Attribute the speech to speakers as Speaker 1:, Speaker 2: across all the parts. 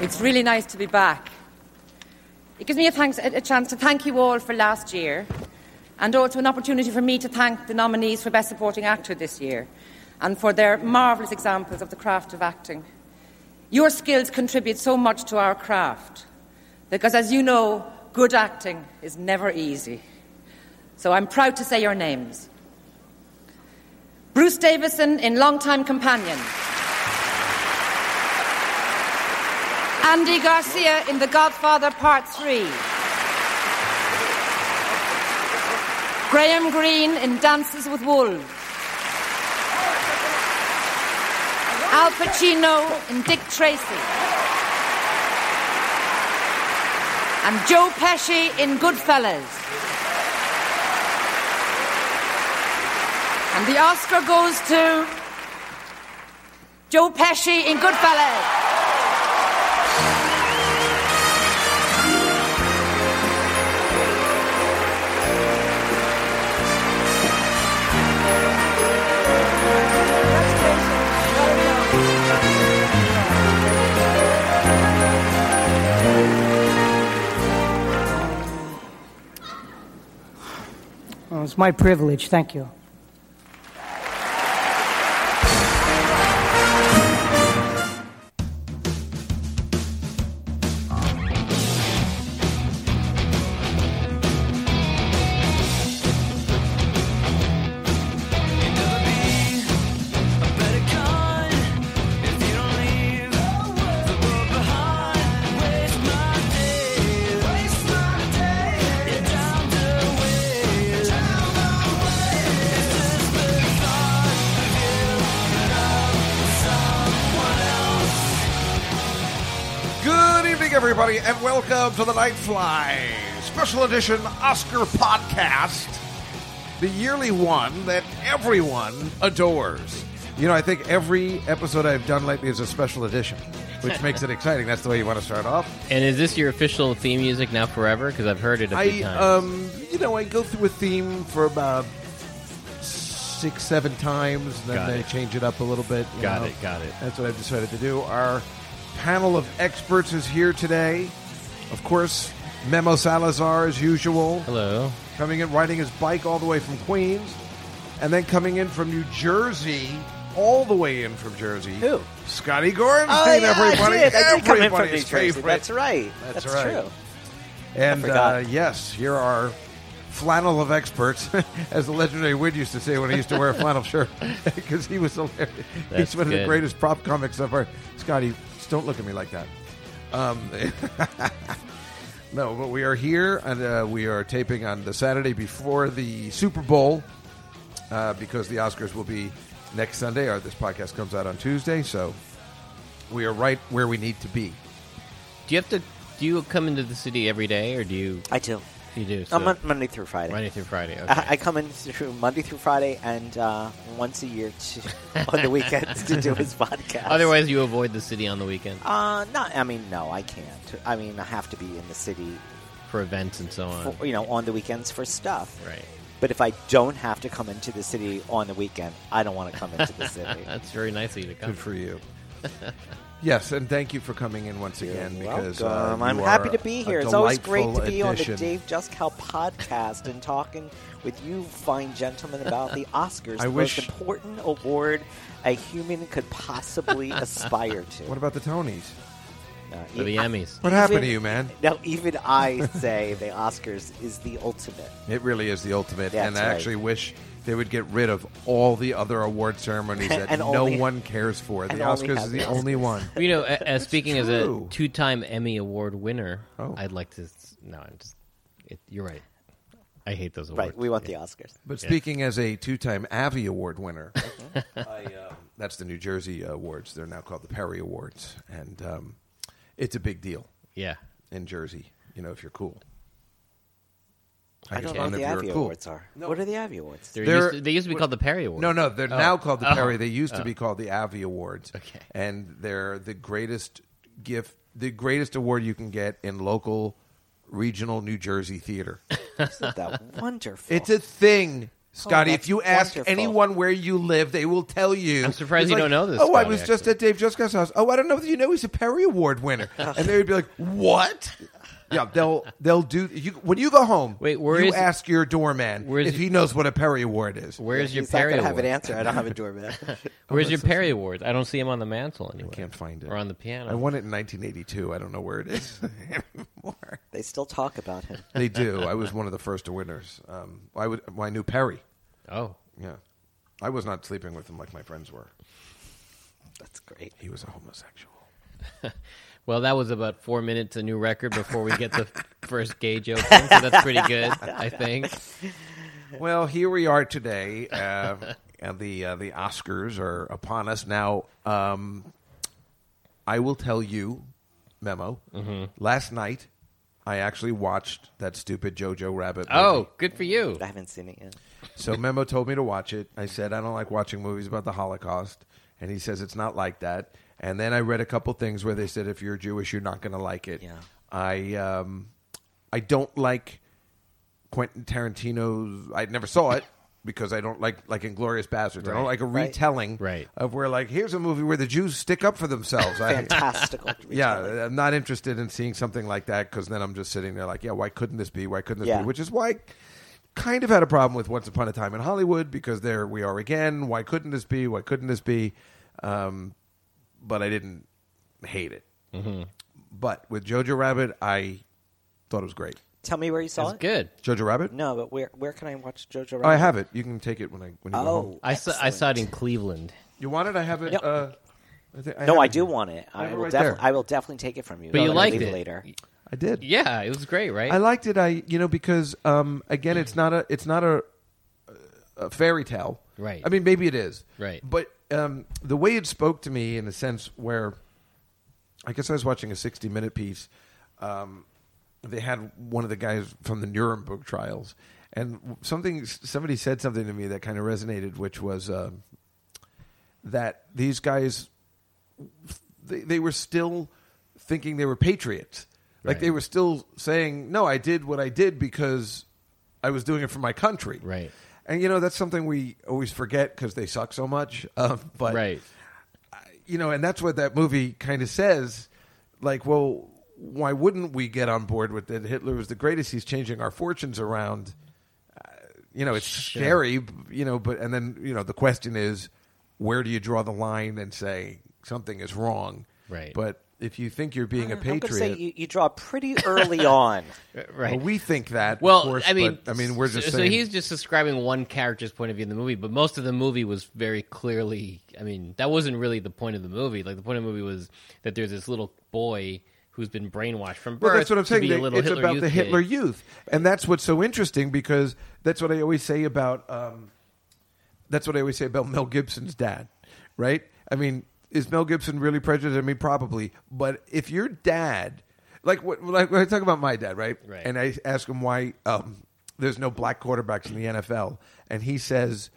Speaker 1: It's really nice to be back. It gives me a, thanks, a, a chance to thank you all for last year and also an opportunity for me to thank the nominees for Best Supporting Actor this year and for their marvellous examples of the craft of acting. Your skills contribute so much to our craft because, as you know, good acting is never easy. So I'm proud to say your names. Bruce Davison in Longtime Companion. Andy Garcia in The Godfather Part 3. Graham Greene in Dances with Wolves. Al Pacino in Dick Tracy. And Joe Pesci in Goodfellas. And the Oscar goes to Joe Pesci in Goodfellas.
Speaker 2: Well, it's my privilege. Thank you.
Speaker 3: Good evening, everybody, and welcome to the Nightfly Special Edition Oscar Podcast, the yearly one that everyone adores. You know, I think every episode I've done lately is a special edition, which makes it exciting. That's the way you want to start off.
Speaker 4: And is this your official theme music now forever? Because I've heard it a
Speaker 3: I,
Speaker 4: few times.
Speaker 3: um, you know, I go through a theme for about six, seven times, and then
Speaker 4: Got
Speaker 3: they
Speaker 4: it.
Speaker 3: change it up a little bit. you
Speaker 4: Got
Speaker 3: know.
Speaker 4: it, got it.
Speaker 3: That's what I've decided to do. Our panel of experts is here today. Of course, Memo Salazar, as usual,
Speaker 4: Hello.
Speaker 3: coming in riding his bike all the way from Queens, and then coming in from New Jersey. All the way in from Jersey.
Speaker 5: Who?
Speaker 3: Scotty Gorenstein,
Speaker 5: Oh, yeah,
Speaker 3: everybody.
Speaker 5: I did. I did come in from
Speaker 3: everybody's
Speaker 5: New Jersey.
Speaker 3: favorite.
Speaker 5: That's right.
Speaker 3: That's
Speaker 5: That's,
Speaker 3: right.
Speaker 5: true.
Speaker 3: And
Speaker 5: I
Speaker 3: uh,
Speaker 5: forgot.
Speaker 3: yes, here are flannel of experts, as the legendary Wid used to say when he used to wear a flannel shirt, because he was hilarious.
Speaker 4: That's
Speaker 3: He's one of the
Speaker 4: good.
Speaker 3: greatest prop comics ever. Scotty, just don't look at me like that. Um, no, but we are here, and uh, we are taping on the Saturday before the Super Bowl, uh, because the Oscars will be next Sunday, or this podcast comes out on Tuesday, so we are right where we need to be.
Speaker 4: Do you have to? Do you come into the city every day, or do you?
Speaker 5: I do.
Speaker 4: You do. So
Speaker 5: I'm Uh, Mon- Monday through Friday.
Speaker 4: Monday through Friday. Okay.
Speaker 5: I, I come in through Monday through Friday and uh, once a year to, on the weekends to do his podcast.
Speaker 4: Otherwise, you avoid the city on the weekend
Speaker 5: uh, not. I mean, no, I can't. I mean, I have to be in the city,
Speaker 4: for events and so on.
Speaker 5: for, you know, on the weekends for stuff.
Speaker 4: right.
Speaker 5: But if I don't have to come into the city on the weekend, I don't want to come into the city.
Speaker 4: That's very nice of you to come.
Speaker 3: Good for you. yes, and thank you for coming in once again because uh,
Speaker 5: welcome. I'm
Speaker 3: you
Speaker 5: happy
Speaker 3: are
Speaker 5: to be
Speaker 3: a
Speaker 5: here. It's always great to
Speaker 3: delightful
Speaker 5: be on the
Speaker 3: addition.
Speaker 5: Dave Just Cow podcast and talking with you fine gentlemen about the Oscars,
Speaker 3: I
Speaker 5: the
Speaker 3: wish-
Speaker 5: most important award a human could possibly aspire to.
Speaker 3: What about the Tonys?
Speaker 5: Uh,
Speaker 4: For the
Speaker 5: I-
Speaker 4: Emmys.
Speaker 3: What happened to you, man?
Speaker 5: Now, even I say the Oscars is the ultimate.
Speaker 3: It really is the ultimate,
Speaker 5: That's
Speaker 3: and I
Speaker 5: right.
Speaker 3: actually wish they would get rid of all the other award ceremonies that
Speaker 5: And
Speaker 3: no
Speaker 5: only-
Speaker 3: one cares for. The
Speaker 5: and only
Speaker 3: Oscars
Speaker 5: have
Speaker 3: is the
Speaker 5: the
Speaker 3: only
Speaker 5: Oscars.
Speaker 3: one.
Speaker 4: You know, a- as speaking as a
Speaker 3: true.
Speaker 4: two-time Emmy Award winner,
Speaker 3: Oh.
Speaker 4: I'd like to. s- No, I'm just. It, you're right. I hate those awards.
Speaker 5: Right, we want the Oscars.
Speaker 3: But speaking as a two-time Avi Award winner, I, um, that's the New Jersey Awards. They're now called the Perry Awards, and um, it's a big deal
Speaker 4: Yeah.
Speaker 3: in Jersey. You know, if you're cool.
Speaker 5: I
Speaker 3: just
Speaker 5: don't know what
Speaker 3: wondered
Speaker 5: the
Speaker 3: if you were
Speaker 5: Ivy
Speaker 3: cool.
Speaker 5: Awards are. What are the Ivy Awards?
Speaker 4: They're
Speaker 3: They're-
Speaker 4: used to, they used to be called the Perry Awards.
Speaker 3: No, no, they're now called the
Speaker 4: Oh.
Speaker 3: Perry. They used to be called the Avi Awards.
Speaker 4: Okay.
Speaker 3: And they're the greatest gift, the greatest award you can get in local, regional New Jersey theater.
Speaker 5: Isn't that wonderful?
Speaker 3: it's a thing. Scotty,
Speaker 5: Oh, that's
Speaker 3: if you ask
Speaker 5: wonderful.
Speaker 3: anyone where you live, they will tell you.
Speaker 4: I'm surprised
Speaker 3: It's
Speaker 4: you don't know this,
Speaker 3: Oh, I
Speaker 4: Scotty,
Speaker 3: was just
Speaker 4: actually."
Speaker 3: at Dave Jusko's house. Oh, I don't know that you know he's a Perry Award winner, and they would be like, "What?" Yeah, they'll they'll do. You, when you go home,
Speaker 4: Wait, where
Speaker 3: you
Speaker 4: is-
Speaker 3: ask your doorman
Speaker 4: where is
Speaker 3: if
Speaker 4: you-
Speaker 3: he knows what a Perry Award is.
Speaker 4: Where's your
Speaker 5: He's not
Speaker 4: Perry
Speaker 5: gonna have
Speaker 4: Award?
Speaker 5: an answer. I don't have a doorman.
Speaker 4: Where's your Perry Award? I don't see him on the mantle anywhere.
Speaker 3: Can't find it.
Speaker 4: Or on the piano.
Speaker 3: I won it in 1982. I don't know where it is anymore.
Speaker 5: they still talk about him.
Speaker 3: They do. I was one of the first winners. Um, I would. Well, I knew Perry.
Speaker 4: oh,
Speaker 3: Yeah, I was not sleeping with him like my friends were.
Speaker 5: That's great.
Speaker 3: He was a homosexual.
Speaker 4: well, that was about four minutes a new record before we get the first gay joke. in, so that's pretty good, I think.
Speaker 3: Well, here we are today. Uh, and the uh, the Oscars are upon us now. Um, I will tell you, memo. Last night, I actually watched that stupid Jojo Rabbit. Movie.
Speaker 4: Oh, good for you.
Speaker 5: I haven't seen it yet.
Speaker 3: so memo told me to watch it. I said I don't like watching movies about the Holocaust, and he says it's not like that. And then I read a couple things where they said if you're Jewish, you're not going to like it.
Speaker 5: Yeah.
Speaker 3: I um, I don't like Quentin Tarantino's. I never saw it because I don't like like Inglorious Bastards. I don't like a
Speaker 5: Right.
Speaker 3: retelling
Speaker 4: Right.
Speaker 3: of where like here's a movie where the Jews stick up for themselves. I,
Speaker 5: Fantastical. retelling.
Speaker 3: yeah, I'm not interested in seeing something like that because then I'm just sitting there like, yeah, why couldn't this be? Why couldn't this
Speaker 5: Yeah.
Speaker 3: be? Which is why I kind of had a problem with Once Upon a Time in Hollywood because there we are again. Why couldn't this be? Why couldn't this be? Um, but I didn't hate it.
Speaker 5: Mm-hmm.
Speaker 3: But with Jojo Rabbit, I thought it was great.
Speaker 5: Tell me where you saw
Speaker 4: That's
Speaker 5: it.
Speaker 4: good.
Speaker 3: Jojo Rabbit?
Speaker 5: No, but where where can I watch Jojo Rabbit?
Speaker 3: Oh, I have it. Uh-huh. You can take it when I when you go home.
Speaker 5: Oh,
Speaker 4: I saw, I saw it in Cleveland.
Speaker 3: You want it? I have it.
Speaker 5: No.
Speaker 3: Uh, I think
Speaker 5: No,
Speaker 3: have
Speaker 5: I
Speaker 3: it
Speaker 5: do
Speaker 3: here.
Speaker 5: want it. I
Speaker 3: have it
Speaker 5: will,
Speaker 3: right
Speaker 5: defi-
Speaker 3: there.
Speaker 5: I will definitely take it from you.
Speaker 4: But you
Speaker 5: when I
Speaker 4: liked
Speaker 5: leave
Speaker 4: it.
Speaker 5: later.
Speaker 3: I did.
Speaker 4: Yeah, it was great, right?
Speaker 3: I liked it. I you know because um, again, it's not a it's not a, a fairy tale.
Speaker 4: Right.
Speaker 3: I mean, maybe it is.
Speaker 4: Right.
Speaker 3: But um, the way it spoke to me, in a sense, where I guess I was watching a sixty minute piece. Um, they had one of the guys from the Nuremberg trials, and something somebody said something to me that kind of resonated, which was um, that these guys they, they were still thinking they were patriots. Like
Speaker 4: Right.
Speaker 3: they were still saying, "No, I did what I did because I was doing it for my country."
Speaker 4: Right.
Speaker 3: And you know that's something we always forget because they suck so much. Um, but
Speaker 4: Right.
Speaker 3: you know, and that's what that movie kind of says. Like, well, why wouldn't we get on board with it? Hitler was the greatest. He's changing our fortunes around. Uh, you know, it's scary. b- You know, but and then you know the question is, where do you draw the line and say something is wrong?
Speaker 4: Right.
Speaker 3: But if you think you're being a
Speaker 5: I'm
Speaker 3: patriot,
Speaker 5: gonna say you, you draw pretty early on.
Speaker 4: Right.
Speaker 3: well, we think that.
Speaker 4: Well,
Speaker 3: of course,
Speaker 4: I mean,
Speaker 3: but, I mean, we're just
Speaker 4: so,
Speaker 3: saying
Speaker 4: so he's just describing one character's point of view in the movie, but most of the movie was very clearly. I mean, that wasn't really the point of the movie. Like the point of the movie was that there's this little boy who's been brainwashed from birth.
Speaker 3: Well, that's what I'm
Speaker 4: to
Speaker 3: saying.
Speaker 4: be a
Speaker 3: They-
Speaker 4: little
Speaker 3: it's
Speaker 4: Hitler
Speaker 3: about
Speaker 4: youth
Speaker 3: the Hitler
Speaker 4: kid.
Speaker 3: Youth, and that's what's so interesting because that's what I always say about um, that's what I always say about Mel Gibson's dad, right? I mean, is Mel Gibson really prejudiced? I mean, probably, but if your dad, like, what, like when I talk about my dad, right?
Speaker 4: Right.
Speaker 3: And I ask him why um, there's no black quarterbacks in the NFL, and he says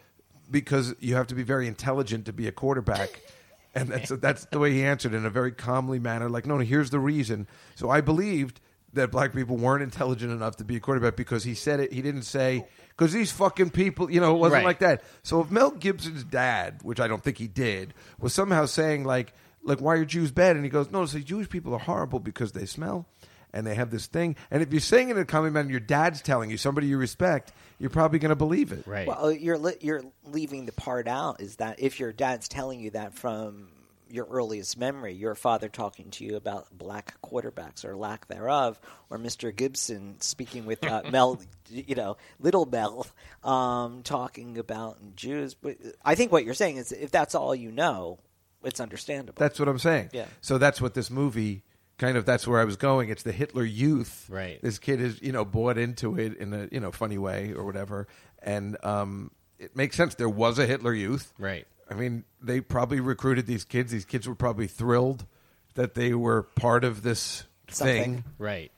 Speaker 3: because you have to be very intelligent to be a quarterback. And that's that's the way he answered in a very calmly manner. Like, no, no, here's the reason. So I believed that black people weren't intelligent enough to be a quarterback because he said it. He didn't say because these fucking people. You know, it wasn't
Speaker 4: Right.
Speaker 3: like that. So if Mel Gibson's dad, which I don't think he did, was somehow saying like, like, why are Jews bad? And he goes, no, so Jewish people are horrible because they smell and they have this thing. And if you're saying it in a calming manner, your dad's telling you somebody you respect, you're probably going to believe it.
Speaker 4: Right.
Speaker 5: Well, you're li- you're leaving the part out is that if your dad's telling you that from your earliest memory, your father talking to you about black quarterbacks or lack thereof, or Mr. Gibson speaking with uh, Mel, you know, little Mel, um, talking about Jews. But I think what you're saying is if that's all you know, it's understandable.
Speaker 3: That's what I'm saying.
Speaker 5: Yeah.
Speaker 3: So that's what this movie kind of that's where I was going. It's the Hitler Youth.
Speaker 4: Right.
Speaker 3: This kid is you know bought into it in a you know funny way or whatever, and um, it makes sense. There was a Hitler Youth.
Speaker 4: Right.
Speaker 3: I mean, they probably recruited these kids. These kids were probably thrilled that they were part of this
Speaker 5: Something.
Speaker 3: thing.
Speaker 4: right.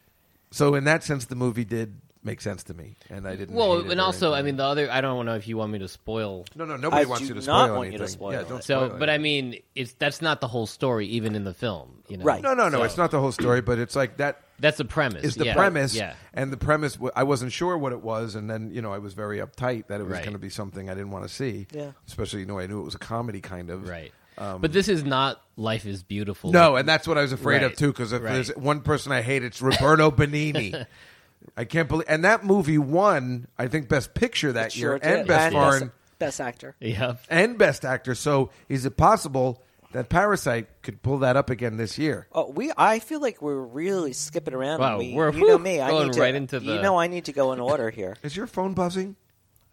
Speaker 3: So in that sense, the movie did make sense to me, and I didn't. hate
Speaker 4: Well,
Speaker 3: it
Speaker 4: and
Speaker 3: or
Speaker 4: also, I
Speaker 3: anything.
Speaker 4: mean, the other. I don't know if you want me to spoil.
Speaker 3: no, no, nobody
Speaker 5: I
Speaker 3: wants
Speaker 5: do
Speaker 3: you to
Speaker 5: not
Speaker 3: spoil
Speaker 5: want you
Speaker 3: anything.
Speaker 5: to spoil
Speaker 3: yeah,
Speaker 5: it.
Speaker 3: don't
Speaker 4: So,
Speaker 3: spoil
Speaker 4: but
Speaker 3: it.
Speaker 4: I mean, it's that's not the whole story, even in the film. You know,
Speaker 5: Right.
Speaker 3: no, no, no,
Speaker 4: So,
Speaker 3: it's not the whole story, but it's like that
Speaker 4: That's the premise.
Speaker 3: is the
Speaker 4: yeah.
Speaker 3: premise,
Speaker 4: Yeah.
Speaker 3: and the premise. wa- I wasn't sure what it was, and then you know I was very uptight that it was
Speaker 4: Right.
Speaker 3: going to be something I didn't want to see.
Speaker 5: Yeah.
Speaker 3: especially you know I knew it was a comedy kind of
Speaker 4: Right.
Speaker 3: Um,
Speaker 4: but this is not Life is Beautiful.
Speaker 3: No, and that's what I was afraid of
Speaker 4: Right,
Speaker 3: too. Because if
Speaker 4: right.
Speaker 3: there's one person I hate, it's Roberto Benigni. I can't believe. And that movie won, I think, Best Picture that year
Speaker 5: Sure did.
Speaker 3: and Best Foreign
Speaker 5: best actor.
Speaker 4: Yeah.
Speaker 3: and Best Actor. So is it possible that Parasite could pull that up again this year?
Speaker 5: Oh, we. I feel like we're really skipping around.
Speaker 4: Wow,
Speaker 5: we,
Speaker 4: we're-
Speaker 5: you know me. I
Speaker 4: going
Speaker 5: need to,
Speaker 4: right into the-
Speaker 5: You know, I need to go in order here.
Speaker 3: Is your phone buzzing?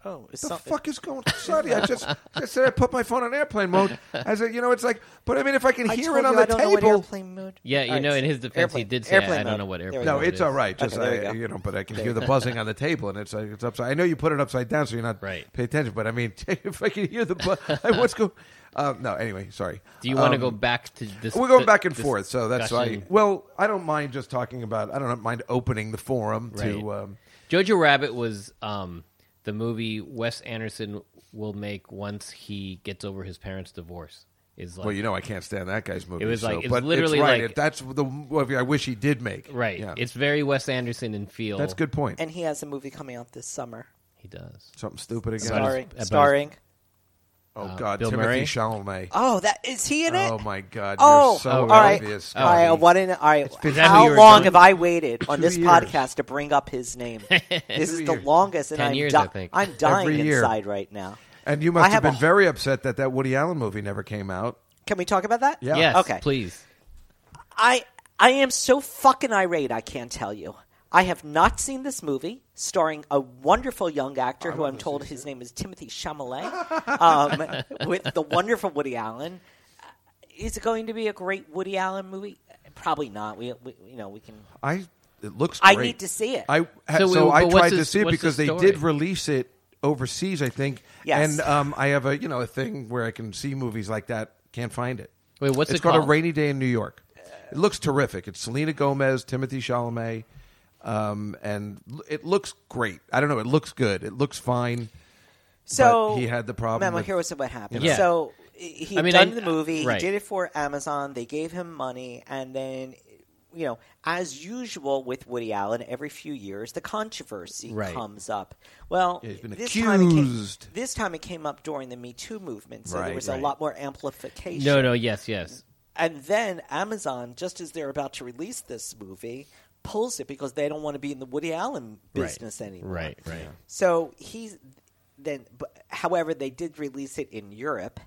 Speaker 5: Oh, it's
Speaker 3: The
Speaker 5: something.
Speaker 3: fuck is going? Sorry, I just I said I put my phone on airplane mode. I said, you know, it's like, but I mean, if I can
Speaker 5: I
Speaker 3: hear
Speaker 5: told
Speaker 3: it on
Speaker 5: you
Speaker 3: the
Speaker 5: I don't know what
Speaker 3: table,
Speaker 5: airplane mode.
Speaker 4: Yeah, you
Speaker 5: All right.
Speaker 4: know, in his defense,
Speaker 5: airplane,
Speaker 4: he did say,
Speaker 5: airplane
Speaker 4: "I don't
Speaker 5: mode.
Speaker 4: know what
Speaker 5: There
Speaker 4: airplane
Speaker 5: we
Speaker 3: No,
Speaker 5: go.
Speaker 4: what it
Speaker 3: it's
Speaker 4: is.
Speaker 3: all right. Just
Speaker 5: Okay, there you
Speaker 3: I-
Speaker 5: go.
Speaker 3: you know, but I can hear the buzzing on the table, and it's like it's upside. I know you put it upside down, so you're not
Speaker 4: Right.
Speaker 3: pay attention. But I mean, if I can hear the bu- I, what's go? Uh, no, anyway, sorry.
Speaker 4: Do you want to
Speaker 3: Um,
Speaker 4: go back to this?
Speaker 3: We're going
Speaker 4: th-
Speaker 3: back and
Speaker 4: this
Speaker 3: forth, so that's why.
Speaker 4: discussion?
Speaker 3: Well, I don't mind just talking about. I don't mind opening the forum to.
Speaker 4: Right.
Speaker 3: Um,
Speaker 4: Jojo Rabbit was um, the movie Wes Anderson will make once he gets over his parents' divorce. Is like
Speaker 3: well, you know, I can't stand that guy's movie.
Speaker 4: It was like-
Speaker 3: so,
Speaker 4: it's
Speaker 3: but
Speaker 4: literally
Speaker 3: right.
Speaker 4: like-
Speaker 3: if that's the movie I wish he did make.
Speaker 4: right.
Speaker 3: Yeah.
Speaker 4: It's very Wes Anderson and feel.
Speaker 3: that's a good point.
Speaker 5: And he has a movie coming out this summer,
Speaker 4: He does.
Speaker 3: Something stupid again.
Speaker 4: About his-
Speaker 5: starring,
Speaker 4: about his-
Speaker 5: starring.
Speaker 3: oh God,
Speaker 4: Uh, Bill
Speaker 3: Timothy
Speaker 4: Murray?
Speaker 3: Chalamet.
Speaker 5: Oh, that is he in it?
Speaker 3: Oh my God,
Speaker 5: Oh,
Speaker 3: you're so
Speaker 5: all right.
Speaker 3: obvious.
Speaker 5: All right, uh,
Speaker 3: Scotty.
Speaker 5: what in, all right.
Speaker 3: been-
Speaker 5: How
Speaker 4: Two
Speaker 5: long
Speaker 4: years.
Speaker 5: have I waited on
Speaker 3: Two
Speaker 5: this
Speaker 3: years.
Speaker 5: podcast to bring up his name? This is the
Speaker 3: years.
Speaker 5: longest, and
Speaker 4: Ten
Speaker 5: I'm,
Speaker 4: years,
Speaker 5: di-
Speaker 4: I think.
Speaker 5: I'm dying
Speaker 3: Every year.
Speaker 5: inside right now.
Speaker 3: And you must
Speaker 5: I
Speaker 3: have
Speaker 5: have
Speaker 3: been
Speaker 5: a-
Speaker 3: very upset that that Woody Allen movie never came out.
Speaker 5: Can we talk about that?
Speaker 3: Yeah.
Speaker 4: Yes.
Speaker 5: Okay.
Speaker 4: Please.
Speaker 5: I I am so fucking irate. I can't tell you. I have not seen this movie starring a wonderful young actor who I'm told his name is Timothy Chalamet, um, with the wonderful Woody Allen. Uh, Is it going to be a great Woody Allen movie? Probably not. We, we you know we can.
Speaker 3: I it looks.
Speaker 5: I
Speaker 3: Great.
Speaker 5: need to see it.
Speaker 3: I ha- so,
Speaker 4: So, uh, but
Speaker 3: I
Speaker 4: what's
Speaker 3: tried to
Speaker 4: his-
Speaker 3: see it
Speaker 4: what's
Speaker 3: because they
Speaker 4: his
Speaker 3: did
Speaker 4: story?
Speaker 3: release it overseas, I think.
Speaker 5: Yes.
Speaker 3: And um, I have a you know a thing where I can see movies like that. Can't find it.
Speaker 4: Wait, what's
Speaker 3: it's
Speaker 4: it
Speaker 3: called? A
Speaker 4: called?
Speaker 3: Rainy Day in New York. It looks terrific. It's Selena Gomez, Timothy Chalamet, um, and l- it looks great. I don't know. It looks good. It looks fine.
Speaker 5: So
Speaker 3: But he had the problem
Speaker 5: Memo,
Speaker 3: with-
Speaker 5: here was what happened.
Speaker 4: Yeah.
Speaker 5: So he
Speaker 4: I
Speaker 5: had
Speaker 4: mean,
Speaker 5: done
Speaker 4: I-
Speaker 5: the movie.
Speaker 4: right.
Speaker 5: He did it for Amazon. They gave him money, and then you know, as usual with Woody Allen, every few years the controversy
Speaker 4: Right.
Speaker 5: comes up. Well,
Speaker 3: he's been
Speaker 5: this time it came,
Speaker 3: accused.
Speaker 5: this time it came up during the Me Too movement, so
Speaker 3: Right,
Speaker 5: there was
Speaker 3: right.
Speaker 5: a lot more amplification.
Speaker 4: No. No. Yes. Yes.
Speaker 5: And then Amazon, just as they're about to release this movie, pulls it because they don't want to be in the Woody Allen business anymore.
Speaker 4: Right. Right.
Speaker 5: So he's then. But, however, they did release it in Europe,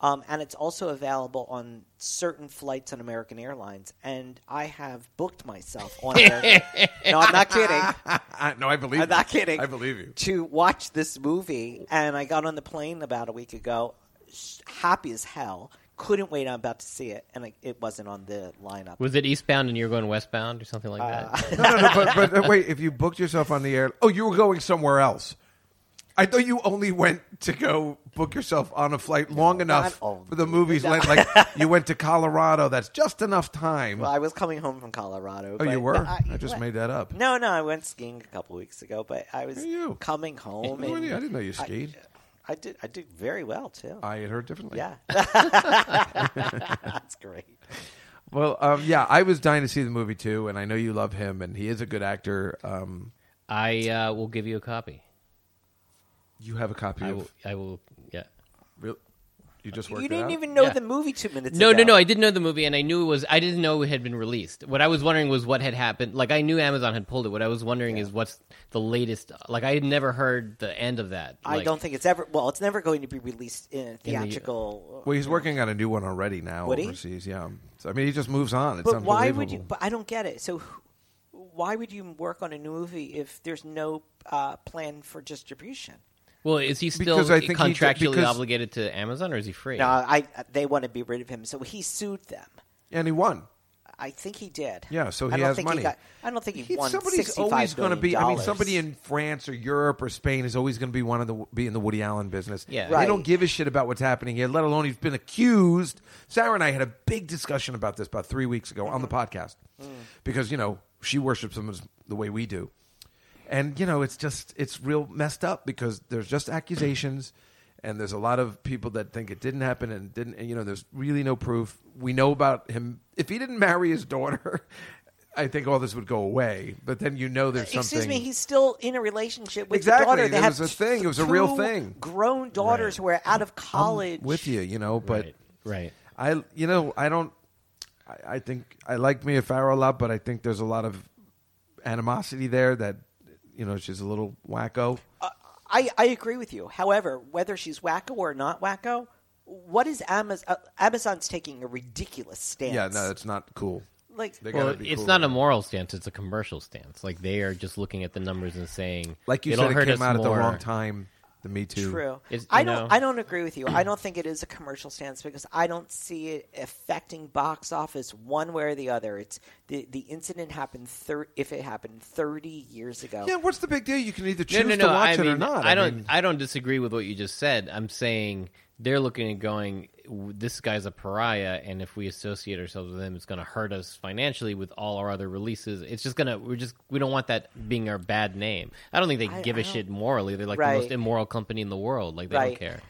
Speaker 5: um, and it's also available on certain flights on American Airlines. And I have booked myself on. American. no, I'm not kidding.
Speaker 3: I, no, I believe.
Speaker 5: I'm not
Speaker 3: you.
Speaker 5: kidding.
Speaker 3: I believe you.
Speaker 5: To watch this movie, and I got on the plane about a week ago, s- happy as hell. Couldn't wait. I'm about to see it, and I, it wasn't on the lineup.
Speaker 4: Was it eastbound and you're going westbound or something like that?
Speaker 3: No, no, no. But, but uh, wait, if you booked yourself on the air, oh, you were going somewhere else. I thought you only went to go book yourself on a flight long enough
Speaker 5: only.
Speaker 3: for the movies. Like, like you went to Colorado. That's just enough time.
Speaker 5: well, I was coming home from Colorado.
Speaker 3: oh,
Speaker 5: but-
Speaker 3: you were.
Speaker 5: but
Speaker 3: I, just made that up.
Speaker 5: No, no, I went skiing a couple weeks ago, but I was
Speaker 3: Hey, you.
Speaker 5: coming home.
Speaker 3: No
Speaker 5: and
Speaker 3: idea. I didn't know you skied.
Speaker 5: I did. I did very well too.
Speaker 3: I, had heard differently.
Speaker 5: yeah, that's great.
Speaker 3: Well, um, yeah, I was dying to see the movie too, and I know you love him, and he is a good actor. Um,
Speaker 4: I uh, will give you a copy.
Speaker 3: you have a copy
Speaker 4: I
Speaker 3: of.
Speaker 4: will. I will. Yeah.
Speaker 3: real- you just worked
Speaker 5: You
Speaker 3: it
Speaker 5: didn't
Speaker 3: out?
Speaker 5: even know
Speaker 4: Yeah.
Speaker 5: the movie two minutes
Speaker 4: No,
Speaker 5: ago.
Speaker 4: no, no. I didn't know the movie, and I knew it was. I didn't know it had been released. What I was wondering was what had happened. Like I knew Amazon had pulled it. What I was wondering is what's the latest. Like I had never heard the end of that.
Speaker 5: I
Speaker 4: Like, uh,
Speaker 5: don't think it's ever. Well, it's never going to be released in a theatrical.
Speaker 3: Well, he's working on a new one already now
Speaker 5: Would he?
Speaker 3: overseas. Yeah, so, I mean, he just moves on. It's
Speaker 5: but why would you?
Speaker 3: unbelievable.
Speaker 5: But I don't get it. So, wh- why would you work on a new movie if there's no uh, plan for distribution?
Speaker 4: Well, is he still
Speaker 3: Because I think he-
Speaker 4: contractually
Speaker 3: because-
Speaker 4: obligated to Amazon, or is he free?
Speaker 5: No, I. They want to be rid of him, so he sued them.
Speaker 3: And he won.
Speaker 5: I think he did.
Speaker 3: Yeah, so
Speaker 5: I
Speaker 3: he
Speaker 5: don't
Speaker 3: has
Speaker 5: think
Speaker 3: money.
Speaker 5: He got, I don't think he,
Speaker 3: He-
Speaker 5: won.
Speaker 3: somebody's
Speaker 5: $65
Speaker 3: always going to
Speaker 5: million
Speaker 3: be. I mean,
Speaker 5: dollars.
Speaker 3: somebody in France or Europe or Spain is always going to be one of the be in the Woody Allen business.
Speaker 4: Yeah.
Speaker 3: they
Speaker 5: Right.
Speaker 3: don't give a shit about what's happening here. Let alone he's been accused. Sarah and I had a big discussion about this about three weeks ago on the podcast because you know she worships him as the way we do, and you know it's just it's real messed up because there's just accusations and there's a lot of people that think it didn't happen and didn't and, you know there's really no proof we know about him if he didn't marry his daughter i think all this would go away but then you know there's something
Speaker 5: Excuse me, he's still in a relationship with
Speaker 3: Exactly,
Speaker 5: the daughter.
Speaker 3: it
Speaker 5: They have
Speaker 3: was a thing, it was a real
Speaker 5: two
Speaker 3: thing.
Speaker 5: Grown daughters who are out of college.
Speaker 3: with you you know but
Speaker 4: right, right.
Speaker 3: I you know I don't. I, I think I like Mia Farrow a lot, but I think there's a lot of animosity there that you know she's a little wacko.
Speaker 5: Uh, I, I agree with you. However, whether she's wacko or not wacko, what is Amaz- uh, Amazon's taking a ridiculous stance?
Speaker 3: Yeah, no, it's not cool.
Speaker 5: like
Speaker 3: They
Speaker 4: Well,
Speaker 3: gotta be
Speaker 4: it's
Speaker 3: cool.
Speaker 4: not a moral stance; it's a commercial stance. Like they are just looking at the numbers and saying,
Speaker 3: like you
Speaker 4: "It'll
Speaker 3: said. It
Speaker 4: hurt
Speaker 3: came
Speaker 4: us
Speaker 3: out at the
Speaker 4: more."
Speaker 3: wrong time. The Me Too.
Speaker 5: True.
Speaker 4: It's- you
Speaker 5: I don't.
Speaker 4: know-
Speaker 5: I don't agree with you. I don't think it is a commercial stance because I don't see it affecting box office one way or the other. It's the the incident happened thir- if it happened thirty years ago.
Speaker 3: Yeah, what's the big deal? You can either
Speaker 4: No,
Speaker 3: choose
Speaker 4: no, no.
Speaker 3: to watch
Speaker 4: I
Speaker 3: it
Speaker 4: mean,
Speaker 3: or not.
Speaker 4: I don't.
Speaker 3: mean,
Speaker 4: I don't disagree with what you just said. I'm saying they're looking and going, "W- "This guy's a pariah," and if we associate ourselves with him, it's going to hurt us financially with all our other releases. It's just gonna. We're just. We don't want that being our bad name. I don't think they give a shit morally. They're like
Speaker 5: Right.
Speaker 4: the most immoral company in the world. Like they
Speaker 5: Right.
Speaker 4: don't care.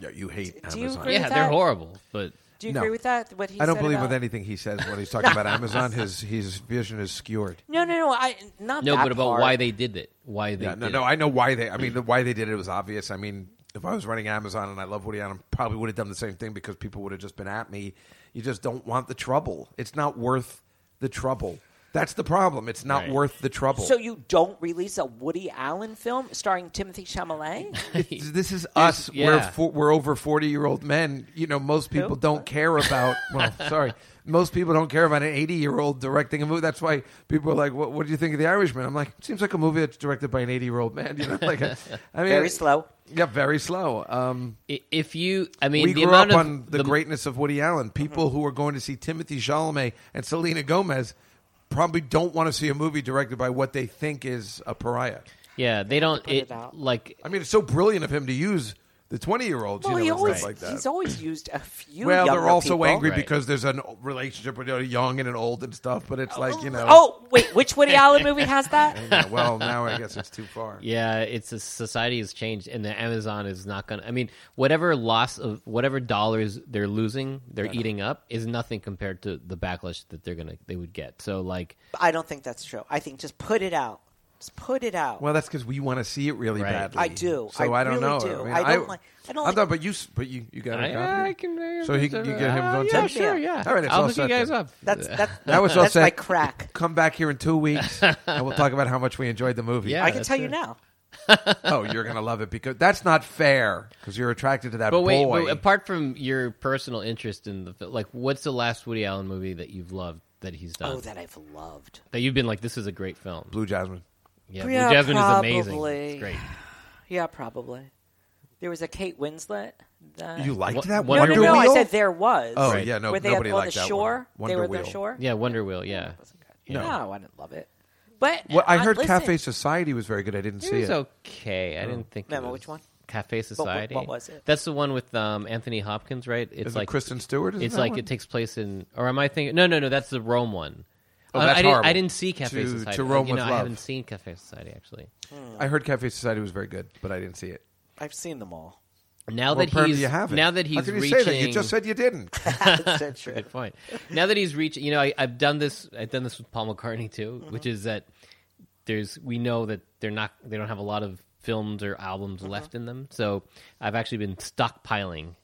Speaker 3: yeah, you hate
Speaker 5: do you
Speaker 3: Amazon.
Speaker 5: agree?
Speaker 4: Yeah,
Speaker 5: with
Speaker 4: they're
Speaker 5: that?
Speaker 4: horrible. But
Speaker 5: Do you
Speaker 3: No.
Speaker 5: agree with that? What he
Speaker 3: I don't
Speaker 5: said
Speaker 3: believe
Speaker 5: about-
Speaker 3: with anything he says when he's talking about Amazon. His his vision is skewed.
Speaker 5: No, no, no. I not
Speaker 4: no,
Speaker 5: that
Speaker 4: but about
Speaker 5: part.
Speaker 4: why they did it. Why they?
Speaker 3: Yeah, no,
Speaker 4: did
Speaker 3: no,
Speaker 4: it.
Speaker 3: I know why they. I mean, the- why they did it was obvious. I mean, if I was running Amazon and I love Woody Allen, probably would have done the same thing because people would have just been at me. You just don't want the trouble. It's not worth the trouble. That's the problem. It's not
Speaker 4: Right.
Speaker 3: worth the trouble.
Speaker 5: So you don't release a Woody Allen film starring Timothy Chalamet?
Speaker 3: It's- this is us.
Speaker 4: yeah.
Speaker 3: We're fo- we're over forty year old men. You know, most people don't care about. Well, sorry, most people don't care about an eighty year old directing a movie. That's why people are like, what, "What do you think of The Irishman?" I'm like, it seems like a movie that's directed by an eighty year old man. You know, like, I mean,
Speaker 5: Very slow.
Speaker 3: Yeah, very slow. Um,
Speaker 4: I- If you, I mean,
Speaker 3: we
Speaker 4: the Mm-hmm.
Speaker 3: grew up
Speaker 4: amount of
Speaker 3: on the, greatness of Woody Allen. People who are going to see Timothy Chalamet and Selena Gomez probably don't want to see a movie directed by what they think is a pariah.
Speaker 4: Yeah, they don't.
Speaker 5: put it
Speaker 4: It,
Speaker 5: out.
Speaker 4: like
Speaker 3: I mean, it's so brilliant of him to use the twenty-year-olds. you
Speaker 5: Well,
Speaker 3: know,
Speaker 5: he
Speaker 3: and
Speaker 5: always
Speaker 3: stuff like that.
Speaker 5: he's always used a few.
Speaker 3: well, they're
Speaker 5: younger
Speaker 3: also
Speaker 5: people.
Speaker 3: angry
Speaker 4: Right.
Speaker 3: because there's a relationship with a young and an old and stuff. But it's like you know,
Speaker 5: Oh wait, which Woody Allen movie has that?
Speaker 3: yeah, well, now I guess it's too far.
Speaker 4: Yeah, it's a society has changed, and the Amazon is not going. to I mean, whatever loss of whatever dollars they're losing, they're eating up is nothing compared to the backlash that they're gonna they would get. So like,
Speaker 5: I don't think that's true. I think just put it out. Just put it out.
Speaker 3: Well, that's because we want to see it really
Speaker 4: Right.
Speaker 3: badly.
Speaker 5: I do.
Speaker 3: So
Speaker 5: I
Speaker 3: I, don't
Speaker 5: really
Speaker 3: know.
Speaker 5: do.
Speaker 3: mean,
Speaker 5: I don't like- I don't
Speaker 3: I'm
Speaker 5: like-
Speaker 3: not- but you, s- but you, you got a copy?
Speaker 4: can. uh,
Speaker 3: So he- you get him going
Speaker 4: yeah,
Speaker 3: too?
Speaker 4: sure,
Speaker 5: Yeah.
Speaker 4: yeah.
Speaker 3: All right, it's
Speaker 4: I'll
Speaker 3: all
Speaker 4: look you
Speaker 3: set
Speaker 4: guys
Speaker 3: then.
Speaker 4: up.
Speaker 5: that's that's
Speaker 3: That was all
Speaker 5: that's
Speaker 3: set.
Speaker 5: my crack.
Speaker 3: Come back here in two weeks, and we'll talk about how much we enjoyed the movie.
Speaker 4: Yeah.
Speaker 5: I can
Speaker 4: that's
Speaker 5: tell you
Speaker 4: it.
Speaker 5: now.
Speaker 3: Oh, you're gonna love it because that's not fair because you're attracted to that
Speaker 4: But wait,
Speaker 3: boy.
Speaker 4: but apart from your personal interest in the film, like, what's the last Woody Allen movie that you've loved that he's done?
Speaker 5: Oh, that I've loved.
Speaker 4: That you've been like, this is a great film.
Speaker 3: Blue Jasmine.
Speaker 4: Yeah, Blue
Speaker 5: Yeah,
Speaker 4: Jasmine is amazing.
Speaker 5: probably.
Speaker 4: It's great.
Speaker 5: Yeah, probably. There was a Kate Winslet. That...
Speaker 3: You liked
Speaker 4: What-
Speaker 3: that
Speaker 4: what-
Speaker 5: no,
Speaker 3: Wonder
Speaker 5: no, no. I
Speaker 3: Wheel?
Speaker 5: said there was.
Speaker 3: Oh, yeah, no,
Speaker 5: Where they
Speaker 3: nobody
Speaker 5: had, on
Speaker 3: liked
Speaker 5: the
Speaker 3: that
Speaker 5: shore.
Speaker 3: one.
Speaker 5: They
Speaker 3: Wonder
Speaker 5: were the
Speaker 3: Wheel.
Speaker 5: shore.
Speaker 4: Yeah, Wonder Wheel. Yeah,
Speaker 5: No.
Speaker 3: No.
Speaker 5: I didn't love it. But
Speaker 3: Well, I
Speaker 5: uh,
Speaker 3: heard
Speaker 5: listen,
Speaker 3: Cafe Society was very good. I didn't
Speaker 4: It
Speaker 3: see
Speaker 4: was
Speaker 3: it.
Speaker 4: okay. I didn't think. it
Speaker 5: Memo,
Speaker 4: was-
Speaker 5: which one?
Speaker 4: Cafe Society.
Speaker 5: what was it?
Speaker 4: That's the one with um, Anthony Hopkins, right? It's
Speaker 3: Is it
Speaker 4: like
Speaker 3: Kristen Stewart? Isn't
Speaker 4: It's
Speaker 3: that
Speaker 4: like
Speaker 3: one?
Speaker 4: it takes place in, or am I thinking? No, no, no. That's the Rome one.
Speaker 3: Oh,
Speaker 4: I-
Speaker 3: that's
Speaker 4: I, didn't,
Speaker 3: horrible.
Speaker 4: I didn't see Cafe
Speaker 3: To-
Speaker 4: Society.
Speaker 3: to Rome
Speaker 4: you know,
Speaker 3: with
Speaker 4: I
Speaker 3: love.
Speaker 4: haven't seen Cafe Society actually.
Speaker 3: I heard Cafe Society was very good, but I didn't see it.
Speaker 5: I've seen them all.
Speaker 4: Now
Speaker 3: Well,
Speaker 4: that
Speaker 3: Perm,
Speaker 4: he's
Speaker 3: you haven't.
Speaker 4: now that
Speaker 3: How
Speaker 4: he's
Speaker 3: can you
Speaker 4: reaching,
Speaker 3: say that? You just said you didn't.
Speaker 5: That's so true.
Speaker 4: good point. Now that he's reaching, you know, I, I've done this. I've done this with Paul McCartney too,
Speaker 5: Mm-hmm.
Speaker 4: which is that there's we know that they're not they don't have a lot of films or albums
Speaker 5: Mm-hmm.
Speaker 4: left in them. So I've actually been stockpiling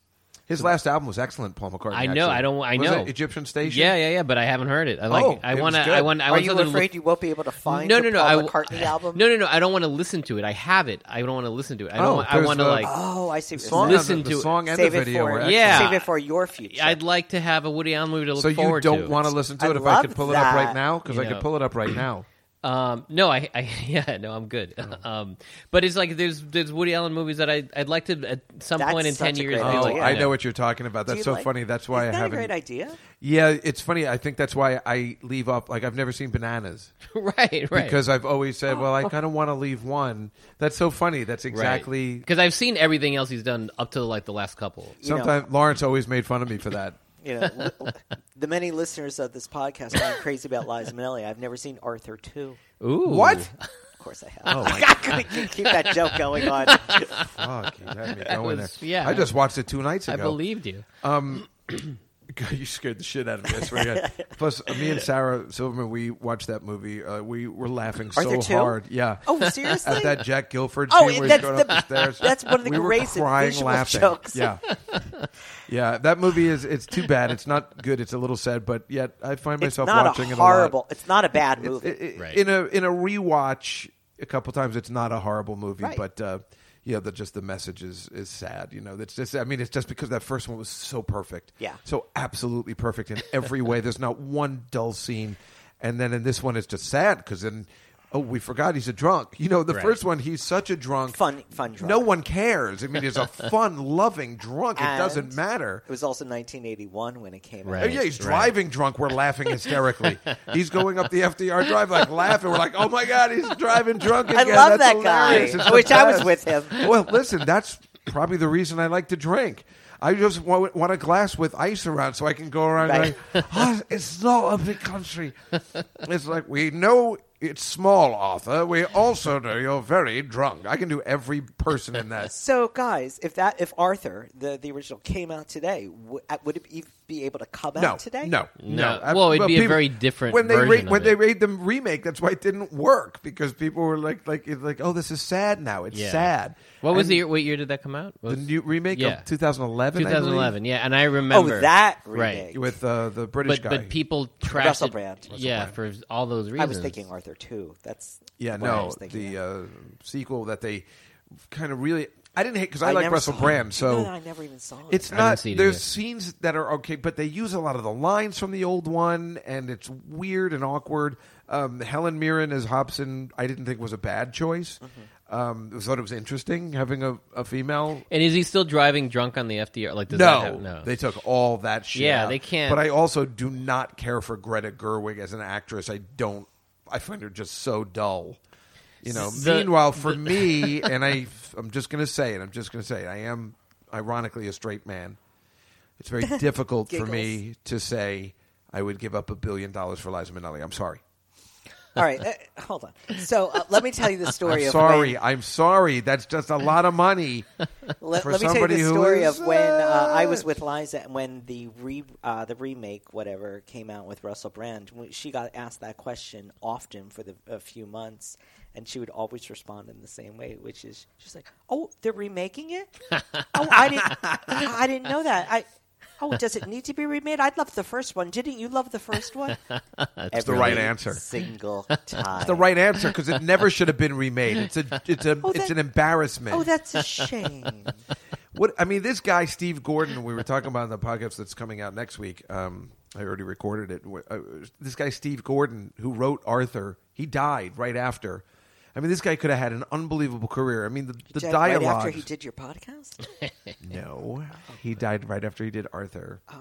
Speaker 3: His last album was excellent, Paul McCartney.
Speaker 4: I know.
Speaker 3: actually.
Speaker 4: I don't. I
Speaker 3: Was
Speaker 4: know
Speaker 3: it Egyptian Station.
Speaker 4: Yeah, yeah, yeah. But I haven't heard it. I like.
Speaker 3: Oh,
Speaker 4: I
Speaker 3: it
Speaker 4: want to.
Speaker 3: was good.
Speaker 4: I want. I
Speaker 5: Are
Speaker 4: want
Speaker 5: you
Speaker 4: something to
Speaker 5: afraid you won't be able to find
Speaker 4: No,
Speaker 5: the
Speaker 4: no, no.
Speaker 5: Paul
Speaker 4: I w-
Speaker 5: McCartney album?
Speaker 4: No, no, no. I don't want to listen to it. I have it. I don't want to listen to it. I don't.
Speaker 3: Oh,
Speaker 4: want, I
Speaker 3: there's
Speaker 4: want to
Speaker 3: the-
Speaker 4: like.
Speaker 5: Oh, I see.
Speaker 3: The
Speaker 5: What
Speaker 3: song,
Speaker 5: you're
Speaker 4: Listen
Speaker 5: saying.
Speaker 3: and the,
Speaker 4: to it.
Speaker 3: the song and
Speaker 5: Save
Speaker 3: the
Speaker 5: it
Speaker 3: video.
Speaker 5: for-
Speaker 3: were
Speaker 4: Yeah.
Speaker 5: Save it for your future.
Speaker 4: I'd like to have a Woody Allen movie to look
Speaker 3: So you
Speaker 4: forward
Speaker 3: don't
Speaker 4: to.
Speaker 3: want to listen to
Speaker 5: I
Speaker 3: it if I could
Speaker 5: love
Speaker 3: pull it up
Speaker 5: that.
Speaker 3: right now because
Speaker 4: You
Speaker 3: I could
Speaker 4: know.
Speaker 3: pull it up right now.
Speaker 4: Um, no, I, I, yeah, no, I'm good.
Speaker 3: Oh.
Speaker 4: Um, but it's like there's there's Woody Allen movies that I I'd like to at some
Speaker 5: That's
Speaker 4: point in
Speaker 5: such
Speaker 4: ten
Speaker 5: a
Speaker 4: years.
Speaker 5: great
Speaker 4: Be
Speaker 5: idea.
Speaker 4: like,
Speaker 3: Oh, I know what you're talking about.
Speaker 5: Do
Speaker 3: That's
Speaker 5: you
Speaker 3: so
Speaker 5: like-
Speaker 3: funny. That's why
Speaker 5: Isn't
Speaker 3: I
Speaker 5: that a
Speaker 3: haven't.
Speaker 5: great idea?
Speaker 3: Yeah, it's funny. I think that's why I leave off. Like I've never seen bananas
Speaker 4: right, right.
Speaker 3: because I've always said, "Well, I
Speaker 5: Oh.
Speaker 3: kind of want to leave one." That's so funny. That's exactly.
Speaker 4: because I've seen everything else he's done up to like the last couple.
Speaker 5: know.
Speaker 3: Sometimes Lawrence always made fun of me for that.
Speaker 5: You know, li- li- the many listeners of this podcast are crazy about Liza Minnelli. I've never seen Arthur two.
Speaker 4: Ooh,
Speaker 3: What?
Speaker 5: course I have.
Speaker 3: Oh, my
Speaker 5: I couldn't keep- keep that joke going on.
Speaker 3: Fuck, you had me going
Speaker 4: was-
Speaker 3: there.
Speaker 4: yeah.
Speaker 3: I just watched it two nights
Speaker 4: I
Speaker 3: ago.
Speaker 4: believed you.
Speaker 3: God, you scared the shit out of me. I swear to God. Plus, uh, me and Sarah Silverman, we watched that movie. Uh, we were laughing
Speaker 5: Are
Speaker 3: so
Speaker 5: there two?
Speaker 3: hard. Yeah.
Speaker 5: Oh, seriously?
Speaker 3: At that Jack Guilford scene
Speaker 5: Oh,
Speaker 3: where he's
Speaker 5: that's
Speaker 3: going
Speaker 5: the-
Speaker 3: up the stairs.
Speaker 5: that's one of the
Speaker 3: we
Speaker 5: greatest
Speaker 3: were crying
Speaker 5: visual
Speaker 3: laughing.
Speaker 5: jokes.
Speaker 3: Yeah. Yeah. That movie is, it's too bad. It's not good. It's a little sad, but yet I find
Speaker 5: it's
Speaker 3: myself
Speaker 5: not
Speaker 3: watching
Speaker 5: a
Speaker 3: it a lot.
Speaker 5: horrible. It's not a bad movie.
Speaker 3: It- it-
Speaker 4: Right.
Speaker 3: in a in a rewatch a couple times it's not a horrible movie
Speaker 5: Right.
Speaker 3: but uh yeah the just the message is is sad you know that's just i mean it's just because that first one was so perfect
Speaker 5: Yeah.
Speaker 3: so absolutely perfect in every way there's not one dull scene and then in this one it's just sad because then oh we forgot he's a drunk you know the
Speaker 4: Right.
Speaker 3: first one he's such a drunk
Speaker 5: Fun- fun drunk.
Speaker 3: no one cares i mean he's a fun loving drunk it
Speaker 5: And
Speaker 3: doesn't matter
Speaker 5: It was also 1981 when it came
Speaker 4: Right.
Speaker 3: Oh,
Speaker 5: out.
Speaker 3: yeah, he's
Speaker 4: right.
Speaker 3: driving drunk. We're laughing hysterically. he's going up the FDR drive, like laughing. We're like, oh my God, he's driving drunk again.
Speaker 5: I love
Speaker 3: That's
Speaker 5: that guy.
Speaker 3: hilarious. It's
Speaker 5: I
Speaker 3: the
Speaker 5: wish I was
Speaker 3: best."
Speaker 5: with him.
Speaker 3: Well, listen, that's probably the reason I like to drink. I just want, want a glass with ice around so I can go around
Speaker 5: Right.
Speaker 3: going, "Oh, it's not a big country. It's like, we know it's small, Arthur. We also know you're very drunk. I can do every person in that.
Speaker 5: So, guys, if that if Arthur, the, the original, came out today, w- uh, would it be, be able to come
Speaker 3: No,
Speaker 5: out today?
Speaker 3: No, no.
Speaker 4: No.
Speaker 3: I-
Speaker 4: Well, it'd be a very different
Speaker 3: when they
Speaker 4: version of
Speaker 3: when
Speaker 4: it.
Speaker 3: they made the remake. That's why it didn't work because people were like, like, it's like, oh, this is sad now. It's
Speaker 4: Yeah.
Speaker 3: sad.
Speaker 4: What was
Speaker 3: And
Speaker 4: the year? What year did that come out? What
Speaker 3: The
Speaker 4: was-
Speaker 3: new remake
Speaker 4: Yeah.
Speaker 3: of 2011. I believe,
Speaker 4: 2011. Yeah, and I remember
Speaker 5: Oh, that
Speaker 4: Right.
Speaker 5: remake.
Speaker 3: with uh, the British
Speaker 4: But
Speaker 3: guy.
Speaker 4: but people trashed
Speaker 5: Russell
Speaker 4: it-
Speaker 5: Brand. Russell
Speaker 4: Yeah, for all those reasons.
Speaker 5: I was thinking Arthur too. That's
Speaker 3: yeah,
Speaker 5: what I
Speaker 3: no,
Speaker 5: was thinking
Speaker 3: the
Speaker 5: of.
Speaker 3: uh, sequel that they kind of really. I didn't hate because I,
Speaker 5: I
Speaker 3: like
Speaker 5: never
Speaker 3: Russell
Speaker 5: saw
Speaker 3: Brand,
Speaker 5: it.
Speaker 3: so
Speaker 5: No, I never even saw it.
Speaker 3: It's
Speaker 4: Oh, I didn't
Speaker 3: not.
Speaker 4: see it
Speaker 3: there's
Speaker 4: either.
Speaker 3: scenes that are okay, but they use a lot of the lines from the old one, and it's weird and awkward. Um, Helen Mirren as Hobson, I didn't think was a bad choice.
Speaker 4: Mm-hmm.
Speaker 3: Um, I thought it was interesting having a, a female.
Speaker 4: And is he still driving drunk on the FDR? Like does
Speaker 3: no,
Speaker 4: that have, no?
Speaker 3: they took all that shit.
Speaker 4: Yeah,
Speaker 3: out.
Speaker 4: they can't-
Speaker 3: But I also do not care for Greta Gerwig as an actress. I don't. I find her just so dull. You know.
Speaker 4: The-
Speaker 3: Meanwhile, for me, and I, I'm just going to say it. I'm just going to say it. I am, ironically, a straight man. It's very difficult for me to say I would give up a billion dollars for Liza Minnelli. I'm sorry.
Speaker 5: All right, uh, hold on. So uh, let me tell you the story.
Speaker 3: I'm
Speaker 5: of
Speaker 3: sorry.
Speaker 5: When,
Speaker 3: I'm sorry. That's just a lot of money.
Speaker 5: let,
Speaker 3: for
Speaker 5: let me tell you
Speaker 3: somebody
Speaker 5: the
Speaker 3: who
Speaker 5: story
Speaker 3: is,
Speaker 5: of when uh,
Speaker 3: uh,
Speaker 5: I was with Liza and when the re, uh, the remake whatever came out with Russell Brand. we- She got asked that question often for the a few months, and she would always respond in the same way, which is she's like, "Oh, they're remaking it. oh, I didn't, I didn't know that. I." Oh, does it need to be remade? I loved the first one. Didn't you love the first one? That's
Speaker 3: the right answer.
Speaker 5: Single time.
Speaker 3: The right answer because it never should have been remade. It's a. It's a.
Speaker 5: Oh,
Speaker 3: it's
Speaker 5: that-
Speaker 3: an embarrassment.
Speaker 5: Oh, that's a shame.
Speaker 3: What I mean, this guy Steve Gordon, we were talking about in the podcast that's coming out next week. Um, I already recorded it. Wh- uh, This guy Steve Gordon, who wrote Arthur, he died right after. I mean, this guy could have had an unbelievable career. I mean, the, the
Speaker 5: Jack,
Speaker 3: dialogue.
Speaker 5: Right after he did your podcast?
Speaker 3: no, he died right after he did Arthur.
Speaker 5: Oh.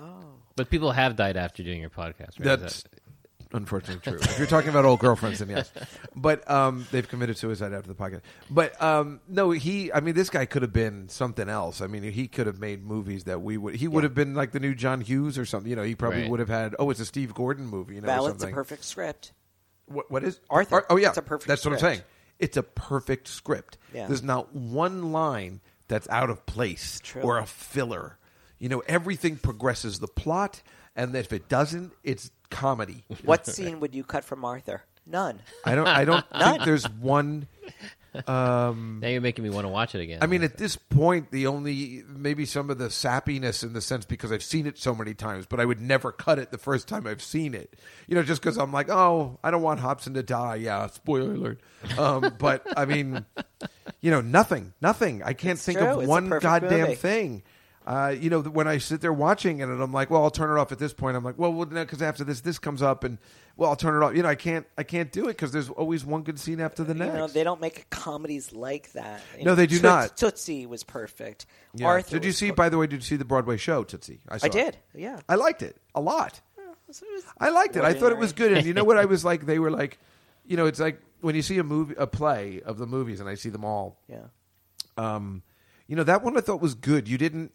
Speaker 4: but people have died after doing your podcast. Right? Is
Speaker 3: That's
Speaker 4: that-
Speaker 3: unfortunately true. if you're talking about old girlfriends, then yes. But um, they've committed suicide after the podcast. But um, no, he. I mean, this guy could have been something else. I mean, he could have made movies that we would. He would have been like the new John Hughes or something. You know, he probably
Speaker 4: Right.
Speaker 3: would have had. Oh, it's a Steve Gordon movie. You know, or
Speaker 5: Val, it's a
Speaker 3: something.
Speaker 5: perfect script.
Speaker 3: What, what is
Speaker 5: Arthur.
Speaker 3: Ar- oh yeah,
Speaker 5: It's a perfect
Speaker 3: That's what I'm
Speaker 5: script.
Speaker 3: saying. It's a perfect script.
Speaker 5: Yeah.
Speaker 3: There's not one line that's out of place
Speaker 5: True.
Speaker 3: or a filler. You know, everything progresses the plot, and if it doesn't, it's comedy.
Speaker 5: What scene would you cut from Arthur? None.
Speaker 3: I don't. I don't think there's one.
Speaker 4: now you're making me want to watch it again.
Speaker 3: I mean, at this point, the only maybe some of the sappiness in the sense because I've seen it so many times, but I would never cut it the first time I've seen it. You know, just because I'm like, oh, I don't want Hobson to die. Yeah, spoiler alert. Um, but I mean, you know, nothing, nothing. I can't think
Speaker 5: true.
Speaker 3: of
Speaker 5: It's a
Speaker 3: one
Speaker 5: perfect
Speaker 3: goddamn
Speaker 5: movie.
Speaker 3: thing. Uh, you know, when I sit there watching it, and I'm like, well, I'll turn it off at this point. I'm like, well, well, because after this, this comes up, and well, I'll turn it off. You know, I can't, I can't do it because there's always one good scene after the
Speaker 5: You
Speaker 3: next.
Speaker 5: know, they don't make comedies like that. You
Speaker 3: No,
Speaker 5: know,
Speaker 3: they do
Speaker 5: Toots-
Speaker 3: not.
Speaker 5: Tootsie was perfect.
Speaker 3: Yeah.
Speaker 5: Arthur.
Speaker 3: did you
Speaker 5: was
Speaker 3: see?
Speaker 5: per-
Speaker 3: By the way, did you see the Broadway show Tootsie? saw
Speaker 5: I
Speaker 3: it.
Speaker 5: did. Yeah.
Speaker 3: I liked it a lot.
Speaker 5: So it was-
Speaker 3: I liked it. I thought it was
Speaker 5: Ordinary.
Speaker 3: good. And you know what? I was like, they were like, you know, it's like when you see a movie, a play of the movies, and I see them all.
Speaker 5: Yeah.
Speaker 3: Um, you know that one I thought was good. You didn't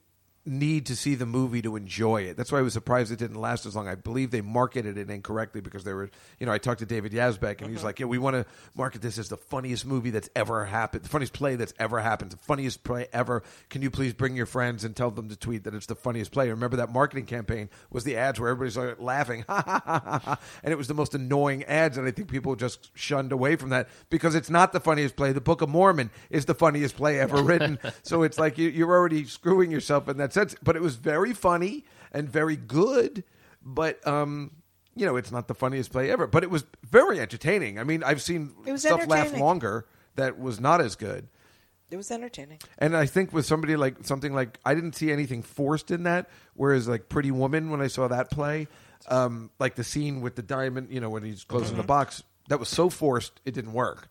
Speaker 3: need to see the movie to enjoy it. That's why I was surprised it didn't last as long. I believe they marketed it incorrectly because they were, you know, I talked to David Yazbek and he was like, yeah, we want to market this as the funniest movie that's ever happened, the funniest play that's ever happened, the funniest play ever. Can you please bring your friends and tell them to tweet that it's the funniest play? Remember that marketing campaign was the ads where everybody's like laughing, ha ha ha ha, ha, and it was the most annoying ads, and I think people just shunned away from that because it's not the funniest play. The Book of Mormon is the funniest play ever written, so it's like you, you're already screwing yourself in that sense. But it was very funny and very good, but um, you know, it's not the funniest play ever. But it was very entertaining. I mean, I've seen
Speaker 5: It was
Speaker 3: stuff laugh
Speaker 5: entertaining.
Speaker 3: longer that was not as good.
Speaker 5: It was entertaining.
Speaker 3: And I think with somebody like something like I didn't see anything forced in that. Whereas like Pretty Woman, when I saw that play, um, like the scene with the diamond, you know, when he's closing the box, that was so forced it didn't work.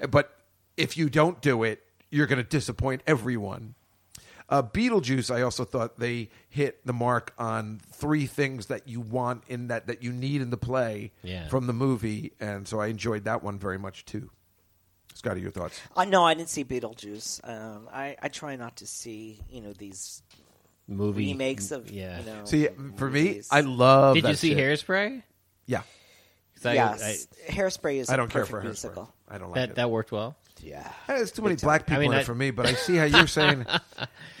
Speaker 3: Uh, But if you don't do it, you're going to disappoint everyone. Uh, Beetlejuice, I also thought they hit the mark on three things that you want in that that you need in the play
Speaker 4: Yeah.
Speaker 3: from the movie, and so I enjoyed that one very much too. Scotty, your thoughts?
Speaker 5: Uh, no, I didn't see Beetlejuice. Um, I, I try not to see, you know, these
Speaker 4: Movie
Speaker 5: remakes of,
Speaker 4: yeah.
Speaker 5: you know.
Speaker 3: See, for me,
Speaker 5: movies.
Speaker 3: I love.
Speaker 4: Did you
Speaker 3: that
Speaker 4: see
Speaker 3: shit.
Speaker 4: Hairspray?
Speaker 3: Yeah,
Speaker 4: 'Cause I-
Speaker 5: yes. Hairspray is
Speaker 3: I
Speaker 5: a
Speaker 3: don't care
Speaker 5: perfect
Speaker 3: for her.
Speaker 5: musical.
Speaker 3: I don't
Speaker 4: I-
Speaker 3: like
Speaker 4: that
Speaker 3: it.
Speaker 4: that worked well
Speaker 5: Yeah.
Speaker 3: Hey, There's too many black people
Speaker 4: I mean,
Speaker 3: in
Speaker 4: I-
Speaker 3: it for me, but I see how you're saying. No,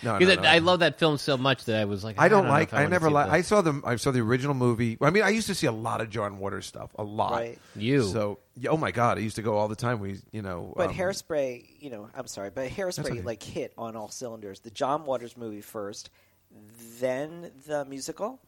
Speaker 3: no,
Speaker 4: because
Speaker 3: no.
Speaker 4: I, I love that film so much that I was like,
Speaker 3: I don't,
Speaker 4: know
Speaker 3: like.
Speaker 4: if
Speaker 3: I,
Speaker 4: wanna
Speaker 3: never
Speaker 4: see
Speaker 3: like.
Speaker 4: this.
Speaker 3: I saw the. I saw the original movie. I mean, I used to see a lot of John Waters stuff. A lot.
Speaker 5: Right.
Speaker 4: You.
Speaker 3: So, yeah, oh my god, I used to go all the time. We, you know,
Speaker 5: But
Speaker 3: um,
Speaker 5: Hairspray, you know, I'm sorry, but Hairspray like hit on all cylinders. The John Waters movie first, then the musical,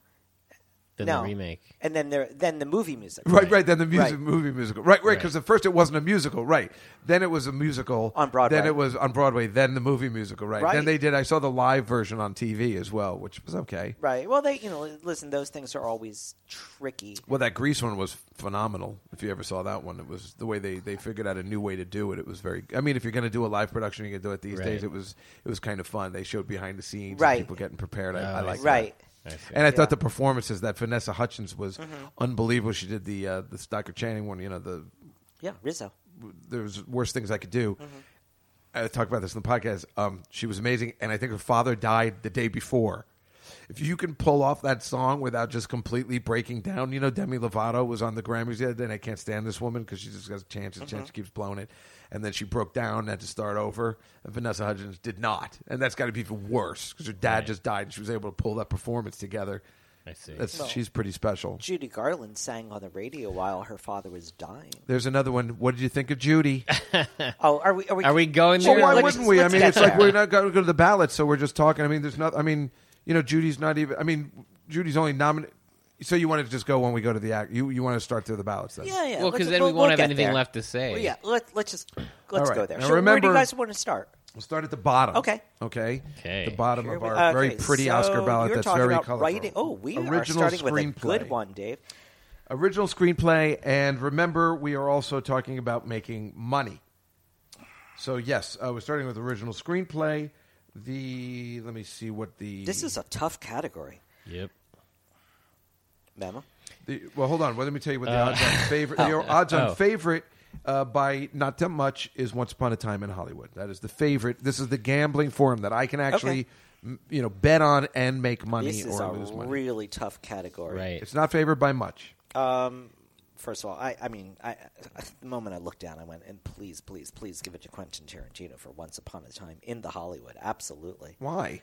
Speaker 4: Then
Speaker 5: no
Speaker 4: the remake.
Speaker 5: and then there, then the movie musical.
Speaker 3: Right, right. Then the music,
Speaker 5: Right.
Speaker 3: movie musical. Right, right.
Speaker 4: Right.
Speaker 3: Because at first it wasn't a musical. Right. Then it was a musical
Speaker 5: On Broadway.
Speaker 3: Then it was on Broadway. Then the movie musical. Right. Then
Speaker 5: Right.
Speaker 3: they did. I saw the live version on TV as well, which was okay.
Speaker 5: Right. Well, they, you know, listen, those things are always tricky.
Speaker 3: Well, that Grease one was phenomenal. If you ever saw that one, it was the way they, they figured out a new way to do it. It was very. I mean, if you're going to do a live production, you can do it these
Speaker 4: Right.
Speaker 3: days. It was it was kind of fun. They showed behind the scenes, and
Speaker 5: Right.
Speaker 3: people getting prepared. I,
Speaker 4: Oh,
Speaker 3: I
Speaker 4: I
Speaker 3: like
Speaker 4: see.
Speaker 5: Right.
Speaker 4: I see.
Speaker 3: And I thought the performances that Vanessa Hutchins was
Speaker 5: Mm-hmm.
Speaker 3: unbelievable. She did the uh, the Stocker Channing one. You know the
Speaker 5: Yeah, Rizzo.
Speaker 3: there was worse things I could do.
Speaker 4: Mm-hmm.
Speaker 3: I talked about this in the podcast. Um, she was amazing, and I think her father died the day before. If you can pull off that song without just completely breaking down, you know, Demi Lovato was on the Grammys the other day, and I can't stand this woman because she just has chances, chance, she
Speaker 4: Mm-hmm.
Speaker 3: keeps blowing it, and then she broke down, had to start over. And Vanessa Hudgens did not, and that's got to be even worse because her dad just died, and she was able to pull that performance together.
Speaker 4: I see.
Speaker 3: That's, she's pretty special.
Speaker 5: Judy Garland sang on the radio while her father was dying.
Speaker 3: There's another one. What did you think of Judy?
Speaker 5: Oh, are we? Are we?
Speaker 4: Are we going
Speaker 5: Well,
Speaker 4: there?
Speaker 3: Well, why
Speaker 5: let's-
Speaker 3: wouldn't we? I
Speaker 5: let's
Speaker 3: mean,
Speaker 5: get
Speaker 3: it's like
Speaker 5: there.
Speaker 3: we're not going to go to the ballot, so we're just talking. I mean, there's not. I mean, you know, Judy's not even. I mean, Judy's only nominated. So you want to just go when we go to the act? You you want to start through the ballots then?
Speaker 5: Yeah, yeah.
Speaker 4: Well,
Speaker 5: let's-
Speaker 4: 'cause then we
Speaker 5: we'll-
Speaker 4: won't
Speaker 5: we'll
Speaker 4: have
Speaker 5: get
Speaker 4: anything
Speaker 5: there.
Speaker 4: left to say.
Speaker 5: Well, yeah. Let, let's just let's
Speaker 3: right.
Speaker 5: go there.
Speaker 3: Now,
Speaker 5: Sure, where do
Speaker 3: remember-
Speaker 5: you guys want to start?
Speaker 3: We'll start at the bottom.
Speaker 5: Okay.
Speaker 3: Okay.
Speaker 4: Okay.
Speaker 3: The bottom
Speaker 5: Here
Speaker 3: of
Speaker 5: we-
Speaker 3: our
Speaker 5: okay,
Speaker 3: very pretty Oscar
Speaker 5: so
Speaker 3: ballot
Speaker 5: you're
Speaker 3: that's
Speaker 5: talking
Speaker 3: very
Speaker 5: about
Speaker 3: colorful.
Speaker 5: Writing, oh, we are
Speaker 3: Original
Speaker 5: starting with a
Speaker 3: screenplay.
Speaker 5: good one, Dave.
Speaker 3: Original screenplay, and remember, we are also talking about making money. So yes, uh, we're starting with original screenplay. The let me see what the
Speaker 5: This is a tough category.
Speaker 4: Yep.
Speaker 5: Memo.
Speaker 3: The, well, hold on. Well, let me tell you what the odds on favorite. Your odds on
Speaker 4: Uh, Oh.
Speaker 3: favorite uh, by not that much is Once Upon a Time in Hollywood. That is the favorite. This is the gambling form that I can actually, m you know, bet on and make money
Speaker 5: This is
Speaker 3: or
Speaker 5: a
Speaker 3: lose money.
Speaker 5: really tough category.
Speaker 4: Right.
Speaker 3: it's not favored by much.
Speaker 5: First of all, I, I mean, I, the moment I looked down, I went, and please, please, please give it to Quentin Tarantino for Once Upon a Time in the Hollywood. Absolutely.
Speaker 3: Why?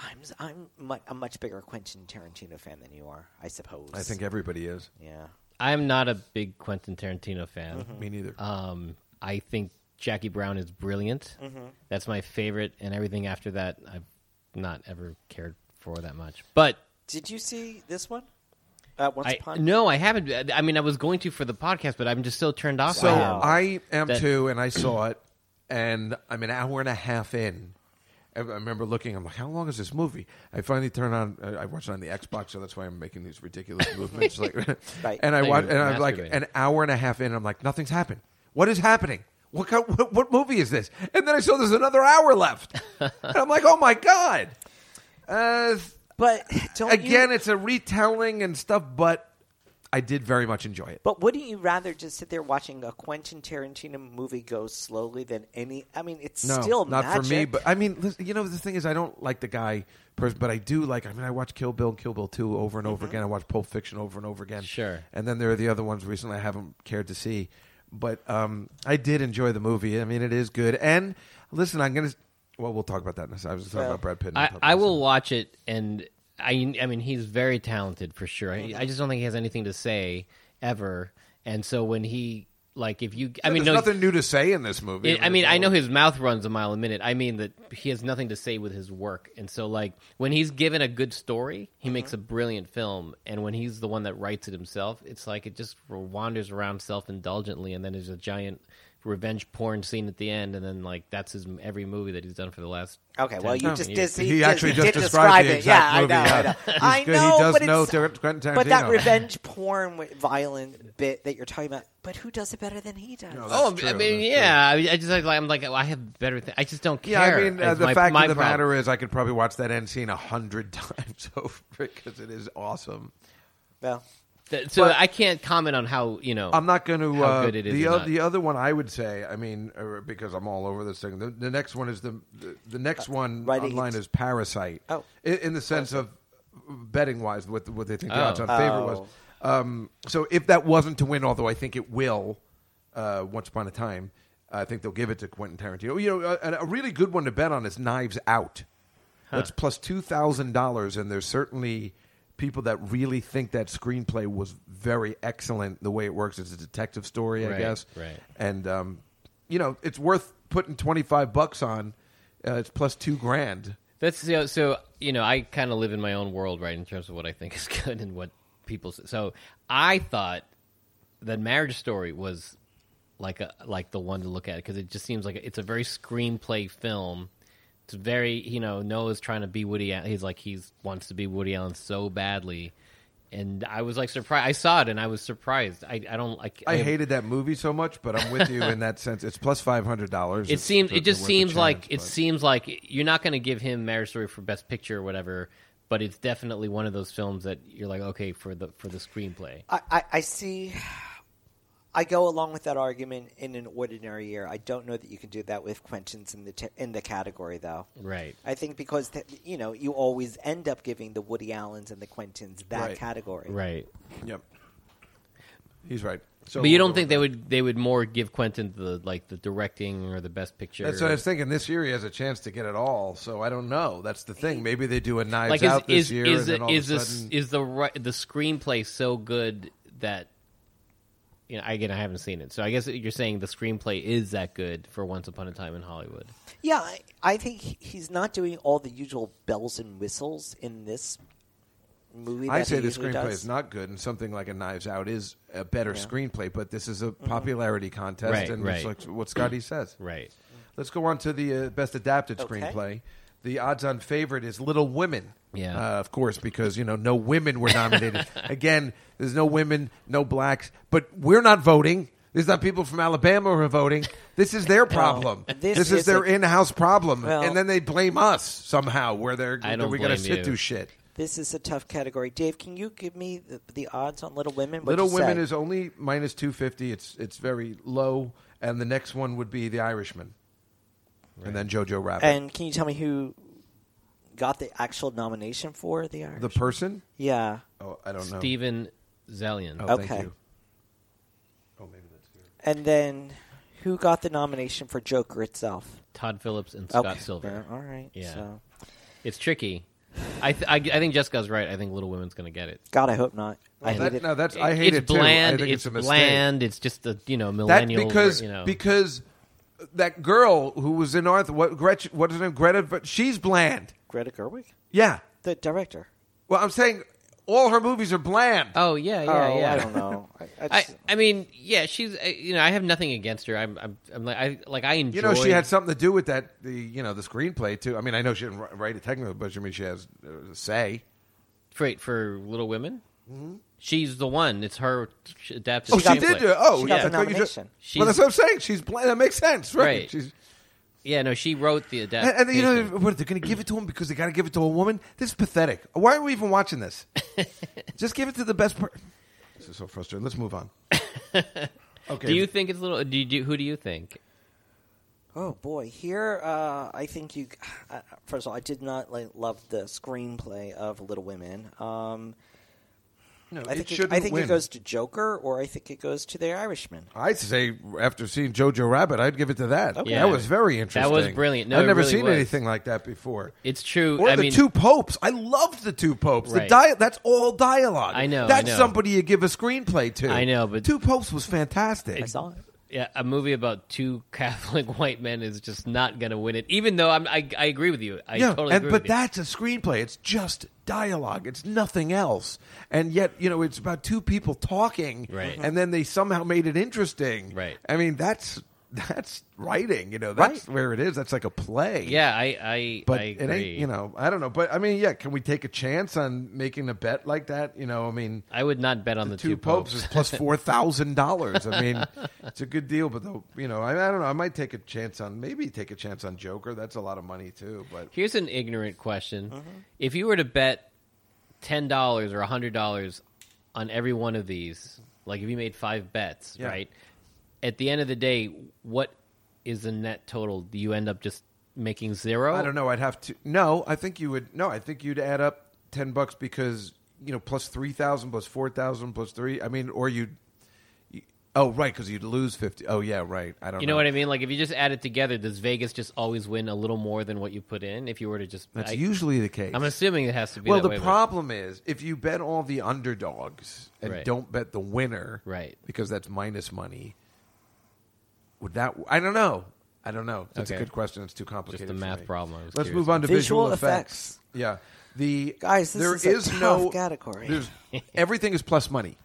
Speaker 5: I'm, I'm mu- a much bigger Quentin Tarantino fan than you are, I suppose.
Speaker 3: I think everybody is.
Speaker 5: Yeah.
Speaker 4: I'm not a big Quentin Tarantino fan.
Speaker 5: Mm-hmm.
Speaker 3: Me neither.
Speaker 4: Um, I think Jackie Brown is brilliant. That's my favorite, and everything after that, I've not ever cared for that much. But
Speaker 5: Did you see this one? Uh, Once
Speaker 4: I
Speaker 5: Upon
Speaker 4: no, I haven't. I mean, I was going to for the podcast, but I'm just still turned off.
Speaker 3: so
Speaker 4: by
Speaker 5: Wow.
Speaker 4: him.
Speaker 3: I am
Speaker 4: That-
Speaker 3: too, and I saw it, and I'm an hour and a half in. I I remember looking. I'm like, "How long is this movie?" I finally turn on. uh, I I watched it on the Xbox, so that's why I'm making these ridiculous movements. Like,
Speaker 5: Right.
Speaker 3: and I
Speaker 4: Like
Speaker 3: watch,
Speaker 4: you're
Speaker 3: and I'm like,
Speaker 4: masturbating.
Speaker 3: an hour and a half in. I'm like, nothing's happened. What is happening? What, kind, what what movie is this? And then I saw there's another hour left, and I'm like, oh my god. Uh,
Speaker 5: But don't you-
Speaker 3: again, it's a retelling and stuff, but I did very much enjoy it.
Speaker 5: But wouldn't you rather just sit there watching a Quentin Tarantino movie go slowly than any? I mean, it's
Speaker 3: No,
Speaker 5: still
Speaker 3: not
Speaker 5: magic.
Speaker 3: for me. But I mean, listen, you know, the thing is, I don't like the guy, pers- but I do like. I mean, I watch Kill Bill and Kill Bill Two over and over again. I watch Pulp Fiction over and over again.
Speaker 4: Mm-hmm. Sure.
Speaker 3: And then there are the other ones recently I haven't cared to see, but um, I did enjoy the movie. I mean, it is good. And listen, I'm gonna. Well, we'll talk about that in a second. I was talking about Brad Pitt. and we'll
Speaker 4: I,
Speaker 3: talk about
Speaker 4: I
Speaker 3: this
Speaker 4: will
Speaker 3: in-
Speaker 4: watch it, and I I mean he's very talented for sure. I, I just don't think he has anything to say ever. And so when he like if you I mean
Speaker 3: There's
Speaker 4: no
Speaker 3: nothing new to say in this movie.
Speaker 4: It- I mean, I know his mouth runs a mile a minute. I mean that he has nothing to say with his work, and so like when he's given a good story, he makes
Speaker 5: Mm-hmm.
Speaker 4: a brilliant film, and when he's the one that writes it himself, it's like it just wanders around self indulgently, and then there's a giant revenge porn scene at the end, and then like that's his every movie that he's done for the last.
Speaker 5: Okay,
Speaker 4: 10,
Speaker 5: well, you just
Speaker 4: 20
Speaker 5: did.
Speaker 4: years.
Speaker 5: He,
Speaker 3: He
Speaker 5: did-
Speaker 3: actually
Speaker 5: he
Speaker 3: just
Speaker 5: did
Speaker 3: described
Speaker 5: describe
Speaker 3: the
Speaker 5: it.
Speaker 3: exact
Speaker 5: yeah,
Speaker 3: movie,
Speaker 5: I know.
Speaker 3: yeah.
Speaker 5: I know,
Speaker 3: He's
Speaker 5: I
Speaker 3: good. He
Speaker 5: know,
Speaker 3: does
Speaker 5: but
Speaker 3: know
Speaker 5: it's,
Speaker 3: Tar- Quentin
Speaker 5: But that
Speaker 3: Tarantino.
Speaker 5: revenge porn, with violent bit that you're talking about. But who does it better than he does?
Speaker 3: No,
Speaker 4: Oh,
Speaker 3: That's true,
Speaker 4: I mean,
Speaker 3: that's
Speaker 4: yeah. I, I just like I'm like I have better. Th- I just don't care.
Speaker 3: Yeah, I mean, uh,
Speaker 4: It's
Speaker 3: the
Speaker 4: my-
Speaker 3: fact
Speaker 4: my
Speaker 3: of the
Speaker 4: problem.
Speaker 3: matter is, I could probably watch that end scene a hundred times over because it is awesome.
Speaker 5: Well,
Speaker 4: Th- so I can't comment on how you know.
Speaker 3: I'm not going to.
Speaker 4: how
Speaker 3: Uh,
Speaker 4: good it is
Speaker 3: the,
Speaker 4: or
Speaker 3: o-
Speaker 4: not.
Speaker 3: the other one I would say, I mean, uh, because I'm all over this thing. The, the next one is the the, the next one
Speaker 5: right,
Speaker 3: online
Speaker 5: it's-
Speaker 3: is Parasite.
Speaker 5: Oh.
Speaker 3: I- in, the sense of betting wise, what what they think the
Speaker 4: Oh.
Speaker 3: odds on favor was. Um, so if that wasn't to win, although I think it will, uh, once upon a time, I think they'll give it to Quentin Tarantino. You know, a, a really good one to bet on is Knives Out. That's plus two thousand dollars, and there's certainly people that really think that screenplay was very excellent. The way it works, it's a detective story, I
Speaker 4: Right,
Speaker 3: guess.
Speaker 4: right.
Speaker 3: And um, you know, it's worth putting twenty five bucks on. Uh, it's plus two grand.
Speaker 4: That's so. So you know, I kind of live in my own world, right? In terms of what I think is good and what people. s- So I thought that Marriage Story was like a like the one to look at because it just seems like it's a very screenplay film. It's very you know Noah's trying to be Woody. Allen. He's like he's wants to be Woody Allen so badly, and I was like surprised. I saw it and I was surprised. I I don't like.
Speaker 3: I hated that movie so much, but I'm with you in that sense. It's plus five hundred dollars.
Speaker 4: It seems. It just seems like it seems like you're not going to give him Marriage Story for Best Picture or whatever. But it's definitely one of those films that you're like, okay, for the for the screenplay.
Speaker 5: I, I, I see. I go along with that argument in an ordinary year. I don't know that you can do that with Quentin's in the t- in the category though.
Speaker 4: Right.
Speaker 5: I think because th- you know you always end up giving the Woody Allen's and the Quentins that
Speaker 3: Right.
Speaker 5: category.
Speaker 4: Right.
Speaker 3: Yep, he's right. So
Speaker 4: But you
Speaker 3: we'll
Speaker 4: don't
Speaker 3: go
Speaker 4: think
Speaker 3: with
Speaker 4: they
Speaker 3: that.
Speaker 4: would they would more give Quentin the like the directing or the best picture?
Speaker 3: That's what I was thinking. This year he has a chance to get it all, so I don't know. That's the thing. Maybe they do a knives
Speaker 4: like
Speaker 3: out this
Speaker 4: is is
Speaker 3: year, and
Speaker 4: is,
Speaker 3: then all
Speaker 4: is
Speaker 3: of a
Speaker 4: this
Speaker 3: sudden,
Speaker 4: is the ri- the screenplay so good that you know again I haven't seen it, so I guess you're saying the screenplay is that good for Once Upon a Time in Hollywood.
Speaker 5: Yeah, I, I think he- he's not doing all the usual bells and whistles in this movie.
Speaker 3: I
Speaker 5: that
Speaker 3: say
Speaker 5: he
Speaker 3: the
Speaker 5: usually
Speaker 3: screenplay
Speaker 5: does.
Speaker 3: is not good, and something like a Knives Out is a better screenplay. But this is a
Speaker 5: Mm-hmm.
Speaker 3: popularity contest,
Speaker 4: Right,
Speaker 3: and it's
Speaker 4: right.
Speaker 3: like what Scotty says.
Speaker 4: Right.
Speaker 3: Let's go on to the uh, best adapted
Speaker 5: Okay.
Speaker 3: screenplay. The odds-on favorite is Little Women.
Speaker 4: Yeah.
Speaker 3: uh, of course, because you know no women were nominated. Again, there's no women, no blacks, but we're not voting. There's not people from Alabama who are voting. This is their problem.
Speaker 5: this
Speaker 3: this, is,
Speaker 5: is
Speaker 3: their
Speaker 5: a-
Speaker 3: in-house problem,
Speaker 5: Well-
Speaker 3: and then they blame us somehow. Where they're
Speaker 4: I
Speaker 3: that
Speaker 4: don't
Speaker 3: we got to
Speaker 4: blame
Speaker 3: sit
Speaker 4: you.
Speaker 3: through shit.
Speaker 5: This is a tough category. Dave, can you give me the, the odds on Little Women? What'd
Speaker 3: Little
Speaker 5: you
Speaker 3: Women
Speaker 5: say?
Speaker 3: is only minus two fifty. It's it's very low, and the next one would be The Irishman, and then Jojo Rabbit.
Speaker 5: And can you tell me who got the actual nomination for the Irish?
Speaker 3: the person?
Speaker 5: yeah.
Speaker 3: Oh, I don't know.
Speaker 4: Steven Zellian.
Speaker 3: Oh,
Speaker 5: Okay.
Speaker 3: thank you. Oh, maybe that's good.
Speaker 5: And then who got the nomination for Joker itself?
Speaker 4: Todd Phillips and Scott
Speaker 5: Okay.
Speaker 4: Silver.
Speaker 5: Yeah, all right.
Speaker 4: Yeah.
Speaker 5: So.
Speaker 4: It's tricky. I, th- I I think Jessica's right. I think Little Women's going to get it.
Speaker 5: God, I hope not. I
Speaker 3: Well,
Speaker 5: hate
Speaker 3: that,
Speaker 5: it.
Speaker 3: no, that's I hate
Speaker 4: it's
Speaker 3: it too.
Speaker 4: bland.
Speaker 3: I think it's, a mistake.
Speaker 4: bland. It's just a you know
Speaker 3: That
Speaker 4: millennial.
Speaker 3: because
Speaker 4: you know.
Speaker 3: because that girl who was in Arthur, what Gretchen, what is her name? Greta, but she's bland.
Speaker 5: Greta Gerwig,
Speaker 3: Yeah.
Speaker 5: the director.
Speaker 3: Well, I'm saying all her movies are bland.
Speaker 4: oh yeah yeah
Speaker 5: oh,
Speaker 4: yeah.
Speaker 5: I don't know. I, I
Speaker 4: I,
Speaker 5: just-
Speaker 4: I mean yeah she's uh, you know I have nothing against her. I'm I'm, I'm like I like I enjoy.
Speaker 3: you know, she had something to do with that. The you know the screenplay too. I mean, I know she didn't wri- write it technically, but I mean she has uh, say.
Speaker 4: for for Little Women. She's the one. It's her sh- adapted.
Speaker 3: Mm-hmm. Oh, she
Speaker 5: got-
Speaker 3: did.
Speaker 4: screenplay.
Speaker 3: do it. Oh,
Speaker 5: she got
Speaker 3: yeah.
Speaker 5: the
Speaker 3: I thought you just-
Speaker 5: nomination.
Speaker 3: well, that's
Speaker 4: She's-
Speaker 3: what I'm saying. She's bland. That makes sense, right?
Speaker 4: Right.
Speaker 3: She's,
Speaker 4: Yeah, no, she wrote the adaptation.
Speaker 3: and, and you know what? They're going to give it to him because they got to give it to a woman. This is pathetic. Why are we even watching this? just give it to the best person. This is so frustrating. Let's move on. Okay.
Speaker 4: Do you think it's a little? Do you, do, who do you think?
Speaker 5: Oh boy, here uh, I think you. Uh, first of all, I did not like love the screenplay of Little Women. Um,
Speaker 3: no,
Speaker 5: I think
Speaker 3: it shouldn't
Speaker 5: I think
Speaker 3: win.
Speaker 5: it goes to Joker, or I think it goes to The Irishman.
Speaker 3: I'd say after seeing Jojo Rabbit, I'd give it to that.
Speaker 4: Yeah.
Speaker 3: That was very
Speaker 4: That was
Speaker 3: interesting.
Speaker 4: brilliant. No,
Speaker 3: I've
Speaker 4: it
Speaker 3: never
Speaker 4: really
Speaker 3: seen
Speaker 4: was.
Speaker 3: anything like that before.
Speaker 4: It's true.
Speaker 3: Or
Speaker 4: I
Speaker 3: the
Speaker 4: mean,
Speaker 3: two popes. I loved the two popes. The
Speaker 4: Right.
Speaker 3: dia- that's all dialogue.
Speaker 4: I know, I
Speaker 3: That's
Speaker 4: know.
Speaker 3: somebody you give a screenplay to.
Speaker 4: I know, but-
Speaker 3: two popes was fantastic.
Speaker 5: I saw it.
Speaker 4: yeah, a movie about two Catholic white men is just not going to win it. Even though I'm, I, I agree with you. I
Speaker 3: yeah,
Speaker 4: totally
Speaker 3: and
Speaker 4: agree
Speaker 3: but
Speaker 4: with you.
Speaker 3: that's a screenplay. It's just dialogue. It's nothing else. And yet, you know, it's about two people talking,
Speaker 4: Right.
Speaker 3: And then they somehow made it interesting,
Speaker 4: Right.
Speaker 3: I mean, that's that's writing. You know, that's where it is. That's like a play.
Speaker 4: Yeah, I, I,
Speaker 3: but
Speaker 4: I
Speaker 3: it
Speaker 4: agree.
Speaker 3: ain't. You know, I don't know. But I mean, yeah, can we take a chance on making a bet like that? You know, I mean,
Speaker 4: I would not bet on the,
Speaker 3: two, popes, is plus four thousand dollars. I mean, it's a good deal. But the, you know, I, I don't know. I might take a chance on maybe take a chance on Joker. That's a lot of money too. But
Speaker 4: Here's an ignorant question:
Speaker 5: Mm-hmm.
Speaker 4: If you were to bet ten dollars or hundred dollars on every one of these, like if you made five bets,
Speaker 3: Yeah.
Speaker 4: right? At the end of the day, what is the net total? Do you end up just making zero?
Speaker 3: I don't know. I'd have to. No, I think you would. No, I think you'd add up ten bucks because you know plus three thousand plus four thousand plus three. I mean, or you'd. You, oh right, because you'd lose fifty. Oh yeah, right. I don't.
Speaker 4: You know what I mean? Like if you just add it together, does Vegas just always win a little more than what you put in? If you were to just,
Speaker 3: That's
Speaker 4: I,
Speaker 3: usually the case.
Speaker 4: I'm assuming it has to be.
Speaker 3: Well,
Speaker 4: that
Speaker 3: the
Speaker 4: way, but-
Speaker 3: problem is if you bet all the underdogs and
Speaker 4: Right.
Speaker 3: don't bet the winner,
Speaker 4: Right.
Speaker 3: Because that's minus money. Would that? I don't know. I don't know. That's a
Speaker 4: Okay.
Speaker 3: good question. It's too complicated.
Speaker 4: the
Speaker 3: for
Speaker 4: math
Speaker 3: me.
Speaker 4: problem. I was
Speaker 3: Let's
Speaker 4: curious
Speaker 3: move on to
Speaker 5: about.
Speaker 3: visual,
Speaker 5: Visual
Speaker 3: effects. Yeah, the
Speaker 5: Guys, this
Speaker 3: there
Speaker 5: is a tough
Speaker 3: no
Speaker 5: category.
Speaker 3: There's everything is plus money.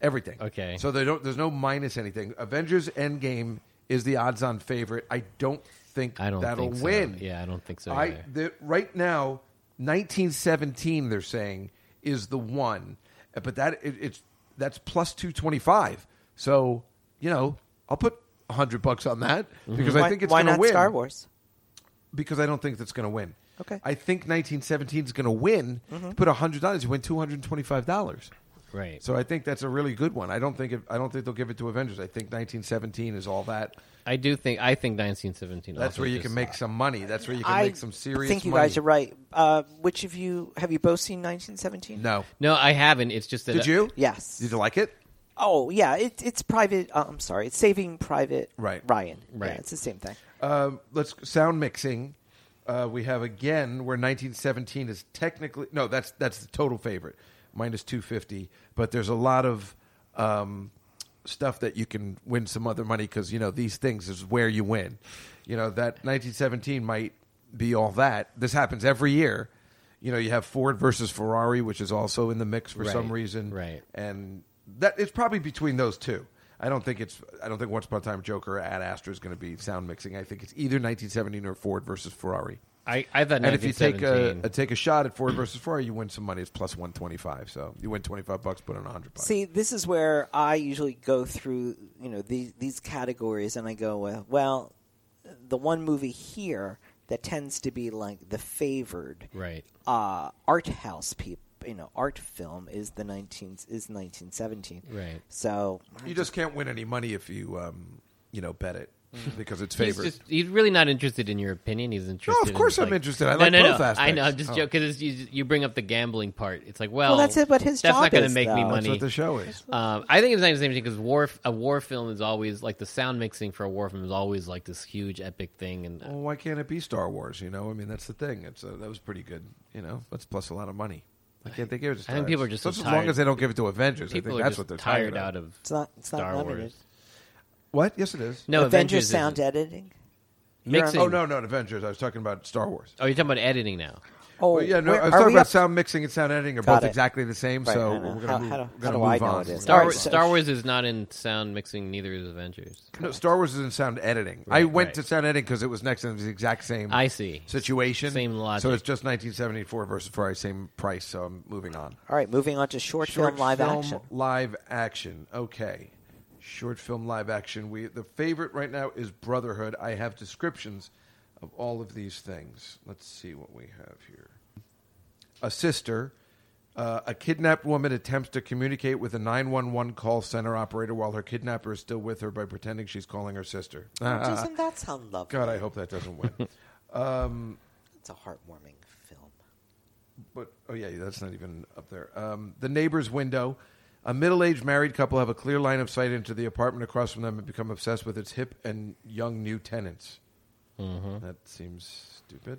Speaker 3: Everything.
Speaker 4: Okay.
Speaker 3: So they don't. There's no minus anything. Avengers Endgame is the odds-on favorite. I don't think
Speaker 4: I don't
Speaker 3: that'll
Speaker 4: think so.
Speaker 3: win.
Speaker 4: Yeah, I don't think so
Speaker 3: I
Speaker 4: either.
Speaker 3: the, right now, 1917. They're saying is the one, Uh, but that it, it's that's plus 225. So you know, I'll put 100 bucks on that because I
Speaker 5: Mm-hmm. why,
Speaker 3: think it's
Speaker 5: why
Speaker 3: going to
Speaker 5: not
Speaker 3: win.
Speaker 5: Star Wars?
Speaker 3: Because I don't think that's going to win.
Speaker 5: Okay. Mm-hmm.
Speaker 3: I think 1917 is going to win. You put 100 dollars, you win 225 dollars.
Speaker 4: right?
Speaker 3: So I think that's a really good one. I don't think it, I don't think they'll give it to Avengers. I think 1917 is all that.
Speaker 4: I do think I think 1917.
Speaker 3: That's
Speaker 4: also
Speaker 3: where you
Speaker 4: just-
Speaker 3: can make some money. That's where you can
Speaker 5: I
Speaker 3: make some serious.
Speaker 5: think you
Speaker 3: money.
Speaker 5: guys are right. Uh, which of you have you both seen 1917?
Speaker 3: No.
Speaker 4: No, I haven't. It's just that
Speaker 3: Did you?
Speaker 5: Yes.
Speaker 3: Did you like it?
Speaker 5: Oh yeah, it, it's private. Uh, I'm sorry, it's Saving Private
Speaker 3: Right.
Speaker 5: Ryan.
Speaker 4: Right.
Speaker 5: Yeah, it's the same thing.
Speaker 3: Um, let's sound mixing. Uh, we have again where 1917 is technically no. That's that's the total favorite minus 250. But there's a lot of um, stuff that you can win some other money because you know these things is where you win. You know that 1917 might be all that. This happens every year. You know you have Ford versus Ferrari, which is also in the mix for some
Speaker 4: Right,
Speaker 3: reason.
Speaker 4: right.
Speaker 3: and that it's probably between those two. I don't think it's I don't think Once Upon a Time Joker at Astra is going to be sound mixing. I think it's either 1917 or Ford versus Ferrari.
Speaker 4: I, I thought
Speaker 3: And if you take a,
Speaker 4: 1917.
Speaker 3: a take a shot at Ford versus Ferrari, you win some money. It's plus 125. So you win 25 bucks, put on 100 bucks.
Speaker 5: See, this is where I usually go through, you know, these these categories, and I go, well, well, the one movie here that tends to be like the favored,
Speaker 4: Right.
Speaker 5: uh, art house people, you know, art film is the nineteen is nineteen seventeen,
Speaker 4: Right.
Speaker 5: So
Speaker 3: you just can't win any money if you um, you know bet it because it's
Speaker 4: Mm. He's,
Speaker 3: favored.
Speaker 4: just, he's really not interested in your opinion. He's interested. in,
Speaker 3: course I'm
Speaker 4: like-
Speaker 3: interested. I
Speaker 4: No,
Speaker 3: like
Speaker 4: no, no.
Speaker 3: both aspects.
Speaker 4: I know. I'm just
Speaker 3: Oh.
Speaker 4: joking because you, you bring up the gambling part. It's like, well,
Speaker 5: that's it, but his
Speaker 4: that's
Speaker 5: job
Speaker 4: not gonna
Speaker 5: is,
Speaker 4: make me
Speaker 5: though.
Speaker 3: That's
Speaker 4: money.
Speaker 3: what the show is.
Speaker 4: Um, I think it's not the same thing because war a war film is always like the sound mixing for a war film is always like this huge epic thing and uh,
Speaker 3: Well, why can't it be Star Wars? You know, I mean, that's the thing. It's uh, that was pretty good. You know, that's plus a lot of money. Why can't they give it? To
Speaker 4: I
Speaker 3: Star
Speaker 4: think people
Speaker 3: Wars?
Speaker 4: are just so
Speaker 3: Just as
Speaker 4: tired.
Speaker 3: long as they don't give it to Avengers. I
Speaker 4: people
Speaker 3: think
Speaker 4: are
Speaker 3: that's
Speaker 4: just
Speaker 3: what they're
Speaker 4: tired, out of.
Speaker 5: it's not it's not
Speaker 4: Star
Speaker 5: limited.
Speaker 4: Wars.
Speaker 3: What? Yes, it is.
Speaker 4: No, Avengers
Speaker 5: Avengers, sound
Speaker 4: isn't.
Speaker 5: editing.
Speaker 4: mixing.
Speaker 3: Oh no, not Avengers. I was talking about Star Wars.
Speaker 4: Oh, you're talking about editing now.
Speaker 5: Oh
Speaker 3: Well, yeah, no,
Speaker 5: where-
Speaker 3: I was
Speaker 5: are
Speaker 3: talking
Speaker 5: we
Speaker 3: about
Speaker 5: up-
Speaker 3: sound mixing and sound editing are
Speaker 5: Got
Speaker 3: both
Speaker 5: it.
Speaker 3: exactly the same.
Speaker 5: Right,
Speaker 3: so
Speaker 5: I know.
Speaker 3: we're
Speaker 5: How-
Speaker 3: gonna move,
Speaker 5: how do-
Speaker 3: we're
Speaker 5: how
Speaker 3: gonna
Speaker 5: do I
Speaker 3: move
Speaker 5: know
Speaker 3: on.
Speaker 5: it is?
Speaker 4: Star,
Speaker 5: All right,
Speaker 4: Wars,
Speaker 5: so-
Speaker 4: Star Wars is not in sound mixing. Neither is Avengers.
Speaker 3: No, Star Wars is in sound editing. I went
Speaker 4: right.
Speaker 3: to sound editing because it was next to the exact same.
Speaker 4: I see.
Speaker 3: situation.
Speaker 4: Same logic.
Speaker 3: So it's just 1974 versus Ferrari, same price. So I'm moving on.
Speaker 5: All right, moving on to short, film live action.
Speaker 3: live action. Okay, short film live action. We the favorite right now is Brotherhood. I have descriptions of all of these things. Let's see what we have here. A sister, Uh, a kidnapped woman attempts to communicate with a 911 call center operator while her kidnapper is still with her by pretending she's calling her sister.
Speaker 5: Doesn't that sound lovely?
Speaker 3: Ah. God, I hope that doesn't win.
Speaker 5: It's a heartwarming film.
Speaker 3: but oh yeah, that's not even up there. Um, the neighbor's window. A middle-aged married couple have a clear line of sight into the apartment across from them and become obsessed with its hip and young new tenants. That seems stupid.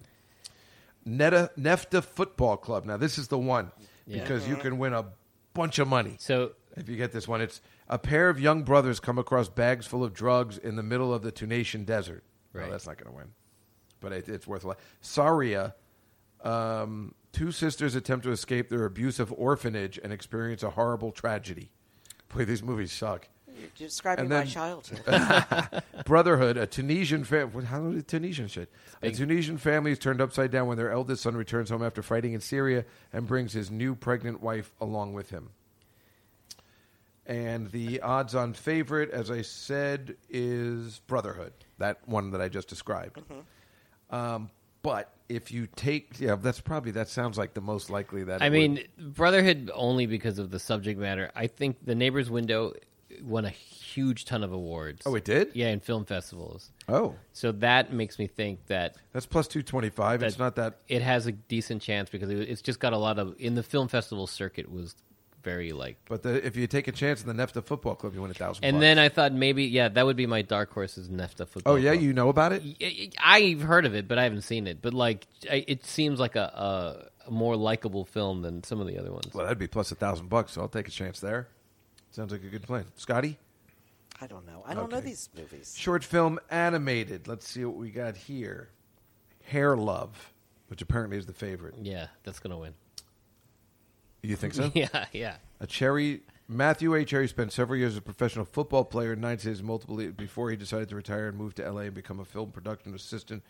Speaker 3: Neta, Nefta Football Club. Now this is the one
Speaker 4: Yeah.
Speaker 3: because you can win a bunch of money.
Speaker 4: So
Speaker 3: If you get this one, it's a pair of young brothers come across bags full of drugs in the middle of the Tunisian desert.
Speaker 4: Right.
Speaker 3: No, that's not going to win, but it, it's worth a lot. Saria, um, two sisters attempt to escape their abusive orphanage and experience a horrible tragedy. Boy, these movies suck.
Speaker 5: You're describing
Speaker 3: And then-
Speaker 5: my childhood.
Speaker 3: Brotherhood, a Tunisian family. How did Tunisian shit? A Tunisian family is turned upside down when their eldest son returns home after fighting in Syria and brings his new pregnant wife along with him. And the odds on favorite, as I said, is Brotherhood, that one that I just described.
Speaker 4: Mm-hmm.
Speaker 3: Um, but if you take, yeah, that's probably, that sounds like the most likely that.
Speaker 4: I
Speaker 3: it
Speaker 4: mean,
Speaker 3: would-
Speaker 4: Brotherhood only because of the subject matter. I think The Neighbor's Window won a huge ton of awards.
Speaker 3: Oh, it did?
Speaker 4: Yeah, in film festivals.
Speaker 3: oh,
Speaker 4: So that makes me think that
Speaker 3: that's plus 225. it's not that.
Speaker 4: it has a decent chance because it- it's just got a lot of in the film festival circuit was very like.
Speaker 3: But the, if you take a chance in the Nefta Football Club, you win a thousand.
Speaker 4: And then I thought maybe yeah that would be my dark horse's Nefta football.
Speaker 3: oh yeah,
Speaker 4: Club.
Speaker 3: you know about it.
Speaker 4: I- I've heard of it, but I haven't seen it. But like, I- it seems like a, a, a more likable film than some of the other ones.
Speaker 3: Well, that'd be plus a thousand bucks, so I'll take a chance there. Sounds like a good plan. Scotty?
Speaker 5: I don't know. I don't know
Speaker 3: Okay.
Speaker 5: these movies.
Speaker 3: Short film animated. Let's see what we got here. Hair Love, which apparently is the favorite.
Speaker 4: Yeah, that's gonna win.
Speaker 3: You think so?
Speaker 4: Yeah, yeah.
Speaker 3: A cherry Matthew A. Cherry spent several years as a professional football player in nine cities multiple leagues before he decided to retire and move to LA and become a film production assistant.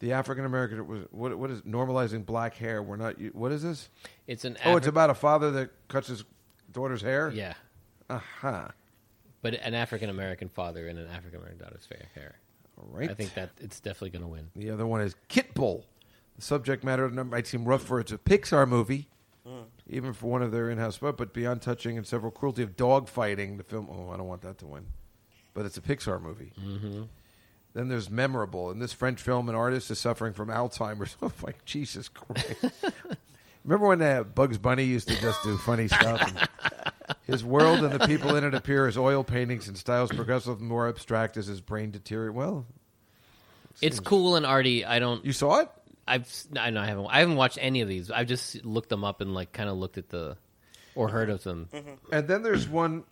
Speaker 3: The African American was what, what is normalizing black hair? We're not what is this?
Speaker 4: It's an
Speaker 3: oh, it's
Speaker 4: Afri-
Speaker 3: about a father that cuts his daughter's hair?
Speaker 4: yeah,
Speaker 3: Uh-huh.
Speaker 4: but an African American father and an African American daughter's fair hair.
Speaker 3: All right.
Speaker 4: I think that it's definitely gonna win.
Speaker 3: The other one is Kitbull. The subject matter of the number might seem rough for it's a Pixar movie, even for one of their in-house, but, but beyond touching and several cruelty of dog fighting, the film. Oh, I don't want that to win, but it's a Pixar movie. Mm-hmm. Then there's memorable, and this French film an artist is suffering from Alzheimer's. Oh my Jesus Christ! Remember when uh, Bugs Bunny used to just do funny stuff? And- his world and the people in it appear as oil paintings and styles progressive and more abstract as his brain deteriorates. Well,
Speaker 4: It's cool and arty. I don't.
Speaker 3: you saw it.
Speaker 4: I've s- no, I know I haven't. I haven't watched any of these. I've just looked them up and like kind of looked at the or heard of them.
Speaker 3: Mm-hmm. And then there's one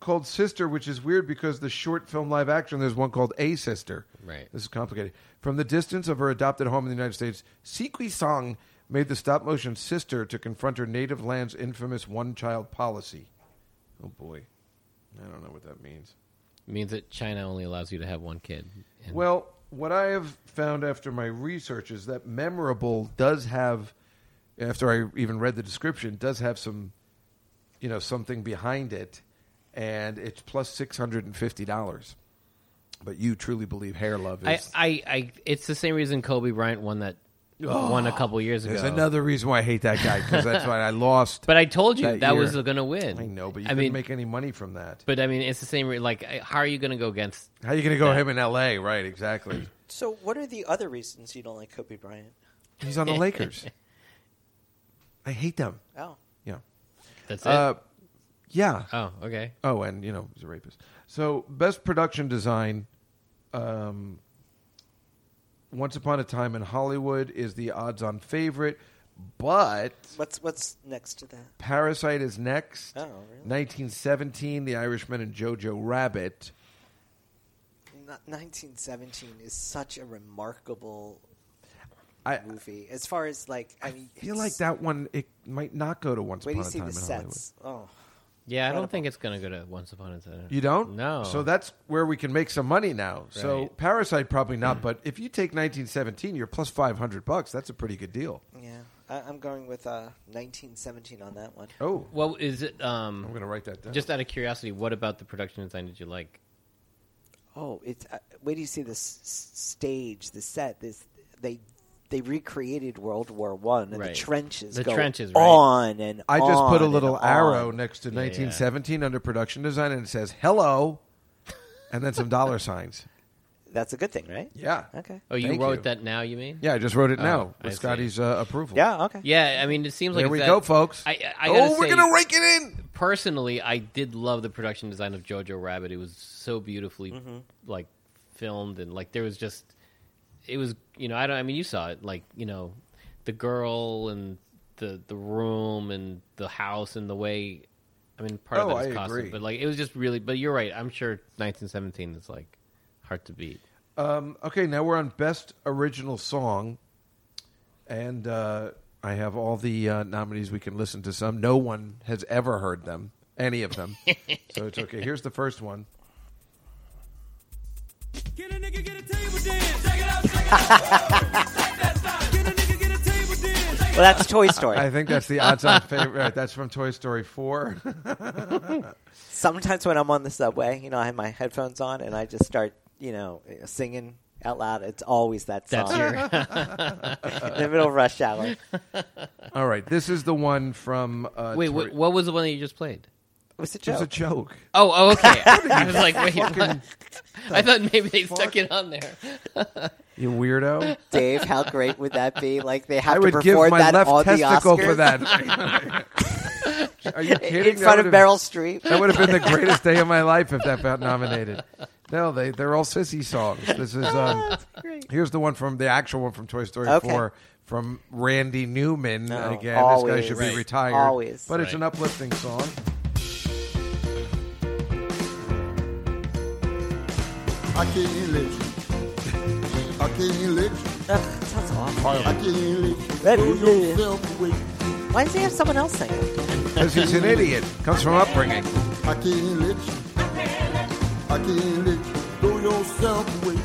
Speaker 3: called Sister, which is weird because the short film live action, there's one called A Sister.
Speaker 4: Right.
Speaker 3: This is complicated. From the distance of her adopted home in the United States, Sikwi Song made the stop motion sister to confront her native land's infamous one child policy. Oh boy. I don't know what that means.
Speaker 4: It means that China only allows you to have one kid. And
Speaker 3: Well, what I have found after my research is that memorable does have, after I even read the description, does have some, you know, something behind it, and it's plus six hundred and fifty dollars. But you truly believe hair love
Speaker 4: I,
Speaker 3: is.
Speaker 4: I, I, it's the same reason Kobe Bryant won that won a couple years ago.
Speaker 3: Oh, there's another reason why I hate that guy because that's why I lost.
Speaker 4: But I told you
Speaker 3: That
Speaker 4: that,
Speaker 3: year.
Speaker 4: was going to win.
Speaker 3: I know, but you
Speaker 4: I
Speaker 3: couldn't
Speaker 4: mean,
Speaker 3: make any money from that.
Speaker 4: but I mean, it's the same. Re- like, I- how are you going to go against?
Speaker 3: How are you going to go him in L.A. Right? Exactly.
Speaker 5: So, what are the other reasons you don't like Kobe Bryant?
Speaker 3: He's on the Lakers. I hate them.
Speaker 5: Oh,
Speaker 3: Yeah.
Speaker 4: That's it.
Speaker 3: Uh, yeah.
Speaker 4: oh, okay.
Speaker 3: Oh, and you know, he's a rapist. So, best production design. Um, Once upon a time in Hollywood is the odds-on favorite, but
Speaker 5: what's what's next to that?
Speaker 3: Parasite is next.
Speaker 5: Oh, really?
Speaker 3: 1917, The Irishman, and Jojo Rabbit.
Speaker 5: Not- 1917 is such a remarkable
Speaker 3: I-
Speaker 5: movie. As far as like, I mean,
Speaker 3: I feel
Speaker 5: it's-
Speaker 3: like that one it might not go to Once
Speaker 5: Wait, do
Speaker 3: Upon
Speaker 5: you
Speaker 3: a
Speaker 5: see
Speaker 3: Time
Speaker 5: the
Speaker 3: in
Speaker 5: sets? Oh,
Speaker 4: Yeah, I don't think it's going to go to Once Upon a Time.
Speaker 3: Hollywood. You don't?
Speaker 4: No.
Speaker 3: So that's where we can make some money now. So
Speaker 4: Right.
Speaker 3: Parasite probably not, but if you take 1917, you're plus 500 bucks. That's a pretty good deal.
Speaker 5: yeah. I, I'm going with uh, 1917 on that one.
Speaker 3: Oh,
Speaker 4: Well, is it? Um,
Speaker 3: I'm going to write that down.
Speaker 4: just out of curiosity, what about the production design did you like?
Speaker 5: Oh, it's uh, wait do you see this s- stage, the set? This they they recreated World War One and
Speaker 4: Right.
Speaker 5: the trenches.
Speaker 4: The
Speaker 5: go
Speaker 4: trenches, right.
Speaker 5: on and
Speaker 3: I just put
Speaker 5: on
Speaker 3: a
Speaker 5: and
Speaker 3: little
Speaker 5: on.
Speaker 3: arrow next to 1917 under production design, and it says hello, and then some dollar signs.
Speaker 5: That's a good thing, right?
Speaker 3: Yeah.
Speaker 5: Okay.
Speaker 4: Oh, you
Speaker 3: Thank
Speaker 4: wrote
Speaker 3: you.
Speaker 4: that now? You mean?
Speaker 3: Yeah, I just wrote it now
Speaker 4: I
Speaker 3: with
Speaker 4: see.
Speaker 3: Scotty's uh, approval.
Speaker 5: Yeah. Okay.
Speaker 4: Yeah, I mean, it seems like
Speaker 3: There we
Speaker 4: that-
Speaker 3: go, folks.
Speaker 4: I, I- I
Speaker 3: oh,
Speaker 4: gotta
Speaker 3: we're
Speaker 4: say,
Speaker 3: gonna rake it in.
Speaker 4: personally, I did love the production design of Jojo Rabbit. It was so beautifully
Speaker 3: Mm-hmm.
Speaker 4: like filmed and like there was just it was you know I don't I mean you saw it like you know the girl and the the room and the house and the way I mean
Speaker 3: Oh,
Speaker 4: part of that
Speaker 3: I
Speaker 4: was costume
Speaker 3: agree.
Speaker 4: but like it was just really but you're right I'm sure 1917 is like hard to beat.
Speaker 3: Um, okay, now we're on best original song, and uh, I have all the uh, nominees. We can listen to some. No one has ever heard them, any of them, so it's okay. Here's the first one.
Speaker 6: Get a nigga, get a table dance. Take it out, take it out. Take that spot. Get a nigga, get a table dance. Take it
Speaker 5: Well, that's Toy Story.
Speaker 3: I think that's the odds-on favorite. Right, that's from Toy Story Four.
Speaker 5: Sometimes when I'm on the subway, you know, I have my headphones on and I just start, you know, singing out loud. It's always that song
Speaker 4: That's your
Speaker 5: in the middle of rush hour.
Speaker 3: all right, this is the one from. Uh,
Speaker 4: wait.
Speaker 3: Toy-
Speaker 4: What, what was the one that you just played?
Speaker 5: It's a
Speaker 3: it was
Speaker 5: joke.
Speaker 3: a joke.
Speaker 4: Oh, oh okay. I was like, wait,
Speaker 3: Fucking-
Speaker 4: I thought maybe they stuck it on there.
Speaker 3: you weirdo!
Speaker 5: Dave, how great would that be? Like they have
Speaker 3: I
Speaker 5: to
Speaker 3: would give
Speaker 5: perform
Speaker 3: my
Speaker 5: that
Speaker 3: left
Speaker 5: on the
Speaker 3: testicle
Speaker 5: Oscars
Speaker 3: for that. Are you kidding?
Speaker 5: in
Speaker 3: That
Speaker 5: front of
Speaker 3: would've-
Speaker 5: Meryl Streep.
Speaker 3: That would have been the greatest day of my life if that got nominated. No, they they're all sissy songs. This is um, here's the one from the actual one from Toy Story
Speaker 5: Okay.
Speaker 3: Four from Randy Newman.
Speaker 5: No,
Speaker 3: Again, this
Speaker 5: always.
Speaker 3: guy should
Speaker 4: Right.
Speaker 3: be retired.
Speaker 5: Always.
Speaker 3: but it's
Speaker 4: Right.
Speaker 3: an uplifting song.
Speaker 7: I can't live. I can't live.
Speaker 5: Ugh, sounds awful.
Speaker 7: I can't live.
Speaker 5: Let me
Speaker 7: Throw
Speaker 5: live.
Speaker 7: yourself away.
Speaker 5: Why does he have someone else sing it?
Speaker 3: Because he's an idiot. Comes from upbringing.
Speaker 7: I can't live. I can't live. Throw yourself away.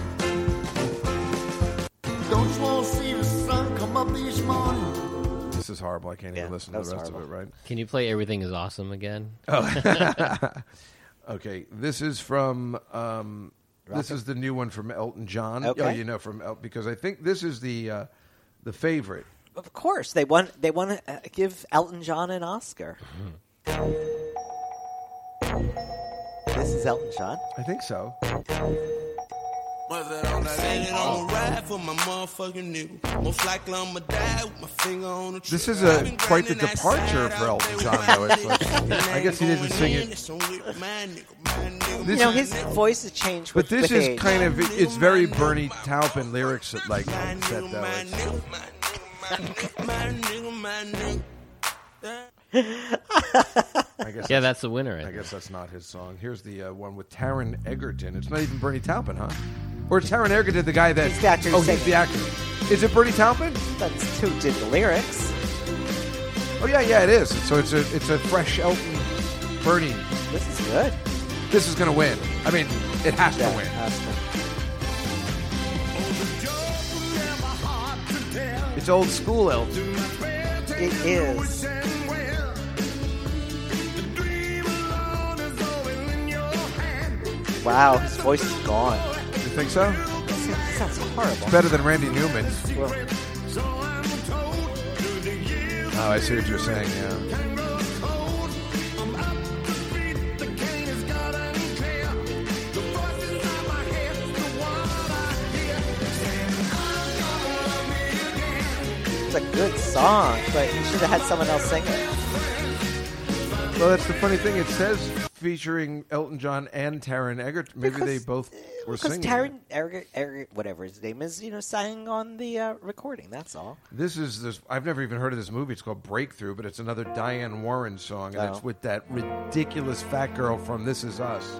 Speaker 7: Don't you want to see the sun come up each morning?
Speaker 3: This is horrible. I can't
Speaker 5: Yeah,
Speaker 3: even listen
Speaker 5: that
Speaker 3: to
Speaker 5: was
Speaker 3: the rest of
Speaker 5: horrible.
Speaker 3: it. Right.
Speaker 4: Can you play Everything Is Awesome again?
Speaker 3: Okay. This is from. Um, this is the new one from Elton John.
Speaker 5: Okay.
Speaker 3: Oh, you know from El- because I think this is the uh, the favorite.
Speaker 5: Of course, they want they want to uh, give Elton John an Oscar.
Speaker 3: Hmm.
Speaker 5: This is Elton John.
Speaker 3: I think so.
Speaker 6: on the ride for my motherfucking nigga. Most likely I'ma die with my finger on the
Speaker 3: This
Speaker 6: trigger.
Speaker 3: is a-
Speaker 6: I've been
Speaker 3: quite the
Speaker 6: grinding that
Speaker 3: departure
Speaker 6: side
Speaker 3: for
Speaker 6: out
Speaker 3: Elton
Speaker 6: there
Speaker 3: John,
Speaker 6: with my
Speaker 3: though. It's like-
Speaker 6: nigga.
Speaker 3: I guess he didn't
Speaker 6: Going
Speaker 3: sing
Speaker 6: in,
Speaker 3: it.
Speaker 6: it's on with my nigga, my nigga,
Speaker 3: This-
Speaker 5: You know
Speaker 6: my
Speaker 5: his
Speaker 6: nigga.
Speaker 5: voice has changed.
Speaker 3: But
Speaker 5: with,
Speaker 3: this
Speaker 5: with
Speaker 3: is
Speaker 5: age.
Speaker 3: kind of it's very Bernie Taupin lyrics that like that though. It's- I guess
Speaker 4: Yeah,
Speaker 3: that's-
Speaker 4: that's the winner. I
Speaker 3: I
Speaker 4: think.
Speaker 3: guess that's not his song. Here's the uh, one with Taron Egerton. It's not even Bernie Taupin, huh? Or it's Taron Egerton, the guy that
Speaker 5: He's the actor
Speaker 3: oh
Speaker 5: who
Speaker 3: he's
Speaker 5: sang
Speaker 3: the
Speaker 5: it.
Speaker 3: actor. Is it Bernie Taupin?
Speaker 5: That's who did the lyrics.
Speaker 3: Oh yeah, yeah it is. So it's a it's a fresh Elton Bernie.
Speaker 5: This is good.
Speaker 3: This is gonna win. I mean, it has to
Speaker 5: Yeah,
Speaker 3: win.
Speaker 5: Oscar.
Speaker 3: It's old school Elton.
Speaker 5: It is. Wow, his voice is gone.
Speaker 3: You think so?
Speaker 5: This sounds- sounds horrible.
Speaker 3: Better than Randy Newman.
Speaker 5: Well,
Speaker 3: Oh, I see what you're saying. Yeah.
Speaker 5: it's a good song, but you should have had someone else sing it.
Speaker 3: Well, that's the funny thing. It says featuring Elton John and Taron Egerton. Maybe they
Speaker 5: Because- eh,
Speaker 3: both were
Speaker 5: Because
Speaker 3: singing. it.
Speaker 5: Taron, Eric, Eric, whatever his name is, you know, sang on the uh, recording. That's all.
Speaker 3: This is this. I've never even heard of this movie. It's called Breakthrough, but it's another Diane Warren song, and
Speaker 5: Oh.
Speaker 3: it's with that ridiculous fat girl from This Is Us.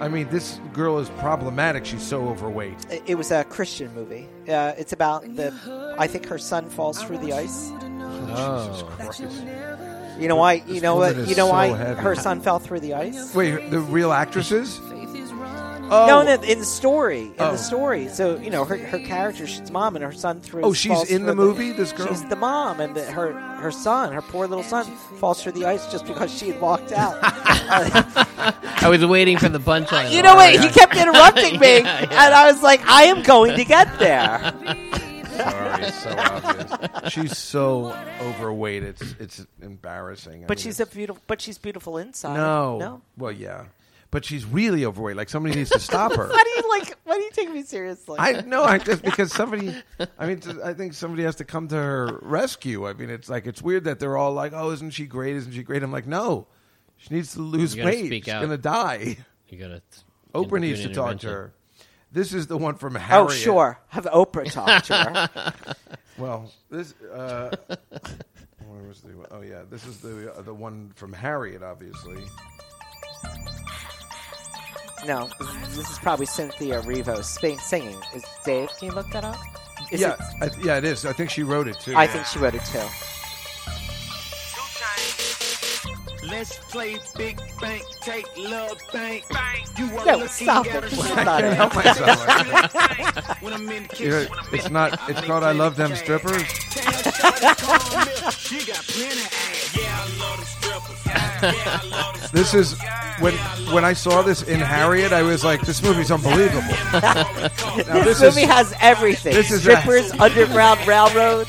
Speaker 3: I mean, this girl is problematic. She's so overweight.
Speaker 5: It, it was a Christian movie. Uh, it's about the. I think her son falls through the ice.
Speaker 3: Oh, Christ.
Speaker 5: You know why? You know
Speaker 3: woman
Speaker 5: what?
Speaker 3: is
Speaker 5: You know
Speaker 3: so
Speaker 5: why
Speaker 3: heavy.
Speaker 5: her son fell through the ice?
Speaker 3: Wait, the real actresses? Oh,
Speaker 5: No, no, in the story, in
Speaker 3: Oh.
Speaker 5: the story. So you know her her character, she's mom, and her son through.
Speaker 3: Oh, she's
Speaker 5: falls
Speaker 3: in the
Speaker 5: through
Speaker 3: movie, this girl?
Speaker 5: she's the mom, and the, her her son, her poor little son, falls through the ice just because she had walked out.
Speaker 4: I was waiting for the punchline.
Speaker 5: you know what? He kept interrupting me,
Speaker 4: Yeah, yeah.
Speaker 5: and I was like, I am going to get there.
Speaker 3: Sorry, so obvious. She's so overweight. It's it's embarrassing. I
Speaker 5: But
Speaker 3: mean,
Speaker 5: she's a
Speaker 3: it's-
Speaker 5: beautiful. But she's beautiful inside.
Speaker 3: no,
Speaker 5: No.
Speaker 3: Well, yeah, but she's really overweight. Like somebody needs to stop her.
Speaker 5: Why do you like? Why do you take me seriously?
Speaker 3: I no, I just because somebody. I mean, t- I think somebody has to come to her rescue. I mean, it's like it's weird that they're all like, "Oh, isn't she great? Isn't she great?" I'm like, no, she needs to lose
Speaker 4: You gotta
Speaker 3: weight.
Speaker 4: speak
Speaker 3: She's
Speaker 4: out.
Speaker 3: gonna die.
Speaker 4: You gotta.
Speaker 3: Oprah
Speaker 4: inter-
Speaker 3: needs to
Speaker 4: an
Speaker 3: talk to
Speaker 4: intervention.
Speaker 3: her. This is the one from
Speaker 5: Oh,
Speaker 3: Harriet.
Speaker 5: sure. Have Oprah talk to her.
Speaker 3: Well, this. Uh, where was the? Oh yeah, this is the uh, the one from Harriet, obviously.
Speaker 5: No, this is probably Cynthia Revo sing- singing. Is Dave? Can you look that up? Is
Speaker 3: yeah,
Speaker 5: it-
Speaker 3: I, yeah, it is. I think she wrote it too.
Speaker 5: I think she wrote it too.
Speaker 8: Let's play big bank, take little bank. You are
Speaker 5: No,
Speaker 8: looking
Speaker 5: stop
Speaker 8: at
Speaker 5: it.
Speaker 8: a
Speaker 5: It's
Speaker 8: shit
Speaker 5: not
Speaker 3: I
Speaker 5: it.
Speaker 3: help myself.
Speaker 8: bank. when I'm in the
Speaker 3: You know,
Speaker 8: kitchen.
Speaker 3: it's not. It's called "I Love Them Strippers."
Speaker 8: Tell Shawty, come on, look, she got plenty ass. Yeah, I love them strippers. Yeah, yeah, I love them
Speaker 3: This is when when I saw this in Harriet, I was like, "This movie's unbelievable." Now, this
Speaker 5: This, movie
Speaker 3: is
Speaker 5: has everything.
Speaker 3: this is a-
Speaker 5: Strippers, Underground Railroad.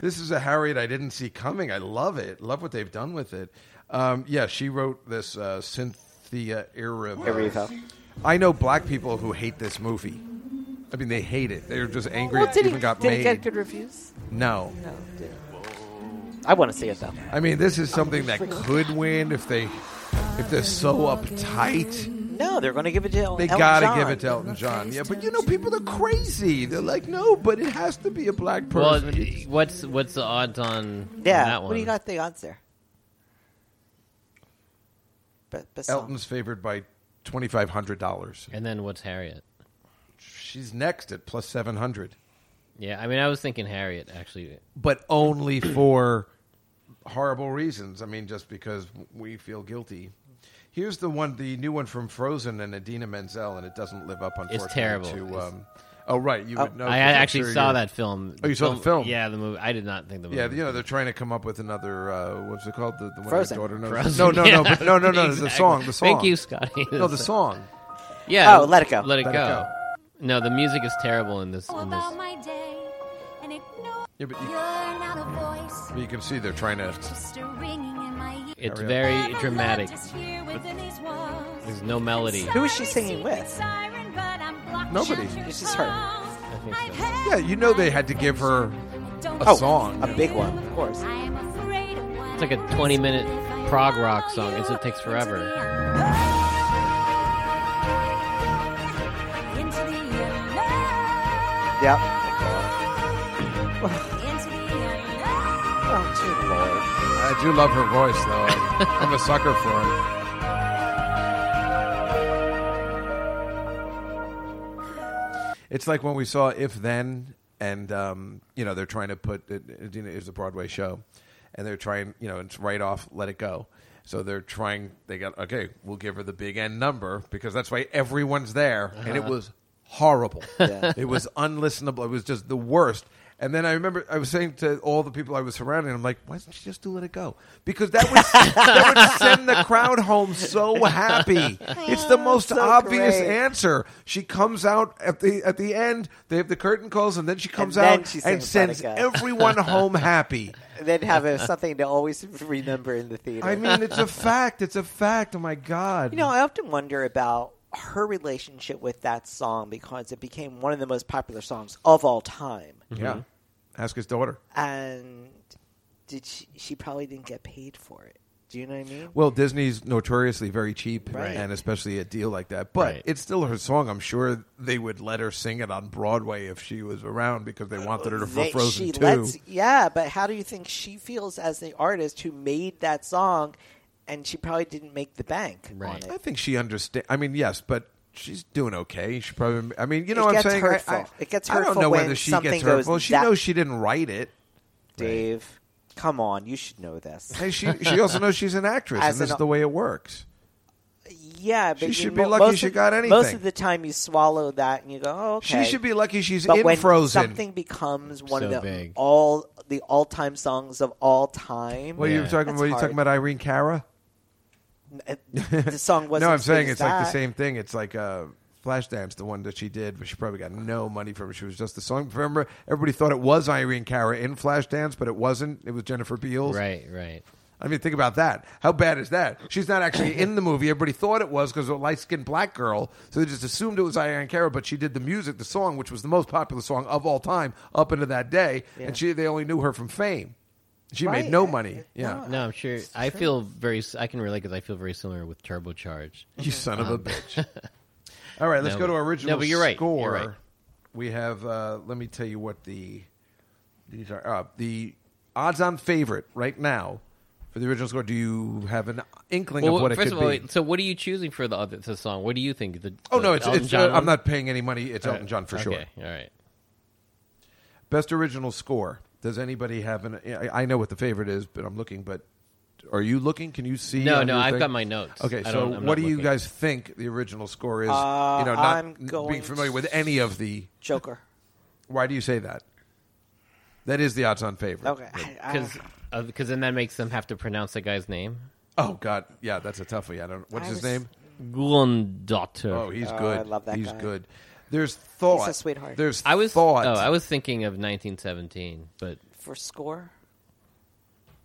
Speaker 3: this is a Harriet I didn't see coming. I love it. Love what they've done with it. Um, yeah, she wrote this uh, Cynthia Erivo.
Speaker 5: Erivo.
Speaker 3: I know black people who hate this movie. I mean, they hate it. They're just angry.
Speaker 5: Well,
Speaker 3: it
Speaker 5: did
Speaker 3: even
Speaker 5: he,
Speaker 3: got
Speaker 5: did
Speaker 3: made.
Speaker 5: he get good reviews?
Speaker 3: no,
Speaker 5: No, did I want to see it though.
Speaker 3: I mean, this is something that could win if they if they're so uptight.
Speaker 5: No, they're going to give it to El-
Speaker 3: They
Speaker 5: Elton
Speaker 3: gotta
Speaker 5: John.
Speaker 3: give it to Elton John. Yeah, but you know, people are crazy. They're like, no, but it has to be a black
Speaker 4: Well,
Speaker 3: person. It's-
Speaker 4: what's what's the odds on on
Speaker 5: Yeah.
Speaker 4: that one?
Speaker 5: What do you got the odds there? But, but some-
Speaker 3: Elton's favored by twenty five hundred dollars.
Speaker 4: And then what's Harriet?
Speaker 3: She's next at plus seven hundred,
Speaker 4: Yeah, I mean, I was thinking Harriet actually.
Speaker 3: but only for horrible reasons. I mean, just because we feel guilty. Here's the one, the new one from Frozen and Adina Menzel, and it doesn't live up. Unfortunately,
Speaker 4: terrible.
Speaker 3: To,
Speaker 4: It's-
Speaker 3: um, oh right, you would know.
Speaker 4: I
Speaker 3: 'cause I'm
Speaker 4: actually
Speaker 3: sure
Speaker 4: saw
Speaker 3: you're-
Speaker 4: that film.
Speaker 3: Oh, you saw the film?
Speaker 4: Yeah, the movie. I did not think the movie.
Speaker 3: Yeah,
Speaker 4: was
Speaker 3: you know
Speaker 4: good.
Speaker 3: they're trying to come up with another. Uh, what's it called? The, the one
Speaker 5: Frozen.
Speaker 3: Your daughter knows.
Speaker 4: Frozen.
Speaker 3: No, no,
Speaker 4: Yeah.
Speaker 3: no, but, no, no, no. The
Speaker 4: Exactly.
Speaker 3: song. The song.
Speaker 4: Thank you, Scotty.
Speaker 3: No, the song.
Speaker 4: Yeah.
Speaker 5: Oh, Let It Go.
Speaker 4: Let it,
Speaker 3: Let it
Speaker 4: go.
Speaker 3: go.
Speaker 4: No, the music is terrible in this. In this.
Speaker 9: about my day and ignore
Speaker 3: Yeah, but you,
Speaker 9: you're not a voice
Speaker 3: but you can see they're trying to.
Speaker 9: just a ringing in my ear
Speaker 4: It's
Speaker 3: Ariel.
Speaker 4: very
Speaker 9: Never
Speaker 4: dramatic.
Speaker 9: left us here within these walls.
Speaker 4: There's no melody.
Speaker 5: Who is she singing with?
Speaker 9: Siren, but I'm blocked
Speaker 3: Nobody.
Speaker 9: out your
Speaker 5: It's just her.
Speaker 9: calls.
Speaker 4: think so.
Speaker 9: I've had
Speaker 3: Yeah, you know they had to give her
Speaker 9: Don't
Speaker 3: a
Speaker 9: oh.
Speaker 3: song.
Speaker 5: a big one, of course.
Speaker 9: I am afraid of what
Speaker 4: It's like a 20 minute prog rock song. It's, it takes forever.
Speaker 9: into the unknown,
Speaker 5: Yep.
Speaker 9: into the unknown.
Speaker 5: Oh, dear Lord.
Speaker 3: I do love her voice though. I, am a sucker for it. It's like when we saw If Then, and um, you know they're trying to put it, it, you know, it was a Broadway show, and they're trying you know it's right off Let It Go. So they're trying. They got okay. We'll give her the big end number because that's why everyone's there, and it was horrible.
Speaker 5: Uh-huh. Yeah.
Speaker 3: It was unlistenable. It was just the worst. And then I remember I was saying to all the people I was surrounding, I'm like, why doesn't she just do Let It Go? Because that would, that would send the crowd home so happy. It's the most
Speaker 5: so
Speaker 3: obvious
Speaker 5: great.
Speaker 3: answer. She comes out at the at the end, they have the curtain calls, and then she comes
Speaker 5: then
Speaker 3: out
Speaker 5: she
Speaker 3: and
Speaker 5: sings Let It
Speaker 3: sends
Speaker 5: Go.
Speaker 3: everyone home happy.
Speaker 5: They'd have a, something to always remember in the theater.
Speaker 3: I mean, it's a fact. It's a fact. Oh my God.
Speaker 5: you know, I often wonder about her relationship with that song because it became one of the most popular songs of all time.
Speaker 3: yeah. Ask his daughter.
Speaker 5: And did she, she probably didn't get paid for it. Do you know what I mean?
Speaker 3: Well, Disney's notoriously very cheap,
Speaker 5: Right.
Speaker 3: and especially a deal like that. But
Speaker 4: Right.
Speaker 3: it's still her song. I'm sure they would let her sing it on Broadway if she was around because they wanted her for
Speaker 5: Uh, They-
Speaker 3: Frozen
Speaker 5: she
Speaker 3: Two.
Speaker 5: lets- yeah, but how do you think she feels as the artist who made that song and she probably didn't make the bank
Speaker 4: Right.
Speaker 5: on
Speaker 3: I
Speaker 5: it?
Speaker 3: think she understands. I mean, yes, but she's doing okay. She probably. I mean, you know
Speaker 5: It
Speaker 3: what I'm
Speaker 5: gets
Speaker 3: saying?
Speaker 5: hurtful.
Speaker 3: I, I,
Speaker 5: It gets
Speaker 3: I don't
Speaker 5: hurtful
Speaker 3: know
Speaker 5: when
Speaker 3: whether she
Speaker 5: something
Speaker 3: gets
Speaker 5: goes
Speaker 3: hurtful. she
Speaker 5: that-
Speaker 3: knows she didn't write it.
Speaker 5: Dave, come on, you should know this.
Speaker 3: And she she also knows she's an actress,
Speaker 5: As
Speaker 3: and this
Speaker 5: an-
Speaker 3: is the way it works.
Speaker 5: Yeah, but
Speaker 3: She
Speaker 5: you-
Speaker 3: should be
Speaker 5: mo-
Speaker 3: lucky
Speaker 5: most
Speaker 3: she
Speaker 5: of-
Speaker 3: got
Speaker 5: Most
Speaker 3: anything.
Speaker 5: of the time, you swallow that and you go, oh, "Okay."
Speaker 3: She should be lucky she's
Speaker 5: But
Speaker 3: in
Speaker 5: when
Speaker 3: Frozen.
Speaker 5: something becomes one
Speaker 4: So
Speaker 5: of the
Speaker 4: big.
Speaker 5: all the all-time songs of all time,
Speaker 3: what are you
Speaker 4: Yeah.
Speaker 3: Oh, talking?
Speaker 5: That's
Speaker 3: What are you talking
Speaker 5: hard.
Speaker 3: about? Irene Cara?
Speaker 5: the song was
Speaker 3: no, I'm saying it's like the same thing. It's like uh, Flashdance, the one that she did, but she probably got no money from it. She was just the song. Remember, everybody thought it was Irene Cara in Flashdance, but it wasn't. It was Jennifer Beals.
Speaker 4: Right, right.
Speaker 3: I mean, think about that. How bad is that? She's not actually in the movie. Everybody thought it was because a light skinned black girl. So they just assumed it was Irene Cara, but she did the music, the song, which was the most popular song of all time up into that day. And she they only knew her from fame. She made
Speaker 5: Right.
Speaker 3: no money. Yeah.
Speaker 4: No, I'm sure. I feel very. s- I can relate because I feel very similar with Turbocharged.
Speaker 3: You son of a bitch. All right, let's
Speaker 4: Uh, No,
Speaker 3: go to
Speaker 4: but-
Speaker 3: original
Speaker 4: no, but you're right,
Speaker 3: score.
Speaker 4: you're right.
Speaker 3: We have. Uh, let me tell you what the these are. Uh, the odds-on favorite right now for the original score. Do you have an inkling
Speaker 4: Well,
Speaker 3: of what it
Speaker 4: first
Speaker 3: could
Speaker 4: of all,
Speaker 3: be?
Speaker 4: wait, so what are you choosing for the other the song? What do you think? The,
Speaker 3: oh
Speaker 4: the
Speaker 3: no, it's,
Speaker 4: Elton
Speaker 3: it's
Speaker 4: John
Speaker 3: uh,
Speaker 4: one?
Speaker 3: I'm not paying any money. It's Elton John for sure.
Speaker 4: Okay, all right.
Speaker 3: Best original score. Does anybody have an? I, I know what the favorite is, but I'm looking. But are you looking? Can you see?
Speaker 4: No,
Speaker 3: on
Speaker 4: no,
Speaker 3: your
Speaker 4: I've
Speaker 3: thing?
Speaker 4: got my notes.
Speaker 3: Okay,
Speaker 4: I
Speaker 3: so
Speaker 4: don't- I'm
Speaker 3: what
Speaker 4: not
Speaker 3: do you
Speaker 4: looking.
Speaker 3: guys think the original score is?
Speaker 5: Uh,
Speaker 3: you know, not
Speaker 5: I'm
Speaker 3: being
Speaker 5: going
Speaker 3: familiar
Speaker 5: to-
Speaker 3: with any of the
Speaker 5: Joker.
Speaker 3: Why do you say that? That is the odds-on favorite.
Speaker 5: Okay. I- I-
Speaker 4: Because because uh, then that makes them have to pronounce the guy's name.
Speaker 3: Oh God, yeah, that's a toughie. I don't. What's
Speaker 5: I
Speaker 3: his
Speaker 5: was-
Speaker 3: name?
Speaker 4: Glendotter.
Speaker 3: Oh, he's
Speaker 5: Oh,
Speaker 3: good.
Speaker 5: I love that
Speaker 3: He's
Speaker 5: guy.
Speaker 3: good. There's thought.
Speaker 5: He's a sweetheart.
Speaker 3: There's
Speaker 4: I was
Speaker 3: thought.
Speaker 4: Oh, I was thinking of 1917, but
Speaker 5: for score.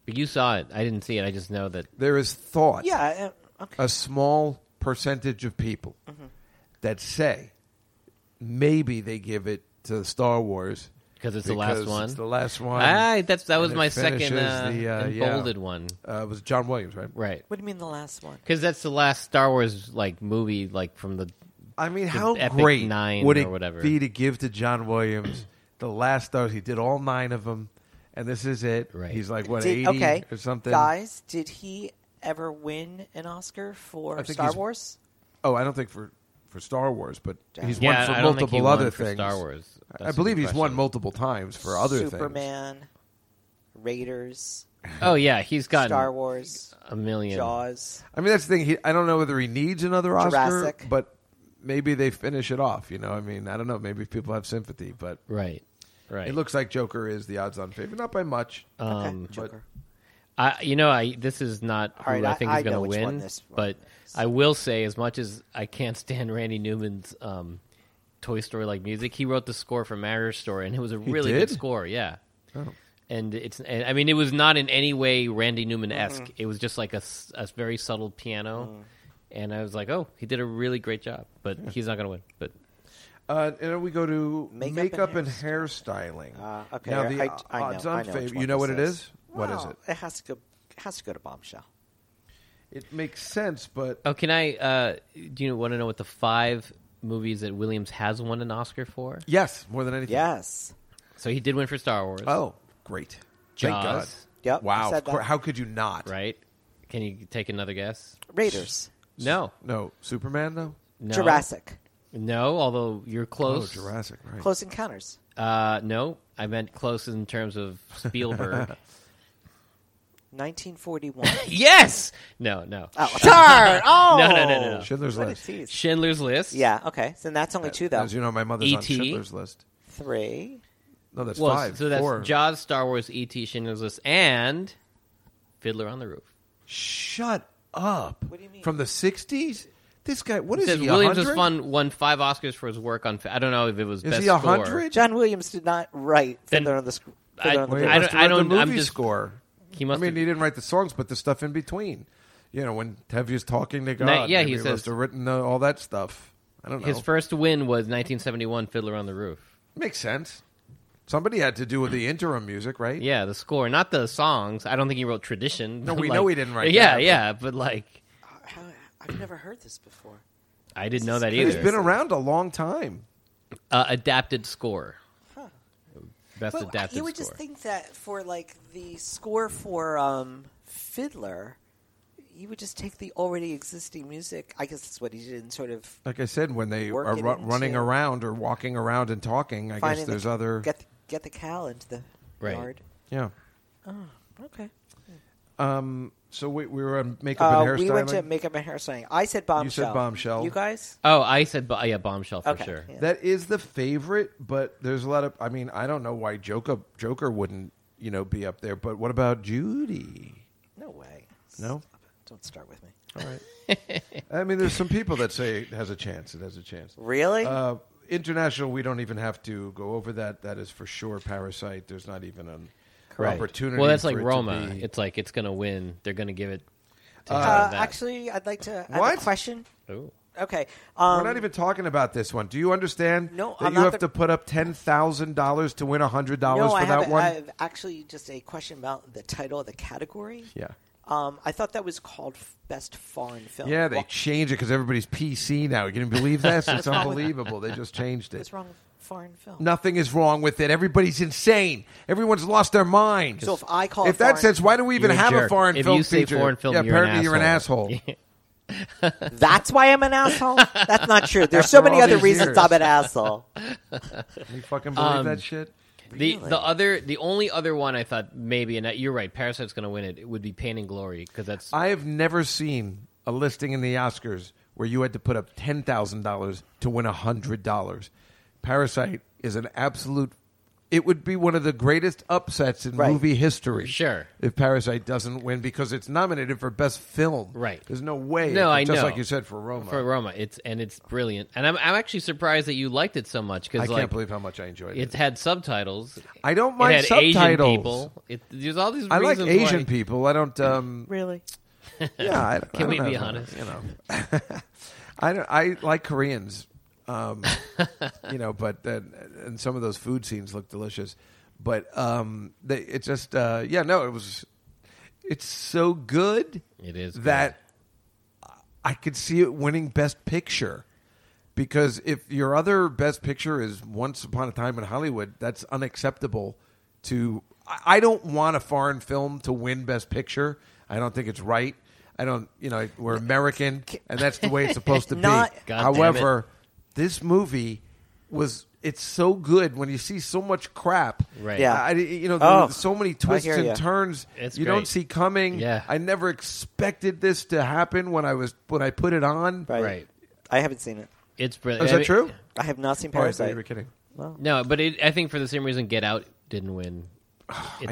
Speaker 4: but you saw it. I didn't see it. I just know that.
Speaker 3: there is thought.
Speaker 5: Yeah. Uh, okay.
Speaker 3: A small percentage of people
Speaker 5: Mm-hmm.
Speaker 3: that say maybe they give it to Star Wars
Speaker 4: 'Cause it's the last
Speaker 3: because
Speaker 4: one?
Speaker 3: It's the last one.
Speaker 4: Ah, that's that was
Speaker 3: And it
Speaker 4: my second
Speaker 3: finishes
Speaker 4: uh,
Speaker 3: the, uh, yeah.
Speaker 4: bolded one.
Speaker 3: Uh, it was John Williams, right?
Speaker 4: Right.
Speaker 5: what do you mean the last one?
Speaker 4: Because that's the last Star Wars like movie like from the
Speaker 3: I mean, how
Speaker 4: epic
Speaker 3: great
Speaker 4: nine
Speaker 3: would
Speaker 4: or
Speaker 3: it
Speaker 4: whatever.
Speaker 3: be to give to John Williams the last stars? He did all nine of them, and this is it.
Speaker 4: Right.
Speaker 3: He's like what eighty
Speaker 5: Did- okay.
Speaker 3: or something.
Speaker 5: Guys, did he ever win an Oscar for
Speaker 3: think
Speaker 5: Star
Speaker 3: he's-
Speaker 5: Wars?
Speaker 3: Oh, I don't think for for Star Wars, but he's
Speaker 4: yeah.
Speaker 3: won for
Speaker 4: I don't
Speaker 3: multiple
Speaker 4: think he won
Speaker 3: other
Speaker 4: for
Speaker 3: things.
Speaker 4: Star Wars.
Speaker 3: I
Speaker 4: That's
Speaker 3: believe
Speaker 4: the
Speaker 3: he's won
Speaker 4: impression.
Speaker 3: multiple times for other things.
Speaker 5: Superman, Raiders,
Speaker 4: Oh yeah, he's gotten
Speaker 5: Star Wars,
Speaker 4: a million.
Speaker 5: Jaws.
Speaker 3: I mean, that's the thing. He, I don't know whether he needs another Oscar,
Speaker 5: Jurassic.
Speaker 3: but maybe they finish it off. You know, I mean, I don't know. Maybe people have sympathy, but
Speaker 4: Right. Right. Uh,
Speaker 3: it looks like Joker is the odds-on favorite, not by much.
Speaker 4: um,
Speaker 5: Okay,
Speaker 3: but-
Speaker 5: Joker.
Speaker 4: I, you know, I this is not who
Speaker 5: All right,
Speaker 4: I
Speaker 5: I-
Speaker 4: think
Speaker 5: I
Speaker 4: is going
Speaker 5: know
Speaker 4: to
Speaker 5: which one
Speaker 4: win,
Speaker 5: this one
Speaker 4: but
Speaker 5: is.
Speaker 4: I will say, as much as I can't stand Randy Newman's um, Toy Story like music, he wrote the score for Marriage Story, and it was a really
Speaker 3: did? Oh.
Speaker 4: good score. Yeah, and it's and, I mean, it was not in any way Randy Newman esque. It was just like a, s- a very subtle piano,
Speaker 5: Mm.
Speaker 4: and I was like, oh, he did a really great job, but he's not going to win. But
Speaker 3: Uh, and then we go to makeup,
Speaker 5: Makeup
Speaker 3: and,
Speaker 5: and
Speaker 3: hairstyling.
Speaker 5: Uh, okay,
Speaker 3: Now
Speaker 5: I-
Speaker 3: the
Speaker 5: I-
Speaker 3: o-
Speaker 5: I know-
Speaker 3: odds on
Speaker 5: I know which
Speaker 3: favor-
Speaker 5: one
Speaker 3: You know
Speaker 5: this
Speaker 3: what it
Speaker 5: is.
Speaker 3: is? What is
Speaker 5: Well,
Speaker 3: it?
Speaker 5: Oh, It has to go. Has to go to Bombshell.
Speaker 3: It makes sense, but
Speaker 4: oh, can I? Uh, do you want to know what the five movies that Williams has won an Oscar for?
Speaker 3: yes, more than anything.
Speaker 5: Yes.
Speaker 4: So he did win for Star Wars.
Speaker 3: Oh, great. Thank God.
Speaker 4: Jaws.
Speaker 5: Yep, I
Speaker 3: Wow.
Speaker 5: said
Speaker 3: of cour-
Speaker 5: that.
Speaker 3: How could you not?
Speaker 4: right? Can you take another guess?
Speaker 5: Raiders,
Speaker 4: No,
Speaker 3: No, Superman though.
Speaker 4: no.
Speaker 5: Jurassic,
Speaker 4: No, although you're close.
Speaker 3: Oh, Jurassic. Right.
Speaker 5: Close Encounters,
Speaker 4: Uh, no, I meant close in terms of Spielberg.
Speaker 5: 1941.
Speaker 4: yes. No, no.
Speaker 5: oh, darn! Oh,
Speaker 4: No, no, no, no, no.
Speaker 3: Schindler's
Speaker 5: What a
Speaker 3: List.
Speaker 5: tease.
Speaker 4: Schindler's List.
Speaker 5: Yeah. Okay. So that's only two though.
Speaker 3: As you know, my mother's on
Speaker 4: E.T..
Speaker 3: Schindler's List.
Speaker 5: Three.
Speaker 3: No, that's
Speaker 4: E Well,
Speaker 3: five.
Speaker 4: so that's
Speaker 3: four.
Speaker 4: Jaws, Star Wars, E.T., Schindler's List, and Fiddler on the Roof.
Speaker 3: Shut up. What
Speaker 5: do you mean?
Speaker 3: From the '60s. This guy. What
Speaker 4: It
Speaker 3: is
Speaker 4: says
Speaker 3: he?
Speaker 4: Williams has
Speaker 3: 100?
Speaker 4: won, won five Oscars for his work on. I don't know if it was
Speaker 3: Is
Speaker 4: best
Speaker 3: he a hundred?
Speaker 5: John Williams did not write
Speaker 4: Then-
Speaker 5: Fiddler on the Sc-
Speaker 4: I-
Speaker 5: Fiddler on the
Speaker 3: Well,
Speaker 4: Wait,
Speaker 3: he
Speaker 4: I
Speaker 5: Roof.
Speaker 3: must
Speaker 4: don't-
Speaker 3: have
Speaker 4: I
Speaker 3: read
Speaker 4: don't-
Speaker 3: The
Speaker 4: I'm
Speaker 3: movie
Speaker 4: just-
Speaker 3: score.
Speaker 4: He
Speaker 3: I
Speaker 4: must.
Speaker 3: mean,
Speaker 4: have,
Speaker 3: he didn't write the songs, but the stuff in between. You know, when Tevye's talking to God,
Speaker 4: Ni- yeah,
Speaker 3: maybe
Speaker 4: he
Speaker 3: he must
Speaker 4: says-
Speaker 3: have written uh, all that stuff. I don't know.
Speaker 4: his first win was 1971, Fiddler on the Roof.
Speaker 3: Makes sense. Somebody had to do with the interim music, right?
Speaker 4: Yeah, the score, not the songs. I don't think he wrote tradition.
Speaker 3: No,
Speaker 4: but
Speaker 3: we
Speaker 4: like-
Speaker 3: know he didn't write
Speaker 4: Yeah,
Speaker 3: that, but-
Speaker 4: yeah, but like
Speaker 5: How, I've never heard this before.
Speaker 4: I didn't know that
Speaker 3: he's
Speaker 4: either.
Speaker 3: been around a long time.
Speaker 4: uh, adapted score. Best
Speaker 5: Well,
Speaker 4: adapted
Speaker 5: you would
Speaker 4: score.
Speaker 5: just think that for like the score for um, Fiddler, you would just take the already existing music. I guess that's what he did, and sort of
Speaker 3: Like I said, when they
Speaker 5: Work
Speaker 3: are
Speaker 5: it
Speaker 3: ru- running
Speaker 5: into-
Speaker 3: around or walking around and talking, I guess
Speaker 5: finding
Speaker 3: there's
Speaker 5: the,
Speaker 3: other.
Speaker 5: get the, get the cow into the
Speaker 4: Right.
Speaker 5: yard.
Speaker 3: yeah.
Speaker 5: Okay.
Speaker 3: So we, we were on makeup
Speaker 5: Uh,
Speaker 3: and hairstyling.
Speaker 5: we went to makeup and hairstyling. I said bombshell.
Speaker 3: bombshell.
Speaker 5: You guys?
Speaker 4: oh, I said bo- yeah, bombshell for
Speaker 5: Okay.
Speaker 4: sure.
Speaker 5: Yeah.
Speaker 3: That is the favorite, but there's a lot of. I mean, I don't know why Joker Joker wouldn't you know be up there, but what about Judy?
Speaker 5: No way.
Speaker 3: No?
Speaker 5: Stop it. Don't start with me.
Speaker 3: All right. I mean, there's some people that say it has a chance. It has a chance.
Speaker 5: Really?
Speaker 3: Uh, international, we don't even have to go over that. That is for sure. Parasite. There's not even an
Speaker 5: Correct.
Speaker 3: opportunity.
Speaker 4: Well, that's
Speaker 3: for
Speaker 4: like
Speaker 3: it to
Speaker 4: Roma.
Speaker 3: be-
Speaker 4: It's like it's gonna win. They're gonna give it. To
Speaker 5: uh,
Speaker 4: that.
Speaker 5: actually, I'd like to. I have
Speaker 3: What?
Speaker 5: a question.
Speaker 4: Ooh.
Speaker 5: Okay. Um,
Speaker 3: We're not even talking about this one. Do you understand?
Speaker 5: No,
Speaker 3: that
Speaker 5: I'm
Speaker 3: you
Speaker 5: not
Speaker 3: have
Speaker 5: the-
Speaker 3: to put up ten thousand dollars to win hundred dollars
Speaker 5: no,
Speaker 3: for
Speaker 5: I
Speaker 3: that
Speaker 5: have, a-
Speaker 3: one.
Speaker 5: I have actually just a question about the title of the category.
Speaker 3: Yeah.
Speaker 5: Um, I thought that was called f- Best Foreign Film.
Speaker 3: Yeah, they
Speaker 5: Wha-
Speaker 3: changed it because everybody's PC now. Can you believe this? It's unbelievable. They just changed it.
Speaker 5: What's wrong with foreign film?
Speaker 3: Nothing is wrong with it. Everybody's insane. Everyone's lost their mind.
Speaker 5: So if I call
Speaker 3: if
Speaker 5: it
Speaker 3: that's
Speaker 5: foreign-
Speaker 3: sense, why do we even
Speaker 4: You're a
Speaker 3: have a
Speaker 4: jerk.
Speaker 3: foreign
Speaker 4: If
Speaker 3: film
Speaker 4: you say
Speaker 3: feature?
Speaker 4: foreign film,
Speaker 3: yeah,
Speaker 4: you're an
Speaker 3: apparently you're an
Speaker 4: asshole.
Speaker 3: asshole.
Speaker 5: That's why I'm an asshole. That's not true. There's so
Speaker 3: After
Speaker 5: many
Speaker 3: all
Speaker 5: other
Speaker 3: these
Speaker 5: reasons
Speaker 3: years.
Speaker 5: I'm an asshole.
Speaker 3: you fucking believe
Speaker 4: Um,
Speaker 3: that shit?
Speaker 4: The the other the only other one I thought maybe and you're right Parasite's going to win it, it would be Pain and Glory because that's
Speaker 3: I have never seen a listing in the Oscars where you had to put up ten thousand dollars to win hundred dollars. Parasite is an absolute. It would be one of the greatest upsets in
Speaker 5: Right.
Speaker 3: movie history.
Speaker 4: Sure.
Speaker 3: if Parasite doesn't win because it's nominated for best film.
Speaker 4: Right.
Speaker 3: There's no way.
Speaker 4: No, I
Speaker 3: just
Speaker 4: know.
Speaker 3: like you said for Roma.
Speaker 4: for Roma. It's and it's brilliant, and I'm I'm actually surprised that you liked it so much
Speaker 3: I
Speaker 4: because
Speaker 3: can't
Speaker 4: like
Speaker 3: believe how much I enjoyed it.
Speaker 4: it had subtitles.
Speaker 3: I don't mind
Speaker 4: it had Asian
Speaker 3: subtitles.
Speaker 4: people. It, there's all these.
Speaker 3: I like
Speaker 4: reasons
Speaker 3: Asian
Speaker 4: why-
Speaker 3: people. I don't. Um,
Speaker 5: Really?
Speaker 3: yeah, I, I
Speaker 4: Can we
Speaker 3: don't
Speaker 4: be
Speaker 3: have a-
Speaker 4: honest?
Speaker 3: You know, I don't, I like Koreans, um, you know, but then and some of those food scenes look delicious, but um, they it just uh, yeah no it was it's so good
Speaker 4: It is good.
Speaker 3: that I could see it winning Best Picture. Because if your other Best Picture is Once Upon a Time in Hollywood, that's unacceptable. To I- I don't want a foreign film to win Best Picture. I don't think it's right. I don't. You know, we're American, and that's the way it's supposed to
Speaker 5: Not-
Speaker 3: be.
Speaker 4: God damn
Speaker 3: However, this movie was. It's so good when you see so much crap.
Speaker 4: Right.
Speaker 5: Yeah.
Speaker 3: I, you know, there were
Speaker 5: Oh,
Speaker 3: so many
Speaker 5: I
Speaker 3: twists
Speaker 5: hear
Speaker 3: and
Speaker 5: ya.
Speaker 3: turns
Speaker 4: It's
Speaker 3: you
Speaker 4: great.
Speaker 3: don't see coming.
Speaker 4: Yeah.
Speaker 3: I never expected this to happen when I was when I put it on.
Speaker 5: Right.
Speaker 4: Right.
Speaker 5: I haven't seen it.
Speaker 4: It's brilliant.
Speaker 3: Is
Speaker 4: I
Speaker 3: that
Speaker 4: mean-
Speaker 3: true?
Speaker 5: I have not seen
Speaker 3: Oh, I thought you
Speaker 5: Parasite.
Speaker 3: were kidding.
Speaker 4: No, but it, I think for the same reason, Get Out didn't win. It's